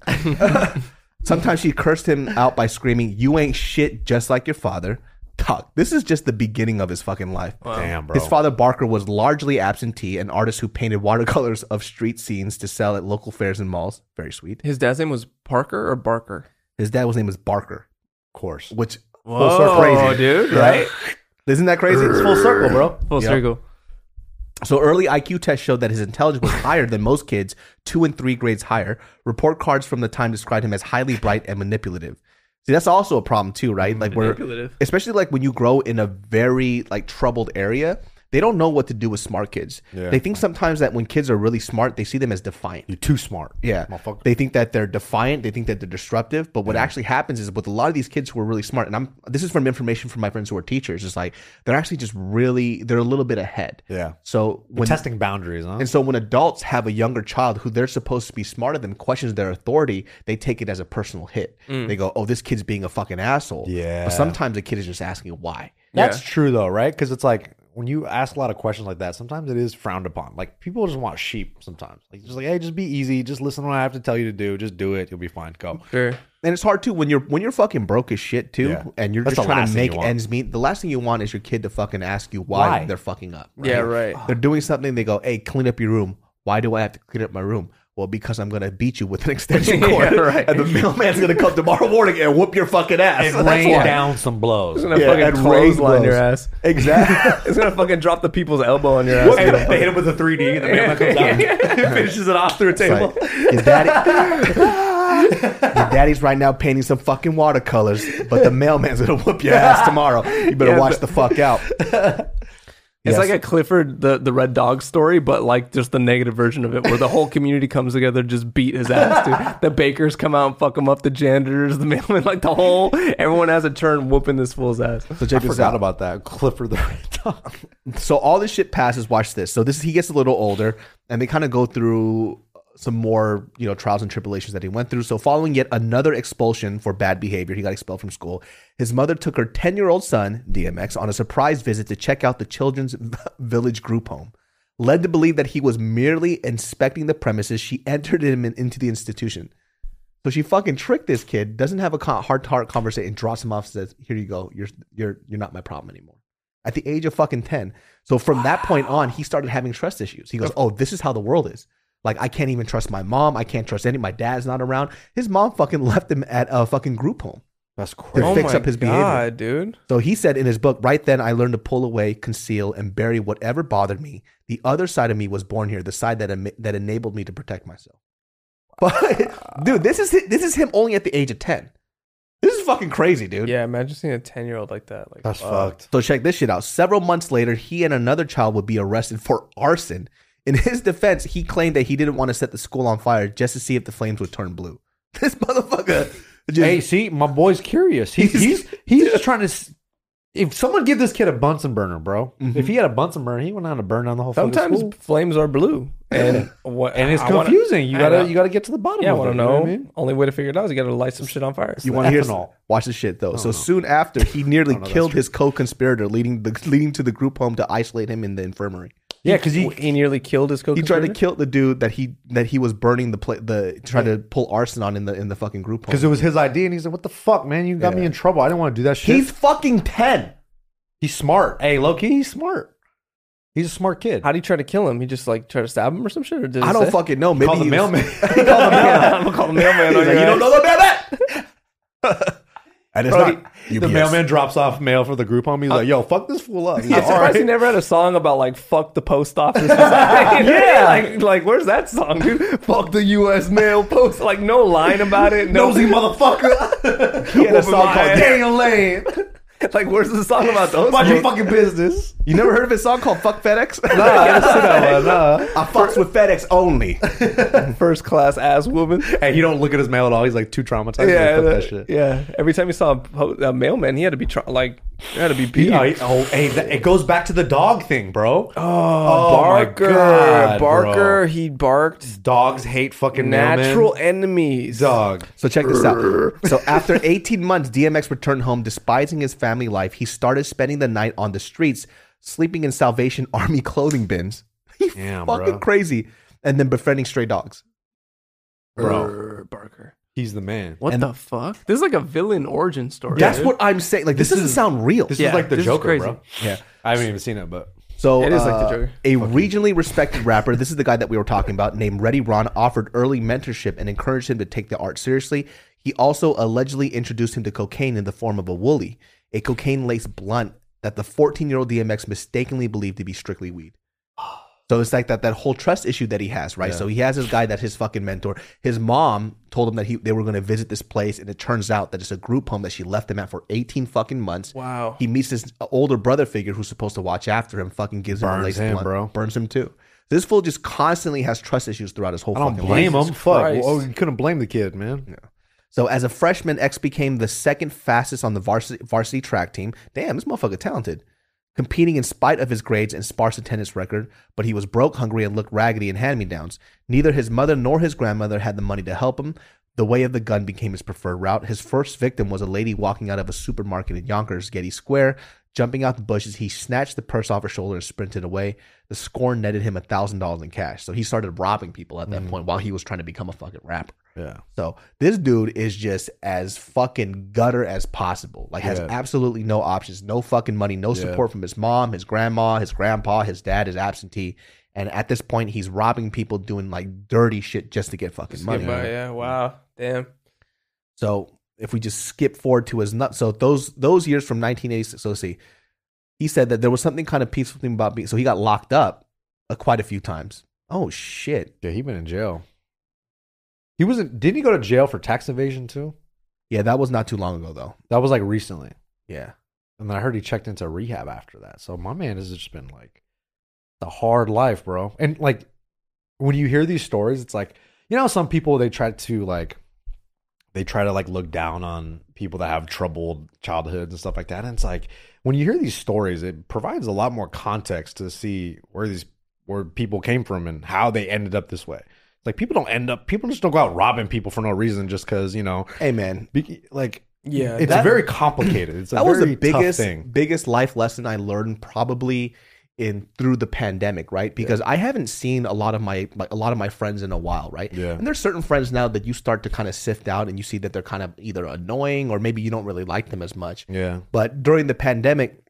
Speaker 1: Sometimes she cursed him out by screaming, "You ain't shit, just like your father." Talk. This is just the beginning of his fucking life.
Speaker 2: Damn, bro.
Speaker 1: His father Barker was largely absentee, an artist who painted watercolors of street scenes to sell at local fairs and malls. Very sweet.
Speaker 4: His dad's name was Parker or Barker.
Speaker 1: His dad was name was Barker,
Speaker 2: of course.
Speaker 1: which full circle,
Speaker 4: Oh,
Speaker 1: crazy,
Speaker 4: dude,
Speaker 1: Yeah.
Speaker 4: right?
Speaker 1: Isn't that crazy? It's full circle, bro.
Speaker 4: Full
Speaker 1: Yeah.
Speaker 4: circle.
Speaker 1: So early IQ tests showed that his intelligence was higher than most kids, two and three grades higher. Report cards from the time described him as highly bright and manipulative. See, that's also a problem too, right? Like we're
Speaker 4: Manipulative.
Speaker 1: especially like when you grow in a very like troubled area, they don't know what to do with smart kids.
Speaker 2: Yeah.
Speaker 1: They think sometimes that when kids are really smart, they see them as defiant.
Speaker 2: You're too smart.
Speaker 1: Yeah.
Speaker 2: Motherfucker.
Speaker 1: They think that they're defiant. They think that they're disruptive. But what actually happens is with a lot of these kids who are really smart, and I'm this is from information from my friends who are teachers, is like they're actually just really they're a little bit ahead.
Speaker 2: Yeah.
Speaker 1: So when
Speaker 2: Testing boundaries, huh?
Speaker 1: and so when adults have a younger child who they're supposed to be smarter than questions their authority, they take it as a personal hit. They go, "Oh, this kid's being a fucking asshole."
Speaker 2: Mm. Yeah.
Speaker 1: But sometimes a kid is just asking why.
Speaker 2: That's true though, right? Because it's like when you ask a lot of questions like that, sometimes it is frowned upon. Like people just want sheep sometimes. Like just like, hey, just be easy, just listen to what I have to tell you to do, just do it, you'll be fine. Go.
Speaker 4: Sure.
Speaker 1: And it's hard too when you're when you're fucking broke as shit too,
Speaker 2: Yeah.
Speaker 1: and you're
Speaker 2: That's
Speaker 1: just
Speaker 2: the
Speaker 1: trying
Speaker 2: last
Speaker 1: to
Speaker 2: thing
Speaker 1: make
Speaker 2: you want.
Speaker 1: ends meet. The last thing you want is your kid to fucking ask you why,
Speaker 2: Why?
Speaker 1: they're fucking up.
Speaker 4: Yeah, right.
Speaker 1: They're doing something. They go, "Hey, clean up your room." Why do I have to clean up my room? Well, because I'm gonna beat you with an extension
Speaker 4: Yeah,
Speaker 1: cord,
Speaker 4: right.
Speaker 1: and the mailman's gonna come tomorrow morning and whoop your fucking ass.
Speaker 2: And
Speaker 1: That's
Speaker 2: rain
Speaker 1: why.
Speaker 2: down some blows.
Speaker 4: Gonna
Speaker 1: Yeah, and
Speaker 4: fucking
Speaker 1: raise
Speaker 4: clothesline your
Speaker 1: blows.
Speaker 4: ass.
Speaker 1: Exactly.
Speaker 4: It's gonna fucking drop the people's elbow on your ass.
Speaker 2: They hit him- they hit him with a 3D and the man comes out and finishes it off through a
Speaker 1: It's
Speaker 2: table.
Speaker 1: like, your daddy, your daddy's right now painting some fucking watercolors, but the mailman's gonna whoop your ass tomorrow. You better
Speaker 4: Yeah,
Speaker 1: watch
Speaker 4: but-
Speaker 1: the fuck out.
Speaker 4: It's
Speaker 1: Yes.
Speaker 4: like a Clifford the, the Red Dog story, but like just the negative version of it, where the whole community comes together to just beat his ass. Dude. The bakers come out and fuck him up. The janitors, the mailman, like the whole everyone has a turn whooping this fool's ass.
Speaker 1: So check
Speaker 2: I
Speaker 1: this
Speaker 2: forgot
Speaker 1: out.
Speaker 2: about that. Clifford the Red Dog.
Speaker 1: So all this shit passes. Watch this. So this he gets a little older, and they kind of go through some more you know trials and tribulations that he went through. So following yet another expulsion for bad behavior, he got expelled from school. His mother took her ten year old son DMX on a surprise visit to check out the children's village group home. Led to believe that he was merely inspecting the premises, she entered him in- into the institution. So she fucking tricked this kid, doesn't have a heart to heart conversation, drops him off, says, "Here you go. You're you're you're not my problem anymore." At the age of fucking ten. So from that point on, he started having trust issues. He goes, "Oh, this is how the world is. Like I can't even trust my mom. I can't trust any. My dad's not around. His mom fucking left him at a fucking group home."
Speaker 2: That's
Speaker 1: To
Speaker 2: crazy.
Speaker 1: fix up his behavior.
Speaker 4: Oh dude.
Speaker 1: So he said in his book, right then I learned to pull away, conceal, and bury whatever bothered me. The other side of me was born here, the side that em- that enabled me to protect myself. But dude, this is hi- this is him only at the age of ten. This is fucking crazy, dude.
Speaker 4: Yeah, imagine seeing a ten year old like that. Like
Speaker 2: That's fucked.
Speaker 1: So check this shit out. Several months later, he and another child would be arrested for arson In his defense, he claimed that he didn't want to set the school on fire just to see if the flames would turn blue. This motherfucker. Just,
Speaker 2: Hey, see, my boy's curious. He's
Speaker 1: He's-
Speaker 2: he's he's just trying to. s- If someone give this kid a Bunsen burner, bro. If he had a Bunsen burner, he went on to burn down the whole. fucking
Speaker 4: Sometimes
Speaker 2: school.
Speaker 4: flames are blue, and what?
Speaker 2: and it's
Speaker 4: I wanna-
Speaker 2: confusing. you
Speaker 4: I
Speaker 2: gotta
Speaker 4: know.
Speaker 2: you gotta get to the bottom.
Speaker 4: yeah, I
Speaker 2: of
Speaker 4: want
Speaker 2: it,
Speaker 4: to
Speaker 2: you what
Speaker 4: know.
Speaker 2: I mean?
Speaker 4: Only way to figure it out is you got to light some shit on fire.
Speaker 1: you want to hear?
Speaker 2: ethanol.
Speaker 1: Watch this shit though. so soon after, he nearly killed his co-conspirator, leading the leading to the group home to isolate him in the infirmary.
Speaker 2: Yeah, because he
Speaker 4: he nearly killed his
Speaker 1: He tried
Speaker 4: co-conspirator.
Speaker 1: to kill the dude that he that he was burning the pla- the trying to pull arson on in the in the fucking group home.
Speaker 2: because it was his idea, and he's like, "What the fuck, man? You got me
Speaker 1: Yeah.
Speaker 2: in trouble. I didn't want to do that shit."
Speaker 1: He's fucking ten.
Speaker 2: he's smart. Hey, Loki, he's smart. He's a smart kid.
Speaker 4: How do you try to kill him? He just like try to stab him or some shit. Or did
Speaker 1: I
Speaker 4: it
Speaker 1: don't
Speaker 4: say?
Speaker 1: fucking know. Maybe
Speaker 2: Call the
Speaker 1: he was-
Speaker 2: mailman.
Speaker 1: he called the mailman.
Speaker 4: I'm gonna call the mailman.
Speaker 1: He's
Speaker 4: on
Speaker 1: like,
Speaker 4: your
Speaker 1: you don't
Speaker 4: ass."
Speaker 1: know about that. and it's
Speaker 2: Bro,
Speaker 1: not
Speaker 2: he- the
Speaker 1: UPS.
Speaker 2: mailman drops off mail for the group home. He's like, "Yo, fuck this fool up." He's
Speaker 4: Uh, I'm
Speaker 2: like, "All
Speaker 4: surprised
Speaker 2: right."
Speaker 4: he never had a song about like fuck the post office. yeah, like, like where's that song, dude? Fuck the U.S. mail post. Like no line about it. No,
Speaker 2: Nosy motherfucker. he
Speaker 4: had a song called
Speaker 2: "Damn Lane."
Speaker 4: like where's the song about those?
Speaker 2: Mind
Speaker 4: dudes?
Speaker 2: your fucking business.
Speaker 1: You never heard of his song called "Fuck FedEx"? I fucks with FedEx only.
Speaker 4: First class ass woman.
Speaker 2: Hey, he don't look at his mail at all. He's like too traumatized.
Speaker 4: Yeah,
Speaker 2: Yeah,
Speaker 4: the-
Speaker 2: that shit.
Speaker 4: yeah. Every time he saw a, po- a mailman, he had to be tra- like he had to be beat.
Speaker 2: He- oh, he- oh, hey, that, it goes back to the dog thing, bro.
Speaker 4: Oh,
Speaker 2: my
Speaker 4: Barker,
Speaker 2: God,
Speaker 4: Barker,
Speaker 2: bro.
Speaker 4: he barked.
Speaker 2: Dogs hate fucking
Speaker 4: Natural
Speaker 2: mailmen.
Speaker 4: enemies.
Speaker 2: dog.
Speaker 1: So check this out. So after 18 months, DMX returned home despising his family life. He started spending the night on the streets, sleeping in Salvation Army clothing bins. He
Speaker 2: Damn,
Speaker 1: fucking
Speaker 2: bro.
Speaker 1: crazy. And then befriending stray dogs.
Speaker 2: Bro.
Speaker 4: Barker.
Speaker 2: He's the man.
Speaker 4: What
Speaker 1: And-
Speaker 4: the fuck? This is like a villain origin story.
Speaker 1: That's
Speaker 4: dude.
Speaker 1: what I'm saying. Like this,
Speaker 2: This
Speaker 1: doesn't
Speaker 2: is-
Speaker 1: sound real.
Speaker 2: This
Speaker 4: Yeah,
Speaker 2: is like the
Speaker 4: this is
Speaker 2: Joker,
Speaker 4: crazy.
Speaker 2: bro.
Speaker 1: yeah.
Speaker 2: I haven't even seen it, but
Speaker 1: So
Speaker 4: It is like the
Speaker 1: uh,
Speaker 4: Joker.
Speaker 1: A regionally respected rapper, this is the guy that we were talking about, named Reddy Ron, offered early mentorship and encouraged him to take the art seriously. He also allegedly introduced him to cocaine in the form of a woolly, a cocaine laced blunt that the 14 year old DMX mistakenly believed to be strictly weed. So it's like that that whole trust issue that he has, right? So he has this guy that's his fucking mentor. His mom told him that he they were going to visit this place, and it turns out that it's a group home that she left him at for 18 fucking months.
Speaker 4: Wow.
Speaker 1: He meets this older brother figure who's supposed to watch after him, fucking gives him a
Speaker 2: Burns
Speaker 1: lace
Speaker 2: him,
Speaker 1: blunt,
Speaker 2: bro.
Speaker 1: burns him too. This fool just constantly has trust issues throughout his whole
Speaker 2: I don't
Speaker 1: fucking
Speaker 2: blame
Speaker 1: life.
Speaker 2: him. Fuck.
Speaker 4: Christ.
Speaker 2: Well, you couldn't blame the kid, man.
Speaker 1: So as a freshman, X became the second fastest on the varsity, varsity track team. Damn, this motherfucker talented. Competing in spite of his grades and sparse attendance record, but he was broke, hungry, and looked raggedy in hand-me-downs. Neither his mother nor his grandmother had the money to help him. The way of the gun became his preferred route. His first victim was a lady walking out of a supermarket in Yonkers, Getty Square. Jumping out the bushes, he snatched the purse off her shoulder and sprinted away. The scorn netted him $1,000 in cash. So he started robbing people at that point while he was trying to become a fucking rapper.
Speaker 2: Yeah.
Speaker 1: So this dude is just as fucking gutter as possible. Like has
Speaker 2: Yeah.
Speaker 1: absolutely no options, no fucking money, no
Speaker 2: Yeah.
Speaker 1: support from his mom, his grandma, his grandpa, his dad is absentee. And at this point, he's robbing people, doing like dirty shit just to get fucking
Speaker 4: Skip
Speaker 1: money.
Speaker 4: by, yeah. Wow. Damn.
Speaker 1: So if we just skip forward to his nut, so those those years from 1986. So let's see, he said that there was something kind of peaceful thing about being. So he got locked up uh, quite a few times. Oh shit!
Speaker 2: Yeah, he been in jail. He wasn't. Didn't he go to jail for tax evasion too?
Speaker 1: Yeah, that was not too long ago though.
Speaker 2: That was like recently.
Speaker 1: Yeah,
Speaker 2: And then I heard he checked into rehab after that. So my man has just been like the hard life, bro. And like when you hear these stories, it's like, you know, some people they try to like they try to like look down on people that have troubled childhoods and stuff like that. And it's like when you hear these stories, it provides a lot more context to see where these where people came from and how they ended up this way. Like people don't end up people just don't go out robbing people for no reason just because, you know,
Speaker 1: hey man,
Speaker 2: be, like
Speaker 4: Yeah.
Speaker 2: it's
Speaker 1: that-
Speaker 2: very complicated. It's a
Speaker 1: that was the
Speaker 2: very tough
Speaker 1: biggest
Speaker 2: thing.
Speaker 1: biggest life lesson I learned probably in through the pandemic, right? Because I haven't seen a lot of my like a lot of my friends in a while, right?
Speaker 2: Yeah.
Speaker 1: And there's certain friends now that you start to kind of sift out and you see that they're kind of either annoying or maybe you don't really like them as much.
Speaker 2: Yeah.
Speaker 1: But during the pandemic,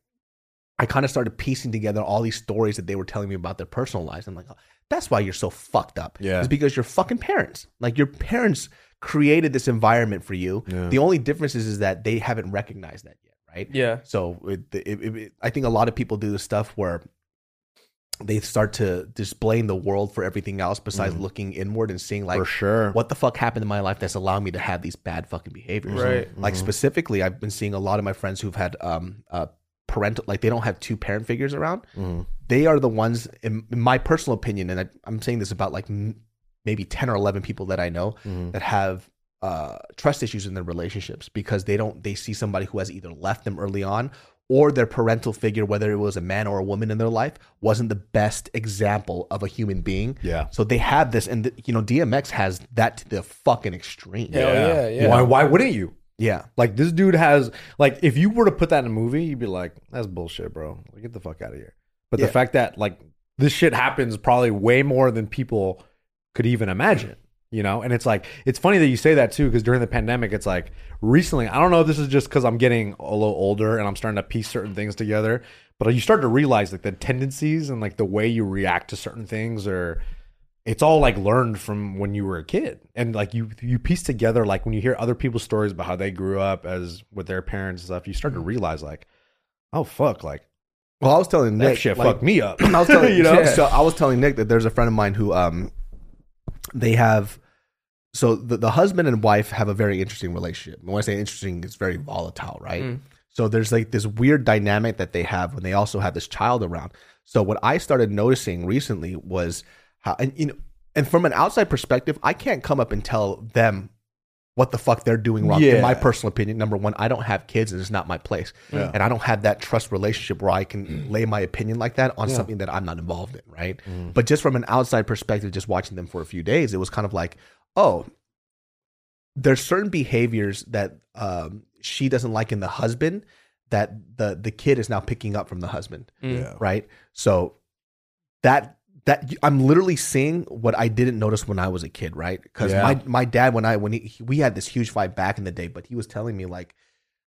Speaker 1: I kind of started piecing together all these stories that they were telling me about their personal lives. I'm like, oh, that's why you're so fucked up.
Speaker 2: Yeah.
Speaker 1: It's because you're fucking parents. Like your parents created this environment for you.
Speaker 2: Yeah.
Speaker 1: The only difference is, is that they haven't recognized that yet, right?
Speaker 4: Yeah.
Speaker 1: So it, it, it, it- I think a lot of people do this stuff where they start to just blame the world for everything else besides looking inward and seeing like
Speaker 2: for sure.
Speaker 1: what the fuck happened in my life that's allowing me to have these bad fucking behaviors.
Speaker 4: Right.
Speaker 2: Mm-hmm.
Speaker 1: Like specifically, I've been seeing a lot of my friends who've had um, uh, parental, like they don't have two parent figures around,
Speaker 2: Mm-hmm.
Speaker 1: they are the ones, in, in my personal opinion, and I, I'm saying this about like m- maybe 10 or 11 people that I know
Speaker 2: Mm-hmm.
Speaker 1: that have uh, trust issues in their relationships because they don't, they see somebody who has either left them early on or their parental figure, whether it was a man or a woman in their life, wasn't the best example of a human being.
Speaker 2: Yeah.
Speaker 1: So they have this, and th- you know, DMX has that to the fucking extreme.
Speaker 7: Hell yeah, yeah.
Speaker 2: Why? Why wouldn't you?
Speaker 1: Yeah.
Speaker 2: Like this dude has like if you were to put that in a movie, you'd be like, "That's bullshit, bro. Like, get the fuck out of here." But
Speaker 1: Yeah.
Speaker 2: the fact that like this shit happens probably way more than people could even imagine, you know. And it's like it's funny that you say that too because during the pandemic, it's like recently I don't know if this is just because I'm getting a little older and I'm starting to piece certain things together, but you start to realize like the tendencies and like the way you react to certain things or it's all like learned from when you were a kid and like you you piece together like when you hear other people's stories about how they grew up as with their parents and stuff you start to
Speaker 1: Mm-hmm.
Speaker 2: realize like oh fuck like
Speaker 1: Well, I was telling
Speaker 2: that
Speaker 1: Nick,
Speaker 2: shit
Speaker 1: like,
Speaker 2: fucked me up
Speaker 1: I was telling
Speaker 2: you know
Speaker 1: So I was telling Nick that there's a friend of mine who um they have so the, the husband and wife have a very interesting relationship. And when I say interesting, it's very volatile, right?
Speaker 7: Mm.
Speaker 1: So there's like this weird dynamic that they have when they also have this child around. So what I started noticing recently was how and you know and from an outside perspective, I can't come up and tell them what the fuck they're doing wrong. In
Speaker 2: Yeah.
Speaker 1: my personal opinion, number one, I don't have kids and it's not my place. And I don't have that trust relationship where I can lay my opinion like that on something that I'm not involved in, right? But just from an outside perspective, just watching them for a few days, it was kind of like, oh, there's certain behaviors that um, she doesn't like in the husband that the the kid is now picking up from the husband,
Speaker 2: Yeah.
Speaker 1: right? So that that I'm literally seeing what I didn't notice when I was a kid, right? Because
Speaker 2: Yeah.
Speaker 1: my my dad when I when he, he- we had this huge fight back in the day, but he was telling me like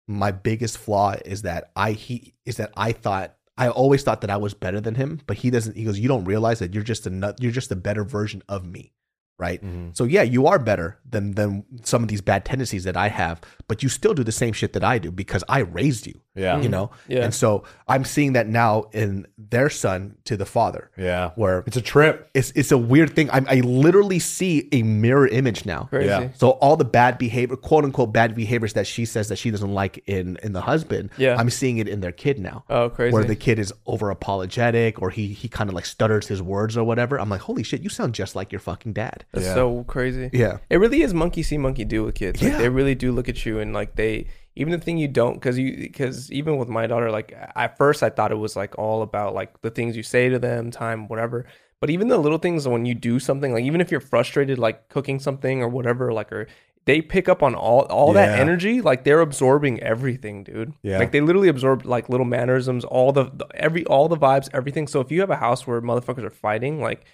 Speaker 1: my biggest flaw is that I he is that I thought I always thought that I was better than him, but he doesn't. He goes, you don't realize that you're just a nut, you're just a better version of me,
Speaker 2: Mm.
Speaker 1: right?
Speaker 2: mm-hmm.
Speaker 1: So yeah, you are better than than some of these bad tendencies that I have, but you still do the same shit that I do because I raised you.
Speaker 2: Yeah.
Speaker 1: you know.
Speaker 4: Mm-hmm. Yeah.
Speaker 1: And so I'm seeing that now in their son to the father.
Speaker 2: yeah
Speaker 1: Where
Speaker 2: it's a trip
Speaker 1: it's it's a weird thing. I, I literally see a mirror image now.
Speaker 4: Crazy.
Speaker 2: Yeah.
Speaker 1: So all the bad behavior, quote unquote bad behaviors that she says that she doesn't like in in the husband,
Speaker 4: Yeah.
Speaker 1: I'm seeing it in their kid now.
Speaker 4: Oh, crazy.
Speaker 1: Where the kid is over apologetic or he he kind of like stutters his words or whatever. I'm like, holy shit, you sound just like your fucking dad.
Speaker 4: That's so crazy.
Speaker 1: Yeah.
Speaker 4: It really is monkey see, monkey do with kids. Like
Speaker 1: Yeah.
Speaker 4: they really do look at you and like they even the thing you don't because you because even with my daughter, like at first I thought it was like all about like the things you say to them, time, whatever. But even the little things when you do something, like even if you're frustrated, like cooking something or whatever, like or they pick up on all all that
Speaker 2: Yeah.
Speaker 4: energy. Like they're absorbing everything, dude.
Speaker 2: Yeah.
Speaker 4: Like they literally absorb like little mannerisms, all the, the every all the vibes, everything. So if you have a house where motherfuckers are fighting, like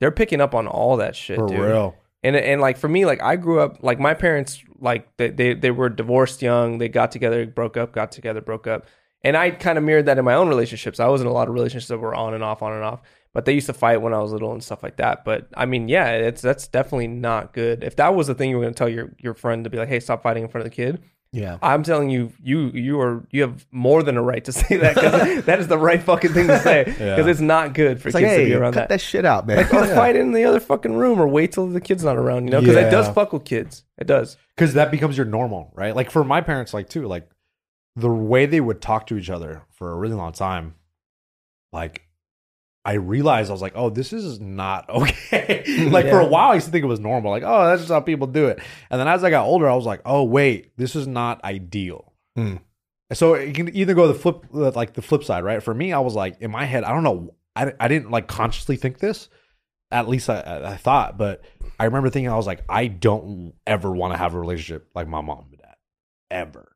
Speaker 4: they're picking up on all that shit,
Speaker 2: for
Speaker 4: dude
Speaker 2: real
Speaker 4: and and like for me like i grew up like my parents like they they, they were divorced young they got together broke up got together broke up and i kind of mirrored that in my own relationships i was in a lot of relationships that were on and off on and off but they used to fight when i was little and stuff like that but i mean yeah it's that's definitely not good if that was the thing you were going to tell your your friend to be like hey stop fighting in front of the kid
Speaker 1: Yeah.
Speaker 4: I'm telling you, you you are you have more than a right to say that because that is the right fucking thing to say because it's not good for
Speaker 1: It's like,
Speaker 4: kids to
Speaker 1: hey,
Speaker 4: be around
Speaker 1: cut that. shit out, man.
Speaker 4: or fight in the other fucking room or wait till the kid's not around, you know? Because it does
Speaker 2: Yeah.
Speaker 4: fuck with kids. It does.
Speaker 2: because that becomes your normal, right? Like for my parents, like too, like the way they would talk to each other for a really long time, like I realized I was like, oh, this is not okay. like for a
Speaker 4: Yeah.
Speaker 2: while, I used to think it was normal, like oh, that's just how people do it. And then as I got older, I was like, oh wait, this is not ideal.
Speaker 1: Hmm.
Speaker 2: So it can either go the flip, uh, like the flip side, right? For me, I was like in my head, I don't know, I I didn't like consciously think this at least I- I, I thought, but I remember thinking I was like, I don't ever want to have a relationship like my mom and dad ever.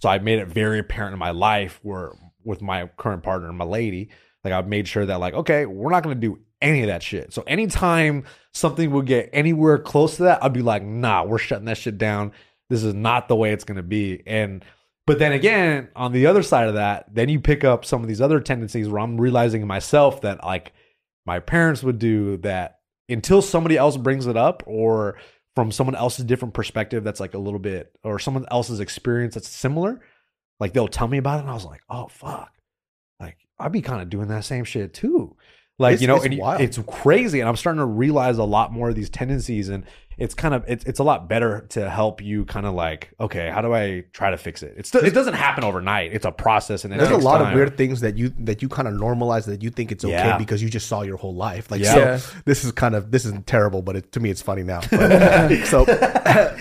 Speaker 2: So I made it very apparent in my life where with my current partner, my lady, like I've made sure that like, okay, we're not gonna do any of that shit. So anytime something would get anywhere close to that, I'd be like, nah, we're shutting that shit down. This is not the way it's gonna be. And but then again, on the other side of that, then you pick up some of these other tendencies where I'm realizing myself that like my parents would do that until somebody else brings it up or from someone else's different perspective that's like a little bit or someone else's experience that's similar like they'll tell me about it and i was like oh fuck like i'd be kind of doing that same shit too like
Speaker 1: It's-
Speaker 2: you know
Speaker 1: it's
Speaker 2: and you-
Speaker 1: wild.
Speaker 2: it's crazy and i'm starting to realize a lot more of these tendencies and it's kind of it's it's a lot better to help you kind of like okay, how do I try to fix it? It's it doesn't happen overnight. It's a process, and it
Speaker 1: There's a
Speaker 2: takes
Speaker 1: lot of
Speaker 2: time.
Speaker 1: weird things that you that you kind of normalize that you think it's okay
Speaker 2: Yeah.
Speaker 1: because you just saw your whole life. Like
Speaker 2: Yeah.
Speaker 1: so,
Speaker 4: Yeah.
Speaker 1: this is kind of this is terrible, but it, to me it's funny now. But, so,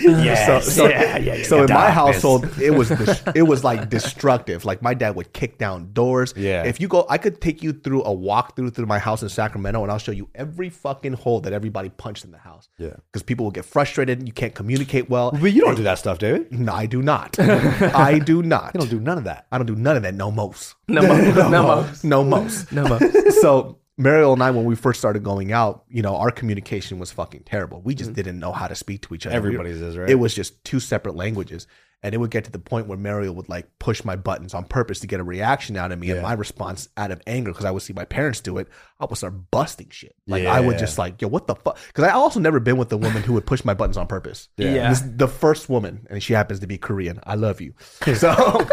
Speaker 2: Yes.
Speaker 1: so so,
Speaker 2: Yeah, yeah, yeah,
Speaker 1: so in my
Speaker 2: darkness.
Speaker 1: household it was dis- it was like destructive. Like my dad would kick down doors.
Speaker 2: Yeah.
Speaker 1: If you go, I could take you through a walk through through my house in Sacramento, and I'll show you every fucking hole that everybody punched in the house.
Speaker 2: Yeah.
Speaker 1: Because people will get frustrated. You can't communicate well.
Speaker 2: But you don't do that stuff, David. You
Speaker 1: No, I do not. I do not.
Speaker 2: don't do none of that.
Speaker 1: I don't do none of that. No most.
Speaker 4: No, mo- no, mo-
Speaker 1: No most.
Speaker 4: no, mo.
Speaker 1: so Mariel and I, when we first started going out, you know, our communication was fucking terrible. We just didn't know how to speak to each other. We were-
Speaker 2: Everybody's is, right?
Speaker 1: It was just two separate languages. And it would get to the point where Mariel would like push my buttons on purpose to get a reaction out of me. And
Speaker 2: Yeah.
Speaker 1: my response out of anger, because I would see my parents do it, I would start busting shit. Like I would
Speaker 2: Yeah.
Speaker 1: just like, yo, what the fuck? Because I also never been with a woman who would push my buttons on purpose.
Speaker 2: Yeah.
Speaker 4: Yeah.
Speaker 1: This, the first woman, and she happens to be Korean. I love you. So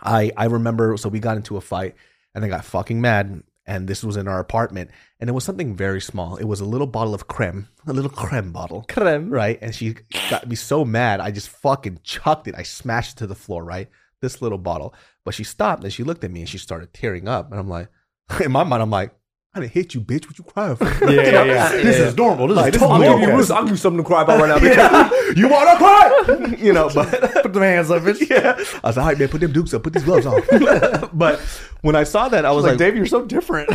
Speaker 1: I I remember so we got into a fight and I got fucking mad and this was in our apartment and it was something very small. It was a little bottle of creme, a little creme bottle.
Speaker 4: Creme.
Speaker 1: Right? And she got me so mad I just fucking chucked it. I smashed it to the floor, right? This little bottle. But she stopped and she looked at me and she started tearing up and I'm like in my mind I'm like I didn't hit you, bitch. What you crying for?
Speaker 2: Yeah,
Speaker 1: You know?
Speaker 2: yeah, yeah.
Speaker 1: This is normal. This
Speaker 2: Like,
Speaker 1: is
Speaker 2: this is
Speaker 1: totally
Speaker 2: normal.
Speaker 1: okay.
Speaker 4: I'll give you something to cry about right now.
Speaker 1: Yeah. You wanna cry? You know, but
Speaker 2: Put the hands up. It's
Speaker 1: yeah. I was like, all right, man, put them dukes up, put these gloves on. but when I saw that, I was
Speaker 2: like,
Speaker 1: like,
Speaker 2: Dave, you're so different.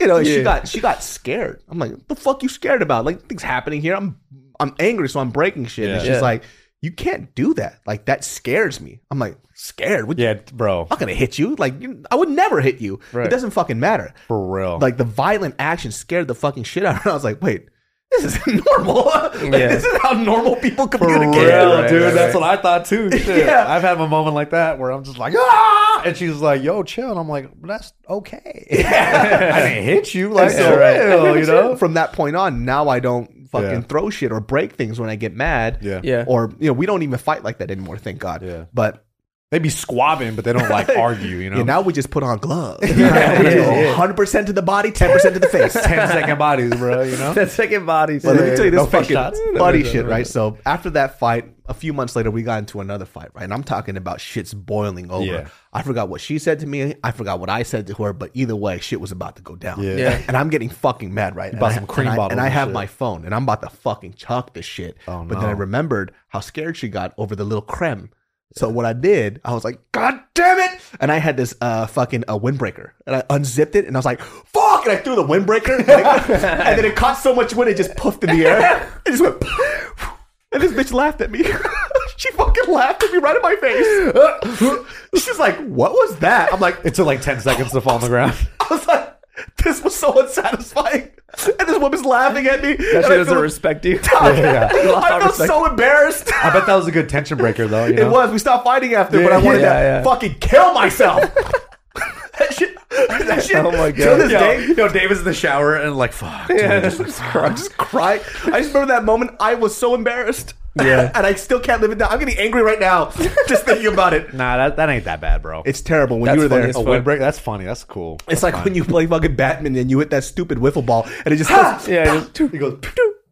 Speaker 1: you know, she
Speaker 4: Yeah.
Speaker 1: got she got scared. I'm like, what the fuck you scared about? Like things happening here. I'm I'm angry, so I'm breaking shit.
Speaker 2: Yeah.
Speaker 1: And she's
Speaker 4: Yeah.
Speaker 1: like, you can't do that. Like that scares me. I'm like, scared? What,
Speaker 2: yeah, bro,
Speaker 1: I'm not gonna hit you. Like you, I would never hit you. It
Speaker 2: Right.
Speaker 1: doesn't fucking matter.
Speaker 2: for real.
Speaker 1: Like the violent action scared the fucking shit out of her. I was like, wait. This is normal. Like,
Speaker 4: Yeah.
Speaker 1: This is how normal people
Speaker 2: for
Speaker 1: communicate.
Speaker 2: real,
Speaker 4: right,
Speaker 2: dude.
Speaker 4: right,
Speaker 2: That's
Speaker 4: right.
Speaker 2: what I thought too. Shit.
Speaker 1: Yeah.
Speaker 2: I've had a moment like that where I'm just like, ah, and she's like, yo, chill, and I'm like, that's okay. I didn't hit you, like,
Speaker 1: so-
Speaker 2: for real, you know.
Speaker 1: from that point on, now I don't fucking
Speaker 2: Yeah.
Speaker 1: throw shit or break things when I get mad.
Speaker 2: Yeah.
Speaker 4: Yeah.
Speaker 1: Or you know, we don't even fight like that anymore. Thank God.
Speaker 2: Yeah.
Speaker 1: But
Speaker 2: They be squabbing, but they don't like argue, you know.
Speaker 1: yeah, now we just put on gloves. One hundred percent to the body, ten percent to the face.
Speaker 2: 10 second bodies, bro, you know.
Speaker 4: That second body.
Speaker 1: But let me tell you this
Speaker 2: No face
Speaker 1: fucking
Speaker 2: shots.
Speaker 1: funny shit, right? So after that fight, a few months later, we got into another fight, right? And I'm talking about shit's boiling over.
Speaker 2: Yeah.
Speaker 1: I forgot what she said to me. I forgot what I said to her. But either way, shit was about to go down.
Speaker 2: Yeah.
Speaker 4: Yeah.
Speaker 1: And I'm getting fucking mad, right?
Speaker 2: bought
Speaker 1: and
Speaker 2: some
Speaker 1: I,
Speaker 2: cream
Speaker 1: and I-
Speaker 2: bottles
Speaker 1: and I
Speaker 2: and
Speaker 1: have
Speaker 2: shit.
Speaker 1: my phone, and I'm about to fucking chuck this shit.
Speaker 2: Oh,
Speaker 1: But then I
Speaker 2: no.
Speaker 1: remembered how scared she got over the little creme. So what I did, I was like, "God damn it!" And I had this uh, fucking uh, windbreaker, and I unzipped it, and I was like, "Fuck!" And I threw the windbreaker, like, and then it caught so much wind, it just puffed in the air. It just went, and this bitch laughed at me. she fucking laughed at me right in my face. She's like, "What was that?" I'm like,
Speaker 2: It took like 10 seconds to fall on the ground.
Speaker 1: I was like, "This was so unsatisfying," and this woman's laughing at me.
Speaker 4: That
Speaker 1: and
Speaker 4: shit
Speaker 1: I
Speaker 4: doesn't
Speaker 1: feel-
Speaker 4: respect you.
Speaker 2: yeah.
Speaker 4: You lost all
Speaker 1: I feel
Speaker 4: respect.
Speaker 1: so embarrassed.
Speaker 2: I bet that was a good tension breaker, though. You know?
Speaker 1: It was. We stopped fighting after, but
Speaker 2: Yeah,
Speaker 1: I wanted
Speaker 4: Oh. yeah,
Speaker 1: to
Speaker 4: yeah.
Speaker 1: fucking kill myself. that shit. That shit.
Speaker 4: Oh my
Speaker 1: To
Speaker 4: God.
Speaker 1: this
Speaker 2: Yo,
Speaker 1: day,
Speaker 2: yo, David's in the shower and like, fuck. dude,
Speaker 4: Yeah.
Speaker 2: just-
Speaker 1: I'm just crying. I just remember that moment. I was so embarrassed.
Speaker 4: Yeah.
Speaker 1: and I still can't live it down. I'm getting angry right now just thinking about it.
Speaker 2: Nah, that, that ain't that bad, bro.
Speaker 1: It's terrible when
Speaker 4: That's
Speaker 1: you were there.
Speaker 4: funny as
Speaker 2: a
Speaker 4: fuck.
Speaker 2: windbreaker. That's funny. That's cool.
Speaker 1: It's like when you play fucking Batman and you hit that stupid wiffle ball and it just goes.
Speaker 4: Yeah, just-
Speaker 1: it goes.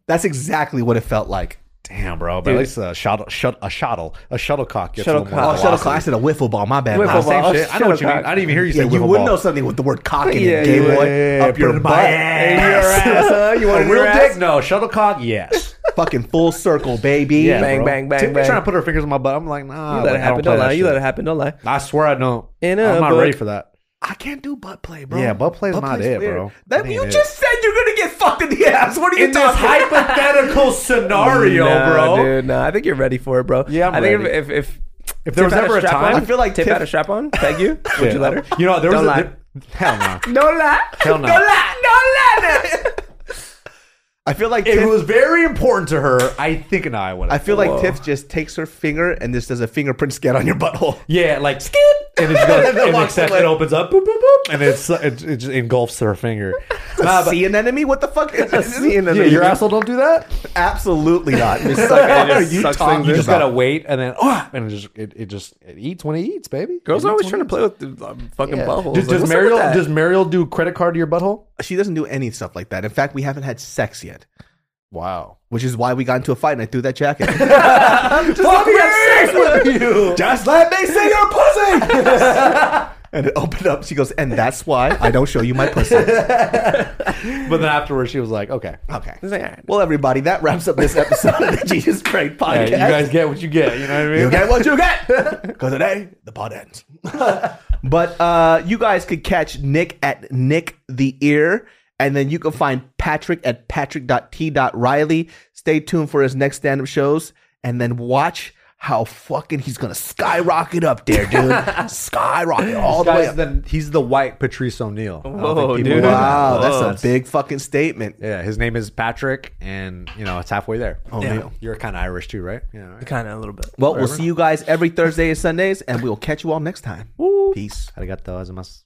Speaker 1: That's exactly what it felt like.
Speaker 2: Damn, bro. But at
Speaker 4: Dude.
Speaker 2: least a shuttle, shut, a shuttle, a shuttlecock gets a little
Speaker 4: Shuttlecock.
Speaker 1: Oh,
Speaker 2: more
Speaker 1: shut up!
Speaker 2: velocity.
Speaker 1: I said a wiffle ball. My bad.
Speaker 4: Wiffle
Speaker 1: man.
Speaker 2: Same
Speaker 4: ball. Oh,
Speaker 2: shit. I know what you mean.
Speaker 4: shuttlecock.
Speaker 2: I didn't even hear
Speaker 1: Yeah,
Speaker 2: you say
Speaker 1: you
Speaker 2: wiffle
Speaker 1: would
Speaker 2: ball.
Speaker 1: know something with the word cock in
Speaker 4: Yeah,
Speaker 1: it, Game
Speaker 4: you
Speaker 1: Boy.
Speaker 2: Yeah,
Speaker 1: Up your butt.
Speaker 2: In your ass. huh? You want a real dick? No. Shuttlecock? Yes.
Speaker 1: fucking full circle, baby.
Speaker 2: Yeah,
Speaker 4: Bang,
Speaker 2: bro.
Speaker 4: bang, bang,
Speaker 2: Tiffany's
Speaker 4: bang.
Speaker 2: trying to put her fingers in my butt. I'm like, nah.
Speaker 4: You let
Speaker 2: like,
Speaker 4: it
Speaker 2: I don't
Speaker 4: happen.
Speaker 2: play
Speaker 4: Don't
Speaker 2: that
Speaker 4: lie. You
Speaker 2: shit.
Speaker 4: let it happen. Don't lie.
Speaker 2: I swear I don't.
Speaker 4: In a
Speaker 2: I'm not
Speaker 4: book.
Speaker 2: ready for that.
Speaker 1: I can't do butt play, bro.
Speaker 2: Yeah, butt play's
Speaker 1: Butt
Speaker 2: not
Speaker 1: play's
Speaker 2: it,
Speaker 1: weird.
Speaker 2: bro.
Speaker 1: That,
Speaker 2: That
Speaker 1: you
Speaker 2: ain't
Speaker 1: just said you're gonna get fucked in the ass. What are you
Speaker 2: In this
Speaker 1: talking?
Speaker 2: hypothetical scenario,
Speaker 4: Nah,
Speaker 2: bro.
Speaker 4: dude. Nah, I think you're ready for it, bro.
Speaker 2: Yeah, I'm
Speaker 4: I think
Speaker 2: ready.
Speaker 4: if if, if
Speaker 2: If there was
Speaker 4: Tiff had
Speaker 2: ever a
Speaker 4: strap-on,
Speaker 2: time,
Speaker 1: I feel like
Speaker 4: Tiff
Speaker 1: Tiff-
Speaker 4: had a strap on. Thank you. Would you let her?
Speaker 2: You know, there was
Speaker 4: Don't lie.
Speaker 2: a, hell no.
Speaker 4: Don't lie.
Speaker 2: Hell no.
Speaker 4: Don't lie. Don't lie.
Speaker 1: I feel like
Speaker 2: If
Speaker 1: Tiff,
Speaker 2: it was very important to her, I think an eye would.
Speaker 1: I
Speaker 2: have.
Speaker 1: feel like
Speaker 4: Whoa.
Speaker 1: Tiff just takes her finger and just does a fingerprint scan on your butthole.
Speaker 2: yeah, like skip, and it just goes,
Speaker 1: And then
Speaker 2: and
Speaker 1: walks
Speaker 2: except
Speaker 1: away.
Speaker 2: it opens up, boop, boop, boop, and it's it, it just engulfs her finger. Nah, but-
Speaker 1: See an enemy? What the fuck? Is this?
Speaker 4: sea
Speaker 2: yeah,
Speaker 4: anemone.
Speaker 2: your asshole don't do that.
Speaker 1: Absolutely not. What
Speaker 4: it
Speaker 1: are
Speaker 4: just
Speaker 1: you
Speaker 4: sucks
Speaker 1: talking
Speaker 4: things in.
Speaker 2: You
Speaker 1: about?
Speaker 2: just gotta wait, and then oh, and it just it, it just it eats when it eats, baby.
Speaker 4: Girls
Speaker 2: It
Speaker 4: are always
Speaker 2: eats
Speaker 4: trying
Speaker 2: when
Speaker 4: to
Speaker 2: it
Speaker 4: play with the um, fucking buttholes.
Speaker 2: eats. Does, does
Speaker 4: Like, what's up with
Speaker 2: Mariel
Speaker 4: that?
Speaker 2: does Mariel do credit card to your butthole?
Speaker 1: She doesn't do any stuff like that. In fact, we haven't had sex yet.
Speaker 2: Wow.
Speaker 1: which is why we got into a fight and I threw that jacket.
Speaker 2: Fuck me! Just let me see your pussy!
Speaker 1: and it opened up. She goes, and that's why I don't show you my pussy.
Speaker 2: but then afterwards, she was like, okay.
Speaker 1: Okay.
Speaker 4: It's like, all right.
Speaker 1: Well, everybody, that wraps up this episode of the Jesus Prayed
Speaker 2: Hey,
Speaker 1: podcast.
Speaker 2: you guys get what you get. You know what I mean?
Speaker 1: You get what you get. Because today, the pod ends. but uh, you guys could catch Nick at Nick the Ear. And then you can find Patrick at patrick.t.riley. Stay tuned for his next stand up shows. And then watch how fucking he's going to skyrocket up there, dude. skyrocket all the way
Speaker 2: Guys,
Speaker 1: up.
Speaker 2: the, he's the white Patrice O'Neill. I don't think people
Speaker 4: Whoa, dude.
Speaker 2: know that.
Speaker 1: Wow,
Speaker 4: Whoa.
Speaker 1: that's a big fucking statement.
Speaker 2: Yeah, his name is Patrick, and you know it's halfway there. Oh,
Speaker 1: Yeah.
Speaker 2: you're kind of Irish too, right? Yeah. Right.
Speaker 4: kind of a little bit.
Speaker 1: Well, we'll see you guys every Thursday and Sundays, and we'll catch you all next time. Peace.
Speaker 2: Arigato gozaimasu.